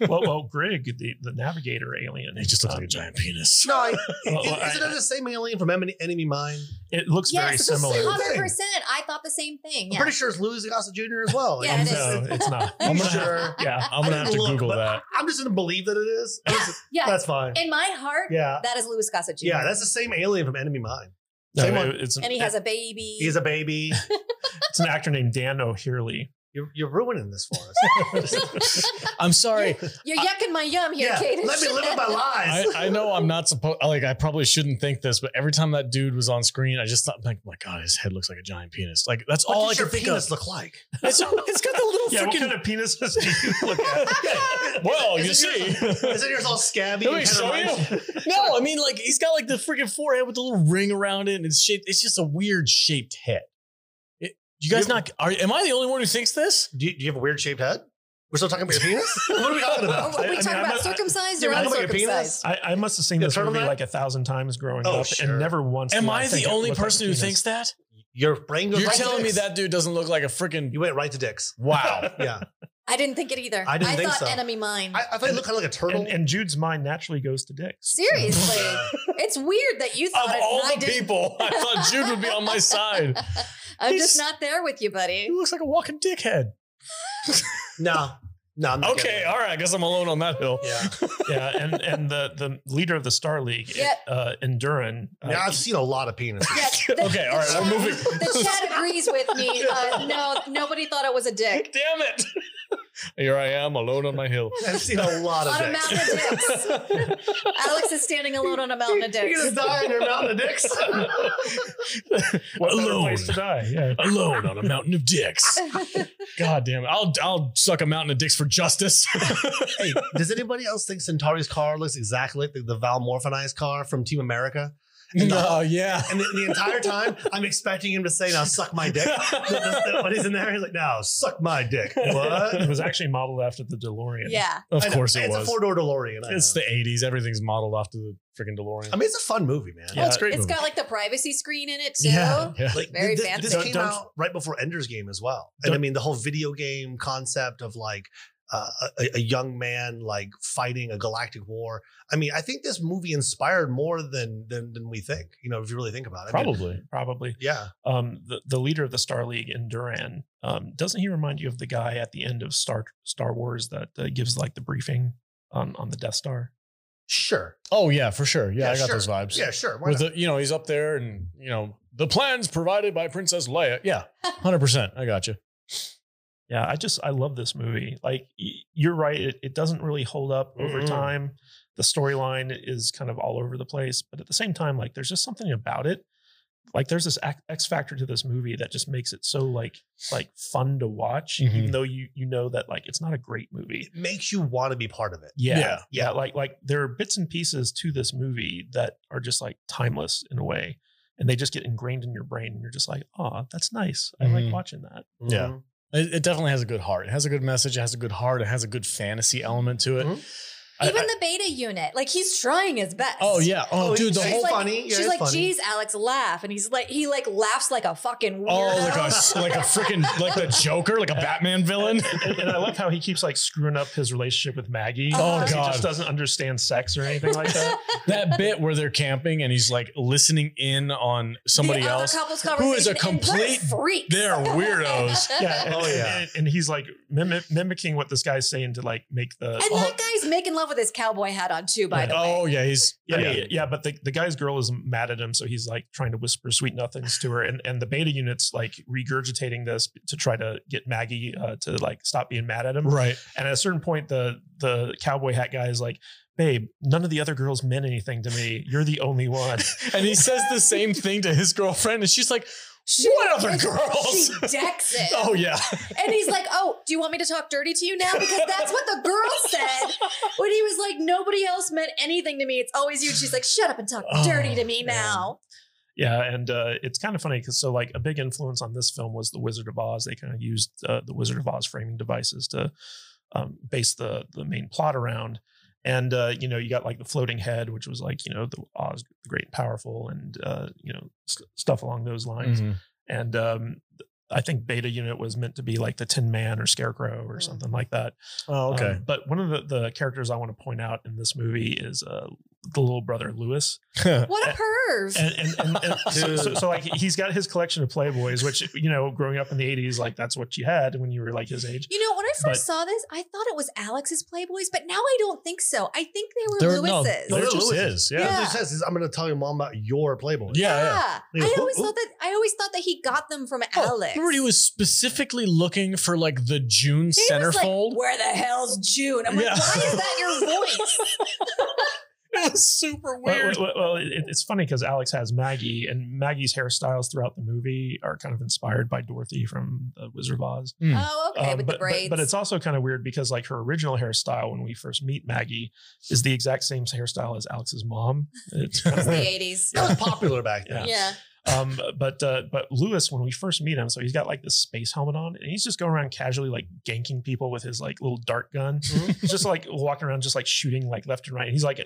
A: great.
B: <laughs> well, well, Grig, the, the navigator alien,
A: It just looks like a giant penis.
D: No,
A: <laughs>
D: I, <laughs> is,
A: Oh,
B: Well, I-
D: isn't it the same alien from Enemy, Enemy Mine?
B: it looks very
L: yes,
B: similar.
L: hundred percent. I thought the same thing.
D: I'm
L: Yeah.
D: pretty sure it's Louis Gossett Jr. as well.
L: Yeah, it is.
B: No, it's not.
A: I'm gonna, have,
D: <laughs> sure.
B: Yeah,
A: I'm gonna
D: I
A: have
D: didn't
A: to
D: look,
A: Google <laughs>
D: but
A: that.
D: I'm just gonna believe that it is. That's-
L: yeah.
D: That's fine.
L: in my heart,
D: Yeah.
L: that is Louis Gossett Jr.
D: Yeah, that's the same alien from Enemy Mine.
B: No,
D: Same one.
B: it- it's, an,
L: and he has a baby.
D: He's
A: <laughs>
D: a baby.
B: it's an actor named Dan O'Hurley.
D: You're, you're ruining this for us.
A: I'm sorry.
L: You're yucking my yum here,
D: yeah,
L: Kaden.
D: let me live my
A: I,
D: lies.
A: I know I'm not supposed like I probably shouldn't think this, but every time that dude was on screen, I just thought like, "Oh my God, his head looks like a giant penis. Like that's
D: what
A: all I
D: does
A: could
D: your
A: think
D: penis
A: of.
D: look like?
A: It's, it's got the little
B: Yeah,
A: freaking.
B: what kind of penises do you <laughs> look at?
D: <laughs>
A: well, you
D: Isn't
A: see.
D: yours- Isn't yours all scabby?
A: Let me
D: and kinda
A: show
D: reminds-
A: you. No, I mean like he's got like the freaking forehead with a little ring around it, and it's shaped. It's just a weird shaped head. It, you guys
D: You-
A: not? Are, am I the only one who thinks this?
D: Do you, do you have a weird shaped head? We're still talking about
A: <laughs>
D: your penis? what are we talking
L: Oh, Are
C: <laughs>
D: about?
L: we
B: I- I
L: talking
B: mean,
L: about
B: I'm a-
L: circumcised
D: Do
L: or
D: you mind if I get a
L: uncircumcised?
B: I, I must have seen
D: The
B: this movie
D: turtleneck?
B: like a thousand times growing
D: Oh,
B: up
D: sure.
B: and never once.
A: Am
B: did
A: I
B: think
A: the
B: it
A: only
B: looked like a
A: person who
B: penis.
A: thinks that?
D: Your brain goes
A: You're
D: right to
A: telling me
D: dicks.
A: that dude doesn't look like a freaking
D: You went right to dicks.
A: wow. <laughs>
D: Yeah.
L: I didn't think it either.
D: I didn't think
L: thought
D: so.
L: enemy mine.
D: I, I thought it looked kind of like a turtle.
B: And, and Jude's mind naturally goes to dicks.
L: Seriously, <laughs> it's weird that you thought
A: of
L: it. and
A: all
L: I
A: the
L: didn't.
A: people, I thought Jude would be
L: <laughs>
A: on my <laughs> side.
L: I'm
A: He's-
L: just not there with you, buddy.
A: <laughs> He looks like a walking dickhead.
D: no, no, I'm not
A: Okay,
D: getting it.
A: all right. I guess I'm alone on that hill.
D: Yeah.
B: <laughs> yeah, and and the the leader of the Star League,
L: Yeah.
B: uh, Endurin. uh,
D: Now, I've seen a lot of penises.
L: Yes,
A: Okay, all right,
L: chat-
A: we're moving.
L: The chat agrees with me. Uh, no, nobody thought it was a dick.
A: Damn it. Here I am alone on my hill.
D: I've seen a lot of
L: on a
D: dicks.
L: mountain of dicks. Alex is standing alone on a mountain of
D: You're
L: dicks.
D: gonna die on your mountain of dicks.
B: <laughs> what better
A: Alone. <laughs>
B: place to die? Yeah.
A: Alone on a mountain of
C: <laughs>
A: dicks. God damn it. I'll I'll suck a mountain of dicks for justice. <laughs>
D: hey, does anybody else think Centauri's car looks exactly like the, the Valmorphinized car from Team America?
A: no, yeah.
D: And the, the entire time, I'm expecting him to say, "Now suck my dick." <laughs> when he's in there, he's like, "Now suck my dick."
B: It
D: <laughs> What?
B: was actually modeled after the DeLorean.
L: Yeah.
A: Of
D: I know,
A: course it
D: it's
A: was.
D: a four door DeLorean. I
A: it's
D: know.
A: the 80s. Everything's modeled after the freaking DeLorean.
D: I mean, it's a fun movie, man.
A: Yeah, it's a great.
L: It's
A: movie.
L: got like the privacy screen in it too.
A: Yeah, yeah.
D: Like
L: Very
D: thi- thi-
L: fancy.
D: this
B: Don't-
D: came
B: don't-
D: out right before Ender's Game as well, and I
B: Don't-
D: mean the whole video game concept of like uh, a, a young man like fighting a galactic war. I mean, I think this movie inspired more than than, than we think. You know, if you really think about it, I mean,
A: Probably.
B: Probably.
D: yeah.
B: Um, the, the leader of the Star League, Endurin, um, doesn't he remind you of the guy at the end of Star Star Wars that uh, gives like the briefing on on the Death Star?
D: Sure.
A: Oh yeah, for sure. Yeah, I got
D: sure.
A: those vibes.
D: Yeah, sure. Why
A: With
D: not?
A: the, you know, he's up there and, you know, the plans provided by Princess Leia. Yeah, 100%. I got you.
B: Yeah, I just I love this movie. Like y- you're right, it, it doesn't really hold up over
D: Mm-mm.
B: time. The storyline is kind of all over the place, but at the same time, like there's just something about it. Like there's this ac- X factor to this movie that just makes it so like like fun to watch,
A: Mhm.
B: even though you you know that like it's not a great movie.
D: it makes you want to be part of it.
B: Yeah,
A: Yeah.
B: yeah, Like like there are bits and pieces to this movie that are just like timeless in a way, and they just get ingrained in your brain, and you're just like, oh, that's nice. I
A: Mhm.
B: like watching that.
A: Yeah.
D: Mm-hmm.
A: It, it definitely has a good heart. It has a good message. It has a good heart. It has a good fantasy element to it.
D: Mhm.
B: I-
C: Even
B: I-
C: the beta unit, like he's trying his best.
A: Oh, yeah. Oh, dude, the
C: she's
A: whole-
C: like,
A: funny. Yeah,
C: she's
A: it's
C: like,
A: funny.
C: "Geez, Alex, laugh," and he's like, he like laughs like a fucking weirdo.
A: Oh, like a s- like a freaking like the Joker, like a Batman villain.
B: and, and I love how he keeps like screwing up his relationship with Maggie.
A: Oh,
B: because
A: God.
B: he just doesn't understand sex or anything
A: <laughs>
B: like that.
A: <laughs> that bit where they're camping and he's like listening in on somebody
B: other
A: else
B: couple's
A: who is a
B: conversation, and they're
A: complete
B: freaks.
A: They're weirdos.
B: yeah. And,
A: oh yeah.
B: And, and he's like mimi- mimicking what this guy's saying to like make the.
C: and that guy's making love with his cowboy hat on too. <laughs> By the way,
A: oh yeah, he's
B: yeah,
A: I
B: yeah,
A: mean-
B: yeah, yeah, But the, the guy's girl is mad at him, so he's like trying to whisper sweet nothings to her, and and the beta unit's like regurgitating this to try to get Maggie uh, to like stop being mad at him,
A: Right.
B: And at a certain point, the the cowboy hat guy is like, "Babe, none of the other girls meant anything to me. You're the only one."
A: And he says the same thing to his girlfriend, and she's like, "What other girls?"
C: She decks it.
A: oh yeah.
C: And he's like, "Oh, do you want me to talk dirty to you now?" Because that's what the girl said when he was like, "Nobody else meant anything to me. It's always you." And she's like, "Shut up and talk
B: Oh,
C: dirty to me now."
B: Yeah, and uh, it's kind of funny because so like a big influence on this film was The Wizard of Oz. They kind of used uh, the Wizard of Oz framing devices to um, base the the main plot around. And uh, you know, you got like the floating head, which was like you know the Oz, the Great and Powerful, and uh, you know st- stuff along those lines.
D: Mm-hmm.
A: Mhm.
B: And um, I think Beta Unit was meant to be like the Tin Man or Scarecrow or something like that.
A: Oh, okay.
B: Um, but one of the, the characters I want to point out in this movie is uh, the little brother Lewis.
C: What a perv!
B: <laughs> And, and, and, and so, so, so, like he's got his collection of Playboys, which you know, growing up in the '80s, like that's what you had when you were like his age.
C: you know, when I first
B: But-
C: saw this, I thought it was Alex's Playboys, but now I don't think so. I think they were
A: They're- no,
C: Lewis's.
A: they're just his, yeah.
D: That's what
C: Yeah.
D: he says is, I'm going to tell your mom about your Playboy.
A: Yeah,
C: yeah. I always thought that I always thought that he got them from Alex.
A: Remember, he was specifically looking for like the June
C: He was like,
A: centerfold.
C: Where the hell's June? I'm like,
A: Yeah.
C: why is that your voice?
A: it was super
B: Well, well, well, it, it's funny because Alex has Maggie, and Maggie's hairstyles throughout the movie are kind of inspired by Dorothy from The Wizard of Oz.
A: Mm.
C: Oh, okay,
B: Um,
C: with
B: but,
C: the
B: but-
C: braids.
B: But, it's also kind of weird because like her original hairstyle when we first meet Maggie is the exact same hairstyle as Alex's mom.
C: <laughs>
B: It's
C: It's the 80s. <laughs>
D: That was popular <laughs> back then.
B: Yeah.
C: yeah.
B: Um, but uh, but Lewis, when we first meet him, so he's got like this space helmet on, and he's just going around casually like ganking people with his like little dart gun.
A: Mm-hmm.
B: He's just like walking around, just like shooting like left and right. And he's like a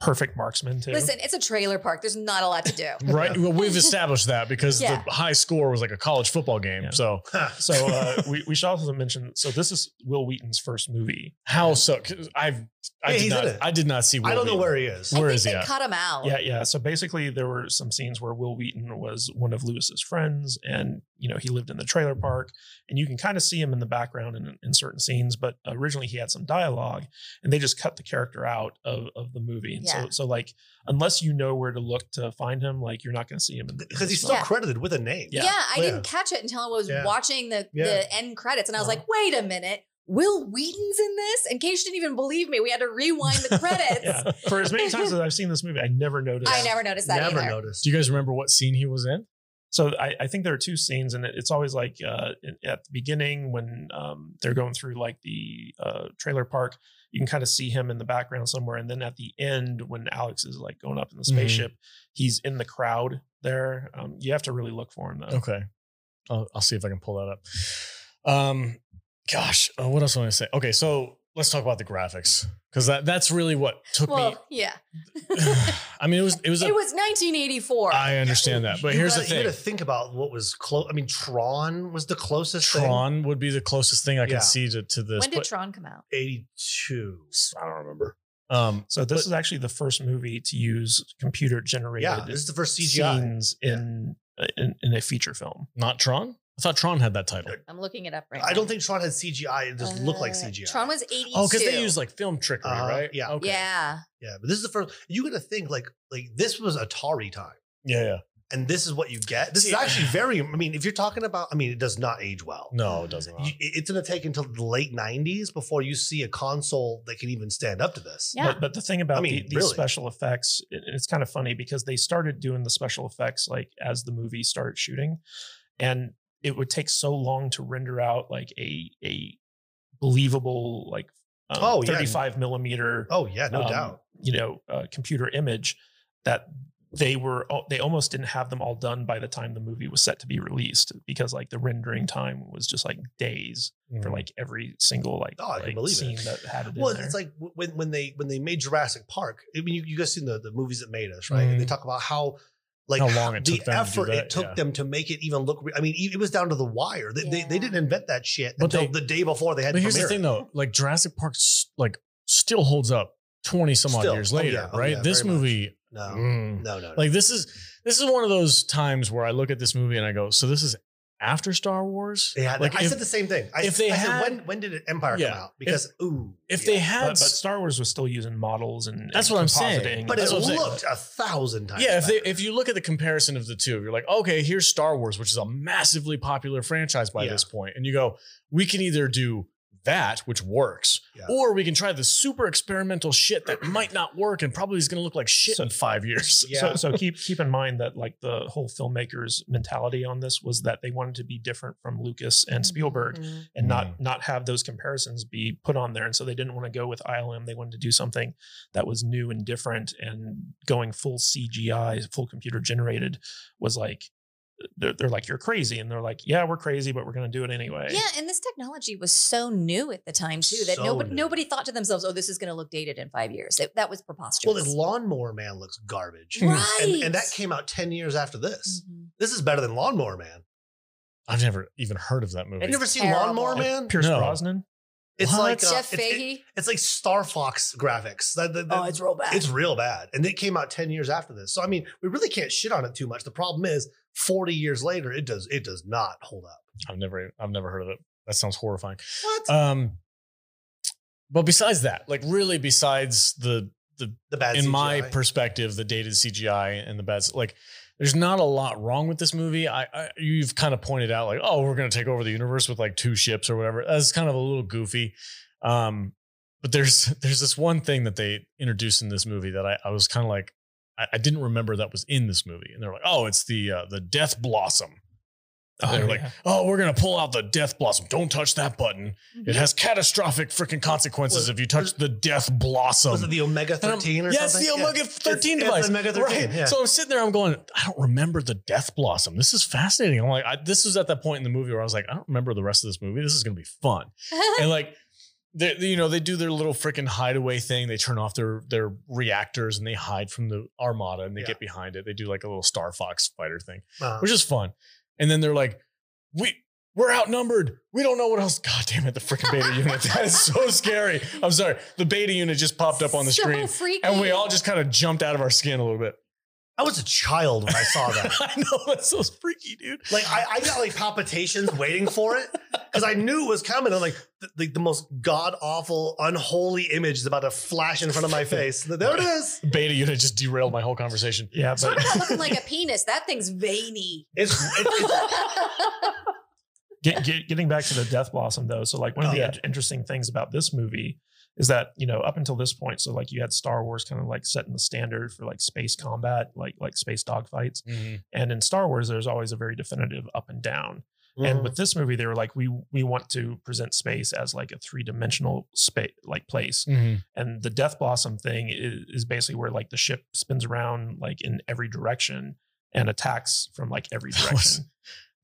B: perfect marksman too.
C: Listen, it's a trailer park. There's not a lot to do.
A: Right. Well, we've established that because
C: Yeah.
A: the high score was like a college football game. So
B: So uh, we we should also mention. So this is Will Wheaton's first movie.
A: how so? 'cause I've I
B: Yeah,
A: did
B: he's in
A: not
B: it.
A: I did not see. Will
B: I don't know
A: Wheaton.
B: where he is.
A: Where
B: I
A: is he
C: They
A: at?
C: cut him out.
B: Yeah, yeah. So basically, there were some scenes where Will Wheaton was one of Lewis's friends, and you know he lived in the trailer park, and you can kind of see him in the background in, in certain scenes. But originally, he had some dialogue, and they just cut the character out of, of the movie. And
D: Yeah.
B: so, so like unless you know where to look to find him, like you're not going to see him in the
D: Because he's
B: so
D: still
C: Yeah.
D: credited with a name.
C: Yeah, I didn't catch it until I was
D: Oh, Yeah.
C: watching the,
D: Yeah.
C: the end credits, and I was like, "Wait a minute, Will Wheaton's in this?" In case you didn't even believe me, we had to rewind the credits.
B: <laughs> <laughs> yeah. For as many
D: <laughs>
B: times as I've seen this movie, I never noticed.
C: I never noticed that either.
D: noticed.
A: Do you guys remember what scene he was in?
B: So I, I think there are two scenes, and it- it's always like uh, in- at the beginning when um, they're going through like the uh, trailer park, you can kind of see him in the background somewhere, and then at the end when Alex is like going up in the
A: Mhm.
B: spaceship, he's in the crowd there. Um, you have to really look for him though.
A: Okay. I'll, I'll see if I can pull that up. Um, gosh, uh, what else want I say? Okay, so let's talk about the graphics because that that's really what took me.
C: Well,
A: <laughs>
C: yeah,
A: <sighs>
C: <laughs>
A: I mean, it was it was. A,
C: it was 1984.
A: I understand that, but
D: You
A: here's
D: gotta,
A: the
D: You got
A: thing:
D: to think about what was close. I mean, Tron was the closest. thing.
A: Tron would be the closest thing I
D: Yeah.
A: can see to, to this.
C: when did
A: but-
C: Tron come out?
D: 82. I don't remember.
A: um,
B: So this is actually the first movie to use computer generated.
D: Yeah, this is the first CGI.
B: scenes in, uh, in in a feature film.
A: not Tron. I thought Tron had that title.
C: I'm looking it up right now.
D: I don't think Tron had CGI. It just looked like
C: Uh,
D: CGI.
C: Tron was 82.
A: Oh, because they use like film
B: Uh,
A: trickery,
D: Uh-huh,
A: right?
D: yeah.
A: Okay.
C: Yeah.
D: yeah, but this is the first. You got to think like like this was Atari time,
A: Yeah. Yeah.
D: and this is what you get. This
A: See-
D: is actually very. I mean, if you're talking about, I mean, it does not age well.
A: No, it doesn't.
D: You- it- it's going to take until the late 90s before you see a console that can even stand up to this.
C: Yeah.
B: But, but the thing about
D: I mean,
B: the- these
D: really.
B: special effects, it- it's kind of funny because they started doing the special effects like as the movie started shooting, and it would take so long to render out like a a believable like um,
D: Oh, yeah.
B: 35 millimeter
D: Oh yeah, no
B: um,
D: doubt.
B: you know uh, computer image that they were they almost didn't have them all done by the time the movie was set to be released because like the rendering time was just like days for
A: mm.
B: like every single like,
D: Mm. Oh, I can
B: like,
D: believe it.
B: scene that had it.
D: well,
B: in there.
D: it's like when when they when they made Jurassic Park. I mean, you, you guys seen the, the movies that made us, right? And they talk about how like
A: Mm-hmm. How long it
D: the
A: took them to do
D: effort
A: that,
D: it took
A: yeah.
D: them to make it even look. Re- I mean, e- it was down to the wire. They, they, they didn't invent that shit
A: But
D: until
A: they-
D: the day before they had.
A: But here's the
D: premiere.
A: thing, though. Like Jurassic Park, s- like still holds up twenty some odd
D: Still.
A: years
D: Oh,
A: later,
D: yeah. Oh,
A: right?
D: yeah,
A: this
D: very much.
A: movie,
D: No,
A: Mm.
D: no, no, no.
A: like this is this is one of those times where I look at this movie and I go, so this is after Star Wars.
D: Yeah,
A: like
D: I
A: if-
D: said the same thing. I,
A: if they
D: I
A: had-
D: said, when when did Empire
A: Yeah.
D: come out? Because ooh,
A: if they had,
B: but, but Star Wars was still using models and
A: That's
B: and
A: what I'm saying.
B: compositing.
D: but
A: that's
D: it
A: what I'm saying.
D: looked a thousand times.
A: yeah, if
D: better.
A: they, if you look at the comparison of the two, you're like, okay, here's Star Wars, which is a massively popular franchise by
D: Yeah.
A: this point, and you go, we can either do that, which works,
D: Yeah.
A: or we can try the super experimental shit that might not work and probably is going to look like shit in five years.
D: Yeah.
B: So, so keep keep in mind that like the whole filmmakers mentality on this was that they wanted to be different from Lucas and Spielberg
A: Mm-hmm.
B: and not not have those comparisons be put on there. And so they didn't want to go with ILM. They wanted to do something that was new and different. And going full CGI, full computer generated, was like they're, they're like you're crazy, and they're like, yeah, we're crazy, but we're gonna do it anyway.
C: Yeah, and this technology was so new at the time too that
D: So
C: nobody
D: new.
C: nobody thought to themselves, "Oh, this is going to look dated in five years." It- that was preposterous.
D: well, this Lawnmower Man looks garbage,
C: Right.
D: and, and that came out ten years after this.
A: Mm-hmm.
C: Mhm.
D: This is better than Lawnmower Man.
A: I've never even heard of that movie.
D: You've never seen
C: terrible.
D: Lawnmower
B: Like
D: Man?
B: Pierce
A: No.
B: Brosnan.
D: It's
A: What?
D: like uh,
C: Oh, Jeff
D: it's- it-
C: Fahey.
D: It's like Star Fox graphics. That- that-
C: oh,
D: that-
C: it's real bad.
D: It's real bad. And it came out 10 years after this. So I mean, we really can't shit on it too much. The problem is 40 years later, it does it does not hold up. Uh,
A: I've never I've never heard of it. That sounds horrifying.
D: What?
A: Um, but besides that, like really, besides the the
D: the bad
A: in my
D: CGI.
A: perspective, the dated CGI and the bad like there's not a lot wrong with this movie. I, I you've kind of pointed out like, oh, we're gonna take over the universe with like two ships or whatever. That's kind of a little goofy. Um, but there's <laughs> there's this one thing that they introduced in this movie that I, I was kind of like I, I didn't remember that was in this movie. And they're like, oh, it's the uh, the death blossom. And they're like, oh, we're gonna pull out the death blossom. Don't touch that button. It has catastrophic freaking consequences
D: Was-
A: if you touch the death blossom.
D: Was it the Omega
A: And I'm-
D: 13 or
A: yeah,
D: something?
A: it's the Omega 13
D: It's-
A: device.
D: It's the Omega 13.
A: Right.
D: Yeah.
A: So I'm sitting there, I'm going, I don't remember the death blossom. This is fascinating. I'm like, I, this was at that point in the movie where I was like, I don't remember the rest of this movie. This is going to be fun. and like, they, they- you know, they do their little freaking hideaway thing. They turn off their their reactors and they hide from the armada and they
D: Yeah.
A: get behind it. They do like a little Star Fox fighter thing,
D: Uh,
A: which is fun. And then they're like, we. We're outnumbered. We don't know what else. God damn it! The freaking beta unit. That is so scary. I'm sorry. The beta unit just popped up on the
C: so
A: screen,
C: freaky.
A: and we all
C: <laughs>
A: just kind of jumped out of our skin a little bit. <laughs>
D: I was a child when I saw that.
A: I know that's so freaky, dude.
D: Like I, I got like palpitations waiting for it because I knew it was coming. I'm like the, the, the most god awful, unholy image is about to flash in front of my face. There it is.
A: Beta unit just derailed my whole conversation.
B: yeah,
C: Talk
B: but
C: about looking like
A: <laughs>
C: a penis. That thing's veiny.
D: It's, it's, it's
B: get, get, getting back to the death blossom though so like one of
D: Oh,
B: the
D: yeah.
B: in- interesting things about this movie is that you know up until this point so like you had star wars kind of like setting the standard for like space combat like like space dogfights and in star wars there's always a very definitive up and down
D: Mm-hmm.
A: Mm-hmm.
B: and with this movie they were like we we want to present space as like a three-dimensional space like place
A: Mm. Mm-hmm.
B: and the death blossom thing is, is basically where like the ship spins around like in every direction and attacks from like every
A: That was-
B: direction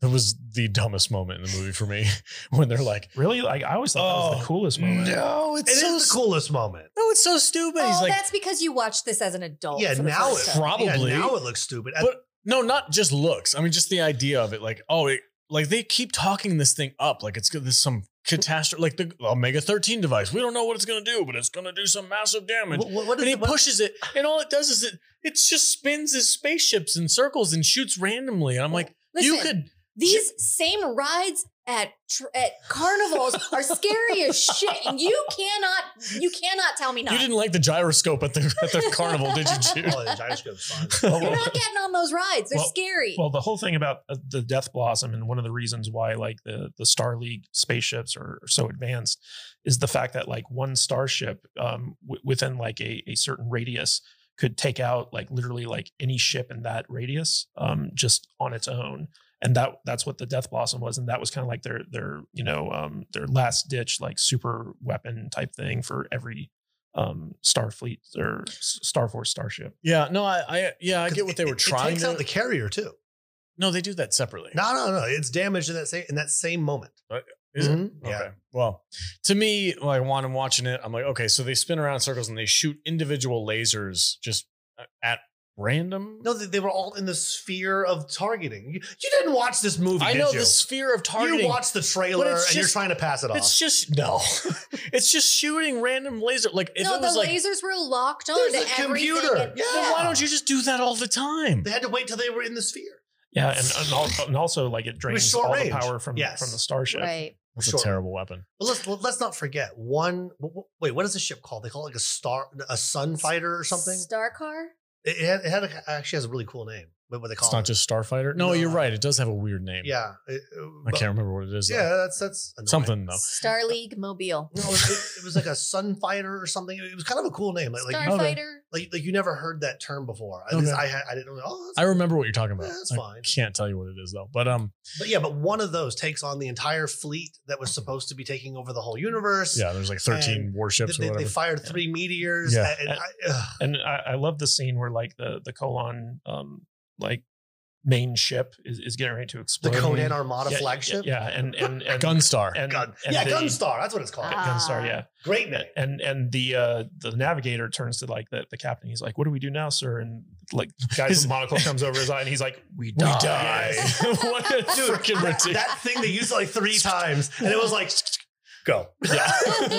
A: That was the dumbest moment in the movie for me <laughs> when they're like,
B: really like i always thought that was
A: Oh,
B: the coolest moment
A: "No, it's
D: it
A: so
D: is the coolest moment.
A: no, it's so stupid."
C: oh,
A: He's like,
C: that's because you watched this as an adult.
D: Yeah,
C: for the
D: now it
C: first time.
A: Probably.
D: yeah, now it looks stupid. At-
A: But no, not just looks. I mean, just the idea of it. Like, oh, it, like they keep talking this thing up. Like it's this some catastrophe. Like the Omega thirteen device. We don't know what it's gonna do, but it's gonna do some massive damage.
D: What- what- what
A: and
D: is
A: he
D: it- what-
A: pushes it, and all it does is it it just spins his spaceships in circles and shoots randomly. And I'm like, you
C: Listen,
A: could
C: These same rides at tr- at carnivals are scary as shit, and you
A: <laughs>
C: cannot you cannot tell me not.
A: you didn't like the gyroscope at the at the carnival, did you,
D: <laughs>
A: Jude?
D: oh, the gyroscope's fun.
A: Oh,
C: You're
D: <laughs>
C: not getting on those rides. They're
B: Well-
C: scary.
B: Well, the whole thing about uh, the Death Blossom and one of the reasons why like the the Star League spaceships are, are so advanced is the fact that like one starship um, w- within like a, a certain radius could take out like literally like any ship in that radius um, just on its own. And that that's what the Death Blossom was, and that was kind of like their their you know um, their last ditch like super weapon type thing for every um, Starfleet or S- Starforce starship.
A: Yeah, no, I, I yeah, I
D: 'Cause
A: get what they
D: it-
A: were
D: it
A: trying
D: takes
A: to.
D: out the carrier too.
A: no, they do that separately.
D: No, no, no. It's damaged in that same in that same moment.
A: Is it?
D: Mhm,
A: Okay.
D: yeah.
A: Well, to me, like when I'm watching it, I'm like, okay, so they spin around in circles and they shoot individual lasers just uh, at random.
D: No, they, they were all in the sphere of targeting. You, you didn't watch this movie.
A: I
D: did
A: know
D: you?
A: the sphere of targeting.
D: You watched the trailer
A: But
D: and
A: it's
D: you're
A: just-
D: trying to pass it off.
A: It's just no. <laughs> it's just shooting random laser. Like if
L: no,
A: it
L: the
A: was like,
L: lasers were locked on
D: There's
L: to
D: a
L: everything.
D: computer.
L: and-
D: Yeah.
A: Then why
D: Ah.
A: don't you just do that all the time?
D: They had to wait till they were in the sphere.
B: Yeah, and and, al- and also like it drains
D: short
B: all
D: range.
B: the power from
D: Yes.
B: from the starship.
L: Right.
A: That's
D: Sure.
A: a terrible weapon.
D: But let's let's not forget one. w- w- Wait, what is the ship called? They call it like a star, a sun fighter or something.
L: Star car?
D: It, it had, it had a, actually has a really cool name. What what they call
A: It's not
D: it?
A: just Starfighter. No,
D: No,
A: you're
D: I-
A: right. It does have a weird name.
D: yeah. it- it-
A: I
D: but-
A: can't remember what it is. though.
D: Yeah, that's that's annoying.
A: something though.
L: Star League Mobile.
D: No, it, it- it was like a sun fighter or something. It was kind of a cool name. Like like,
L: Starfighter.
D: like, like you never heard that term before. At least
A: Okay.
D: I had, I didn't know. Oh,
A: I
D: that's,
A: remember what you're talking about.
D: Yeah, that's
A: I
D: fine.
A: Can't tell you what it is though. But um,
D: but yeah, but one of those takes on the entire fleet that was supposed to be taking over the whole universe.
A: yeah, there's like 13
D: And
A: warships or
D: They, they, they
A: whatever.
D: fired three meteors.
A: Yeah.
D: And, and I, ugh.
B: And I, I love the scene where like the the Colon um like main ship is, is getting ready to
D: the
B: explode.
D: Conan Armada
B: yeah,
D: flagship.
B: Yeah, and
D: <laughs>
B: and and
A: Gunstar.
B: and,
D: Gun,
B: and
D: yeah,
B: the-
D: Gunstar. That's what it's called.
B: Gun- Gunstar, yeah. <laughs>
D: Great name.
B: And and the uh the navigator turns to like the, the captain. He's like, "What do we do now, sir?" And like, guy with
A: His-
B: the monocle comes over his eye, and he's
D: <laughs>
B: like, "We
A: we
B: die." <laughs>
A: die. what a
D: Dude,
A: freaking
D: that,
A: ridiculous.
D: that thing they used like three times, and it was like, <laughs> go. <laughs> No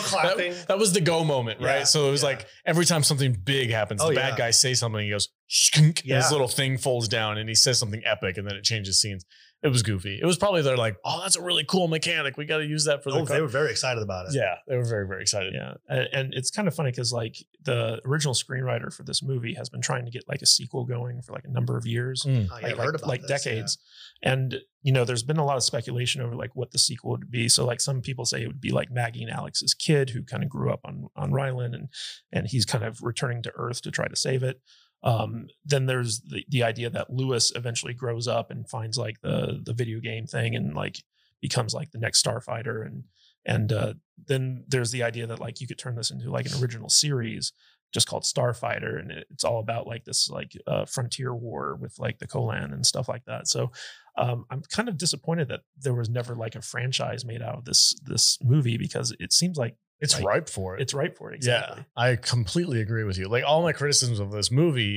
D: clapping.
A: That, that was the go moment, right?
D: Yeah,
A: so it was
D: yeah.
A: like every time something big happens,
D: Oh,
A: the bad
D: yeah.
A: guy says something, he goes, Shkink, and
D: Yeah.
A: his little thing folds down and he says something epic and then it changes scenes. It was goofy. It was probably they're like, oh, that's a really cool mechanic. We got to use that for the.
D: oh,
A: car."
D: they were very excited about it.
A: yeah, they were very, very excited.
B: Yeah, and, and it's kind of funny because like the original screenwriter for this movie has been trying to get like a sequel going for like a number of years,
A: Mm.
D: Oh, yeah,
B: like,
D: I've
B: like-
D: heard about
B: like
D: this, yeah.
B: decades. And you know, there's been a lot of speculation over like what the sequel would be. So like some people say it would be like Maggie and Alex's kid who kind of grew up on on Ryland and and he's kind of returning to Earth to try to save it. Um, then there's the, the idea that Lewis eventually grows up and finds like the the video game thing and like becomes like the next starfighter and and uh, then there's the idea that like you could turn this into like an original series just called starfighter and it- it's all about like this like uh, frontier war with like the kolan and stuff like that so um, i'm kind of disappointed that there was never like a franchise made out of this this movie because it seems like
A: It's
B: Right.
A: ripe for it.
B: it's right for it exactly
A: Yeah, I completely agree with you. Like all my criticisms of this movie,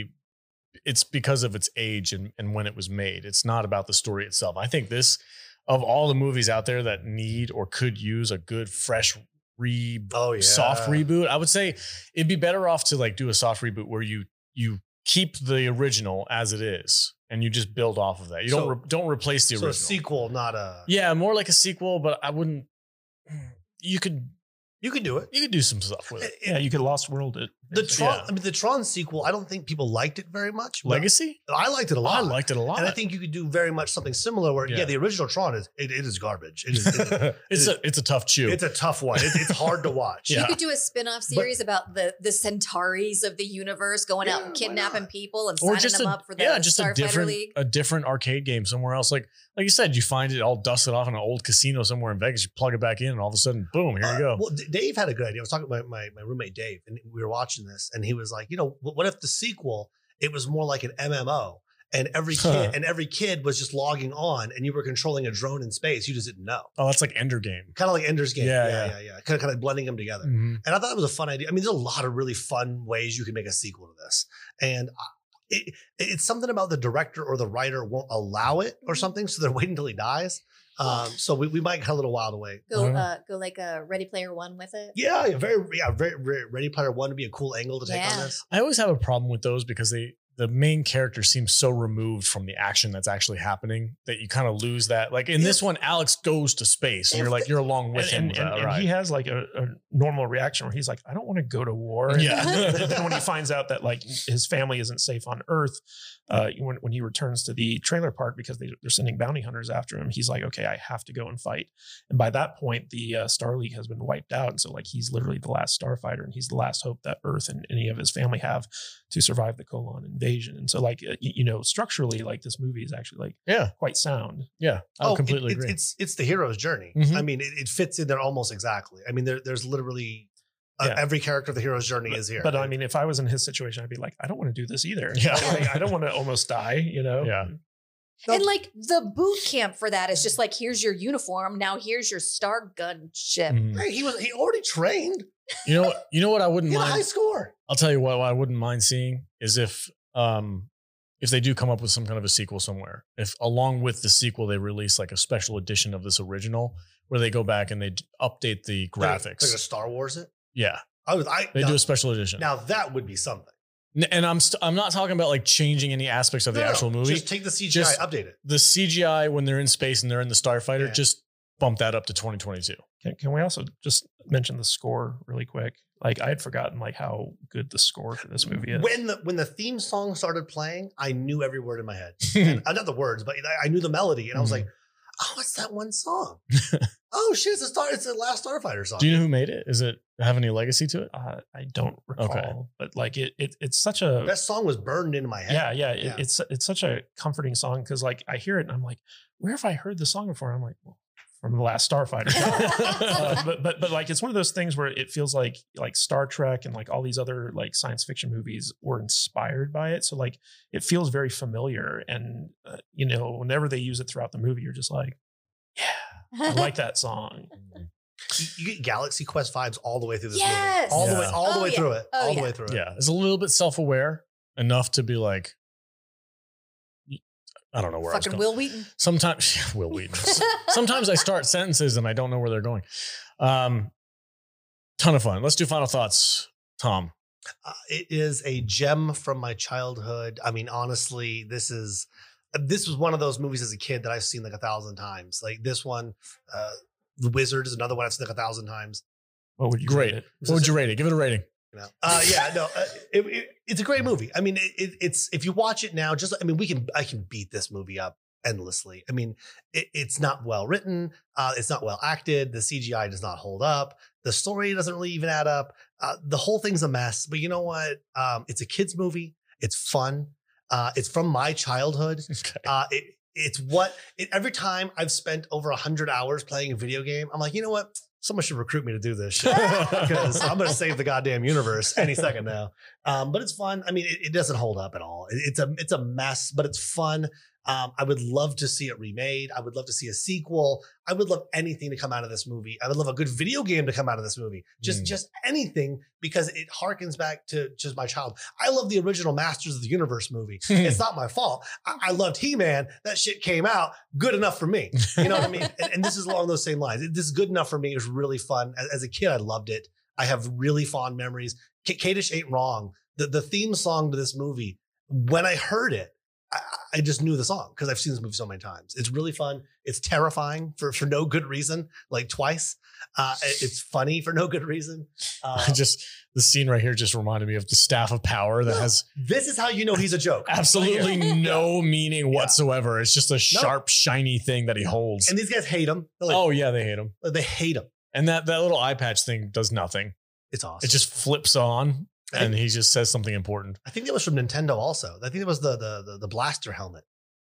A: it's because of its age and, and when it was made. It's not about the story itself. I think this, of all the movies out there that need or could use a good, fresh re
D: Oh yeah.
A: soft reboot, I would say it'd be better off to like do a soft reboot where you you keep the original as it is and you just build off of that. You
D: So-
A: don't re- don't replace the
D: So
A: original.
D: a sequel, not a.
A: yeah, more like a sequel, but I wouldn't. You could
D: You could do it.
A: you could do some stuff with it.
D: It-
B: yeah you could lost world it
D: The Tron,
A: Yeah.
D: I mean, the Tron sequel. I don't think people liked it very much. but
A: Legacy.
D: I liked it a lot.
A: I liked it a lot.
D: and I think you could do very much something similar. Where yeah,
A: Yeah.
D: the original Tron is it, it is garbage. It is, it-
A: <laughs> it's a it's a tough chew.
D: it's a tough one. It's, it's hard to
A: <laughs>
D: watch.
A: Yeah.
L: You could do a spin-off series about the the Centauris of the universe going out
D: Yeah,
L: and
D: why
L: kidnapping
D: not?
L: people and signing them up for the
A: yeah, just a
L: Starfighter
A: different
L: League.
A: a different arcade game somewhere else. Like like you said, you find it all dusted off in an old casino somewhere in Vegas. You plug it back in, and all of a sudden, boom, here
D: Uh,
A: you go.
D: Well, D- Dave had a good idea. I was talking about my, my roommate Dave, and we were watching this, and he was like, you know, wh- what if the sequel it was more like an MMO, and every kid and every kid was just logging on, and you were controlling a drone in space. You just didn't know,
A: oh, that's like Ender Game.
D: kind of like Ender's Game.
A: Yeah,
D: yeah,
A: yeah. Hmm.
D: yeah. Kind of kind of blending them together.
A: Mm-hmm.
D: And I thought it was a fun idea. I mean, there's a lot of really fun ways you can make a sequel to this. And I- it, it's something about the director or the writer won't allow it or something. So they're <laughs> waiting until he dies. Um, so we, we might get a little while to wait.
L: Go
A: Mhm.
L: uh, go like a Ready Player One with it.
D: Yeah, yeah, very, yeah, very, very Ready Player One would be a cool angle to take on
L: Yeah.
D: this.
A: I always have a problem with those because they the main character seems so removed from the action that's actually happening that you kind of lose that. Like in this
D: If-
A: one, Alex goes to space, and you're
D: if
A: like
D: the-
A: you're along with him.
B: and,
A: with
B: and,
A: that,
B: and
A: right?
B: he has like a, a normal reaction where he's like, I don't want to go to war. <laughs> And
A: Yeah.
B: then- then
A: <laughs>
B: when he finds out that like his family isn't safe on Earth, uh, when, when he returns to the trailer park because they, they're sending bounty hunters after him, he's like, okay, I have to go and fight. And by that point, the uh, Star League has been wiped out. And so like he's literally the last starfighter and he's the last hope that Earth and any of his family have to survive the Colon invasion. And so like, uh, y- you know, structurally, like this movie is actually like
A: yeah,
B: quite sound.
A: yeah. I would
D: Oh, it-
A: completely
D: it-
A: <laughs> agree.
D: It's it's the hero's journey.
A: Mhm.
D: I mean, it, it fits in there almost exactly. I mean, there, there's literally Uh, Every character of the hero's journey is here.
B: But I mean, if I was in his situation, I'd be like, I don't want to do this either.
A: Yeah.
B: <laughs> Like, I don't want to almost die, you know?
A: Yeah.
L: And like the boot camp for that is just like here's your uniform, now here's your star gun ship.
A: Mhm.
D: Hey, he was he already trained.
A: You know, you know what I
D: <laughs>
A: wouldn't
D: He had a
A: mind.
D: high score.
A: I'll tell you what, what I wouldn't mind seeing is if um if they do come up with some kind of a sequel somewhere. If along with the sequel they release like a special edition of this original where they go back and they d- update the graphics.
D: Like a Star Wars it.
A: yeah.
D: I was I
A: They
D: now,
A: do a special edition.
D: now that would be something.
A: N- and I'm st- I'm not talking about like changing any aspects of the
D: No, no,
A: actual movie.
D: Just take the CGI,
A: Just-
D: update it.
A: the CGI when they're in space and they're in the starfighter
D: Yeah.
A: just bump that up to 2022.
B: Can, can we also just mention the score really quick? Like I had forgotten like how good the score for this movie is.
D: When the when the theme song started playing, I knew every word in my head. and, uh, not the words, but I, I knew the melody, and I was
A: Mhm.
D: like, "Oh, it's that
A: <laughs>
D: one song." oh shit, it's the star. It's the last Starfighter
A: <laughs>
D: song.
A: Do you know who made it? Is it have any legacy to it?
B: uh, I don't recall,
A: Okay.
B: but like it, it it's such a
D: that song was burned into my head.
B: yeah, yeah, it-
D: Yeah.
B: It's it's such a comforting song because like I hear it and I'm like, where have I heard this song before? I'm like, well, from the last Starfighter. Uh, but but but like it's one of those things where it feels like like Star Trek and like all these other like science fiction movies were inspired by it. So like it feels very familiar, and uh, you know whenever they use it throughout the movie, you're just like,
L: <laughs>
B: I like that song.
D: You get Galaxy Quest vibes all the way through this
L: Yes.
D: movie. All the
A: Yeah.
D: way, all the
L: Oh,
D: way
L: yeah.
D: through it.
L: Oh,
D: all the
L: yeah.
D: way through it.
A: Yeah, it's a little bit self-aware enough to be like, I don't know where I was
L: Fucking
A: going.
L: Will Wheaton.
A: Sometimes <laughs> Will Wheaton.
L: <laughs>
A: Sometimes I start sentences and I don't know where they're going. Um, ton of fun. Let's do final thoughts, Tom.
D: Uh, it is a gem from my childhood. I mean, honestly, this is this was one of those movies as a kid that I've seen like a thousand times. Like this one, uh, The Wizard is another one I've seen like a thousand times.
B: What would you
A: Great.
B: rate it?
A: What would you rate it? Give it a rating. <laughs>
D: You know? Uh, yeah, no, uh, it, it- it's a great movie. I mean, it, it, it's if you watch it now, just I mean, we can I can beat this movie up endlessly. I mean, it, it's not well written, uh, it's not well acted. The CGI does not hold up. The story doesn't really even add up. Uh, the whole thing's a mess. But you know what? Um, it's a kids movie. It's fun. Uh, it's from my childhood.
A: Okay.
D: <laughs> Uh, it, it's what it, every time I've spent over hundred hours playing a video game, I'm like, you know what? Someone should recruit me to do this shit because I'm going to save the goddamn universe any second now. Um, but it's fun. I mean, it, it doesn't hold up at all. It- it's a it's a mess, but it's fun. Um, I would love to see it remade. I would love to see a sequel. I would love anything to come out of this movie. I would love a good video game to come out of this movie. Just
A: Mm.
D: just anything because it harkens back to just my child. I love the original Masters of the Universe movie. it's not my fault. I, I loved He Man. That shit came out good enough for me. You know what I
A: <laughs>
D: mean? And, and this is along those same lines. This is good enough for me. It was really fun. As, as a kid, I loved it. I have really fond memories. K- Kadish ain't wrong. The the theme song to this movie. When I heard it, I, I just knew the song because I've seen this movie so many times. It's really fun. It's terrifying for for no good reason, like twice. Uh, it- it's funny for no good reason. Uh,
A: <laughs> I just the scene right here just reminded me of the staff of power that
D: No. <laughs>
A: has
D: this is how you know he's
A: <laughs>
D: a joke.
A: absolutely no meaning
D: Yeah.
A: whatsoever. It's just a sharp, shiny thing that he holds.
D: And these guys hate him. They're like,
A: oh yeah, they hate him.
D: oh, they hate him.
A: And that that little eye patch thing does nothing.
D: It's awesome.
A: It just flips on
D: I think-
A: and he just says something important.
D: I think that was from Nintendo. Also, I think it was the the the, the blaster helmet.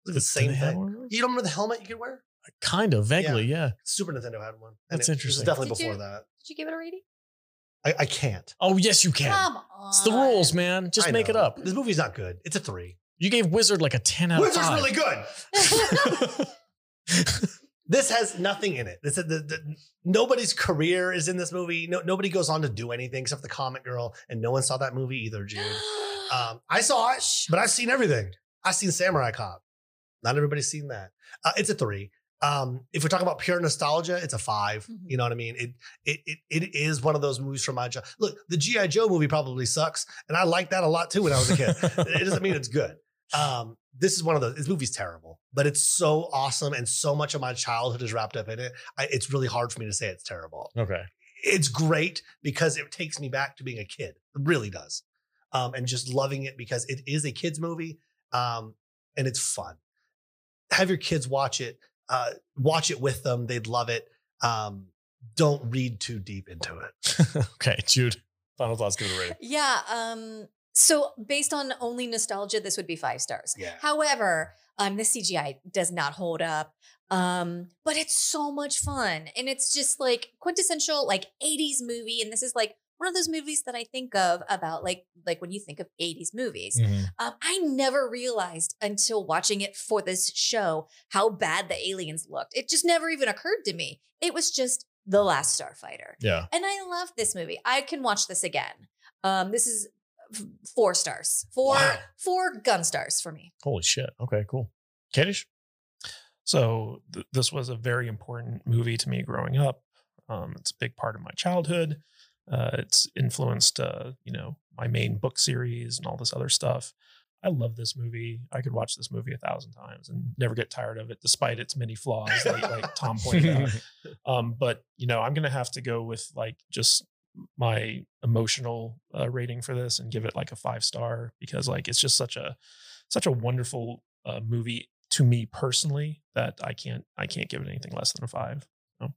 D: It was the same thing. You don't remember the helmet you could wear?
A: Kind of vaguely, yeah.
D: Super Nintendo had one.
A: That's
D: it was
A: interesting.
D: Definitely
L: Did you-
D: before that.
L: Did you give it a rating?
D: I, I can't.
A: Oh yes, you can.
L: Come on.
A: It's the rules, man. Just
D: I
A: make it
D: know.
A: up.
D: This movie's not good. It's a three.
A: You gave Wizard like a ten out of
D: Wizard's
A: five.
D: really good.
A: <laughs>
D: this has nothing in it. This is the, the, nobody's career is in this movie. No, nobody goes on to do anything except the Comet Girl, and no one saw that movie either. Jude, um, I saw it, but I've seen everything. I've seen Samurai Cop. Not everybody's seen that. Uh, it's a three. Um, if we're talking about pure nostalgia, it's a 5
L: Mhm.
D: You know what I mean? It, it it it is one of those movies from my childhood. Look, the GI Joe movie probably sucks, and I liked that a lot too when I was
A: <laughs>
D: a kid. it doesn't mean it's good. Um, this is one of those. This movie's terrible, but it's so awesome, and so much of my childhood is wrapped up in it. I, it's really hard for me to say it's terrible.
A: Okay. <laughs>
D: It's great because it takes me back to being a kid. It really does, um, and just loving it because it is a kids movie, um, and it's fun. Have your kids watch it. Uh, watch it with them. They'd love it. Um, don't read too deep into it.
A: okay, Jude. Final thoughts, give it a rating.
L: <gasps>
D: <laughs>
L: Yeah. Um, so based on only nostalgia, this would be five stars.
D: Yeah.
L: However, um, the CGI does not hold up. Um, but it's so much fun. And it's just like quintessential like 80s movie. And this is like
C: one of those movies that I think of about like like when you think of 80s movies.
A: Mhm.
C: Um, I never realized until watching it for this show how bad the aliens looked. It just never even occurred to me. It was just The Last Starfighter.
A: Yeah.
C: And I love this movie. I can watch this again. Um, this is f- four stars, four four gun stars for me.
A: Holy shit. Okay, cool. Kadish?
B: So th- this was a very important movie to me growing up. Um, it's a big part of my childhood. Uh, it's influenced, uh, you know, my main book series and all this other stuff. I love this movie. I could watch this movie a thousand times and never get tired of it, despite its many flaws, like, like Tom
D: <laughs>
B: pointed out. Um, but you know, I'm gonna have to go with like just my emotional uh, rating for this and give it like a five star because like it's just such a such a wonderful uh, movie to me personally that I can't I can't give it anything less than a five. So.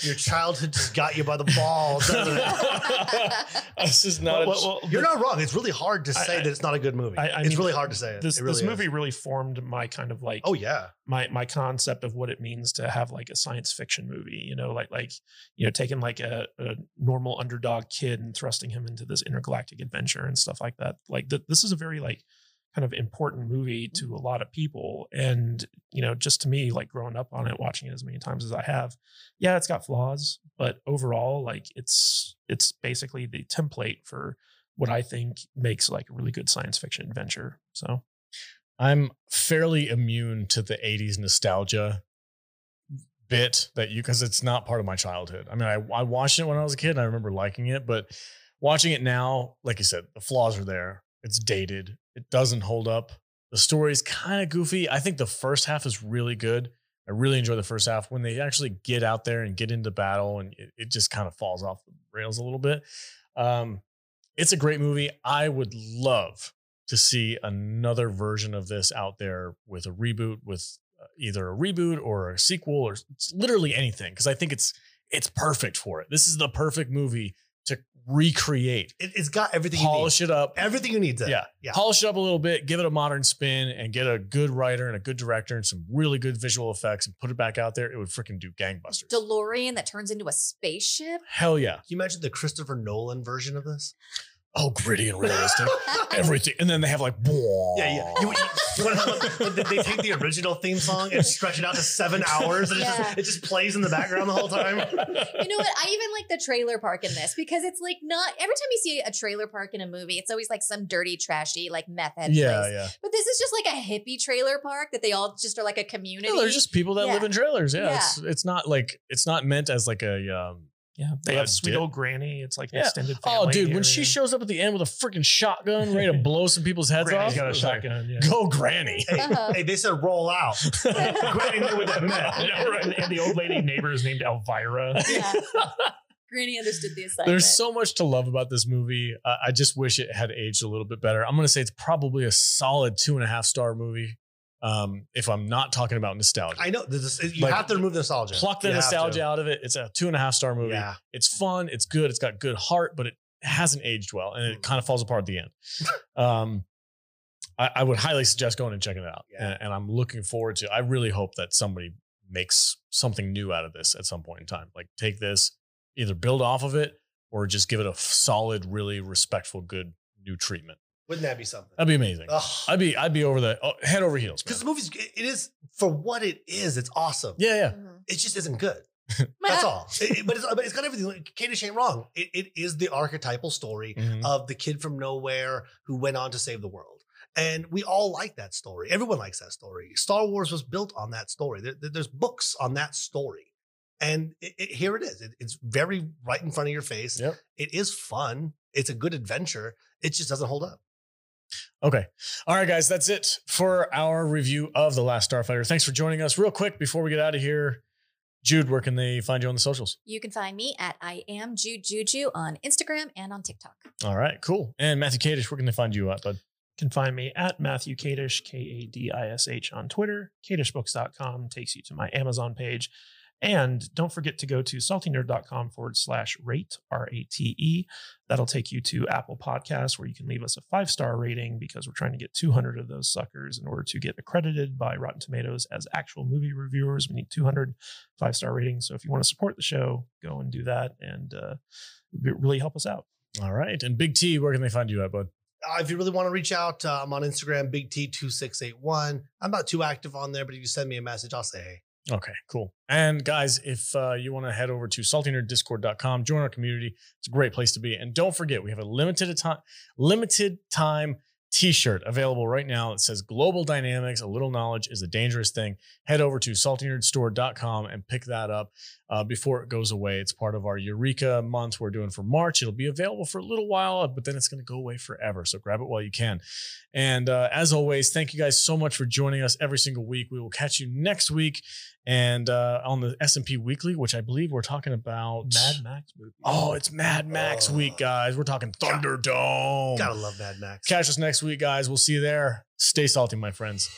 D: Your childhood just got you by the balls, doesn't
C: <laughs>
D: it?
A: this is
B: <laughs> not a-
D: You're not wrong. It's really hard to say that it's not a good movie.
B: I- I
D: it's
B: mean,
D: really hard to say it.
B: This
D: It really
B: this
D: is.
B: movie really formed my kind of like
D: Oh yeah.
B: my my concept of what it means to have like a science fiction movie you know like like you know taking like a, a normal underdog kid and thrusting him into this intergalactic adventure and stuff like that like th- this is a very like kind of important movie to a lot of people and you know just to me like growing up on it watching it as many times as i have yeah it's got flaws but overall like it's it's basically the template for what i think makes like a really good science fiction adventure so
A: I'm fairly immune to the 80s nostalgia bit that you because it's not part of my childhood. I mean, I, I watched it when I was a kid and I remember liking it, but watching it now, like you said, the flaws are there. It's dated. It doesn't hold up. The story's kind of goofy. I think the first half is really good. I really enjoy the first half when they actually get out there and get into battle and it, it just kind of falls off the rails a little bit. Um, it's a great movie. I would love to see another version of this out there with a reboot, with uh, either a reboot or a sequel or s- literally anything, because I think it's it's perfect for it. This is the perfect movie to recreate.
D: It, it's got everything.
A: Polish
D: you
A: it up.
D: need. Everything you need. To,
A: Yeah.
D: Yeah.
A: Polish it up a little bit, give it a modern spin, and get a good writer and a good director and some really good visual effects and put it back out there. It would freaking do gangbusters.
C: DeLorean that turns into a spaceship.
A: Hell yeah.
D: Can you imagine the Christopher Nolan version of this?
A: Oh, gritty and
D: <laughs>
A: realistic. Everything. And then they have like,
D: Yeah, yeah. You, you <laughs> wanna know what- they they take the original theme song and stretch it out to <laughs> seven hours, and it,
C: Yeah.
D: just, it just plays in the background the
A: <laughs>
D: whole time.
C: You know what? I even like the trailer park in this because it's like not every time you see a trailer park in a movie, it's always like some dirty, trashy, like meth head
A: Yeah,
C: place.
A: yeah.
C: But this is just like a hippie trailer park that they all just are like a community.
A: No, they're just people that
C: Yeah.
A: live in trailers. Yeah,
C: Yeah.
A: It's, it's not like it's not meant as like a um,
B: yeah. They
A: Uh,
B: have sweet
A: dip.
B: old granny. It's like an
A: Yeah.
B: extended family.
A: Oh, dude, when she
B: area.
A: shows up at the end with a freaking shotgun ready to <laughs> blow some people's heads
B: Granny's
A: off,
B: got a
A: it was
B: shotgun, <laughs> yeah.
A: Go,
C: <laughs>
A: Granny.
D: Hey,
A: <laughs>
C: Uh-huh.
D: hey, they said roll <laughs> out. Granny knew what that meant.
A: <laughs>
B: Yeah, right. and the old lady neighbor is named Elvira.
C: yeah. Granny understood the assignment.
A: There's so much to love about this movie. Uh, I just wish it had aged a little bit better. I'm going to say it's probably a solid two and a half star movie. Um, if I'm not talking about nostalgia,
D: I know. This is, you
A: Like,
D: have to remove the nostalgia.
A: pluck the
D: You have to.
A: nostalgia out of it. It's a two and a half star movie.
D: Yeah.
A: It's fun. It's good. It's got good heart, but it hasn't aged well, and
D: Mm.
A: it kind of falls apart at
D: <laughs>
A: the end. um, I, I would highly suggest going and checking it out, and, and I'm looking forward to. I really hope that somebody makes something new out of this at some point in time. Like take this, either build off of it or just give it a f- solid, really respectful, good new treatment.
D: Wouldn't that be something?
A: That'd be amazing. I'd be I'd be over the oh, head over heels. man.
D: Because the movie's it it is for what it is. It's awesome.
A: Yeah, yeah.
C: Mm-hmm.
D: It just isn't good. That's
C: Uh,
D: all. It- it- but, it's, but it's got everything. Like, Katie ain't wrong. It, it is the archetypal story
A: Mhm.
D: of the kid from nowhere who went on to save the world. And we all like that story. Everyone likes that story. Star Wars was built on that story. There- there- there's books on that story. And it, it- here it is. It- it's very right in front of your face.
A: Yep.
D: It is fun. It's a good adventure. It just doesn't hold up.
A: Okay. All right, guys, that's it for our review of The Last Starfighter. Thanks for joining us. Real quick, before we get out of here, Jude, where can they find you on the socials?
C: you can find me at I am Jujuju on Instagram and on TikTok.
A: All right, cool. And Matthew Kadish, where can they find you at, bud?
B: can find me at Matthew Kadish, K A D I S H on Twitter. KadishBooks.com takes you to my Amazon page. And don't forget to go to saltynerd.com forward slash rate, R A T E. That'll take you to Apple Podcasts where you can leave us a five star rating because we're trying to get 200 of those suckers in order to get accredited by Rotten Tomatoes as actual movie reviewers. We need 200 five star ratings. So if you want to support the show, go and do that and uh, it really help us out.
A: All right. And Big T, where can they find you at, bud?
D: Uh, if you really want to reach out, uh, I'm on Instagram, Big T2681. I'm not too active on there, but if you send me a message, I'll say hey.
A: Okay, cool. And guys, if uh, you want to head over to saltynerddiscord.com, join our community. It's a great place to be. And don't forget, we have a limited time, limited time t-shirt available right now that says global dynamics a little knowledge is a dangerous thing head over to saltynerdstore.com and pick that up uh, before it goes away it's part of our eureka month we're doing for march it'll be available for a little while but then it's going to go away forever so grab it while you can and uh, as always thank you guys so much for joining us every single week we will catch you next week and uh, on the s&p weekly which i believe we're talking about
B: mad max movie
A: oh it's mad max week guys we're talking thunderdome
D: gotta love mad max
A: catch us next week, guys. We'll see you there. Stay salty, my friends.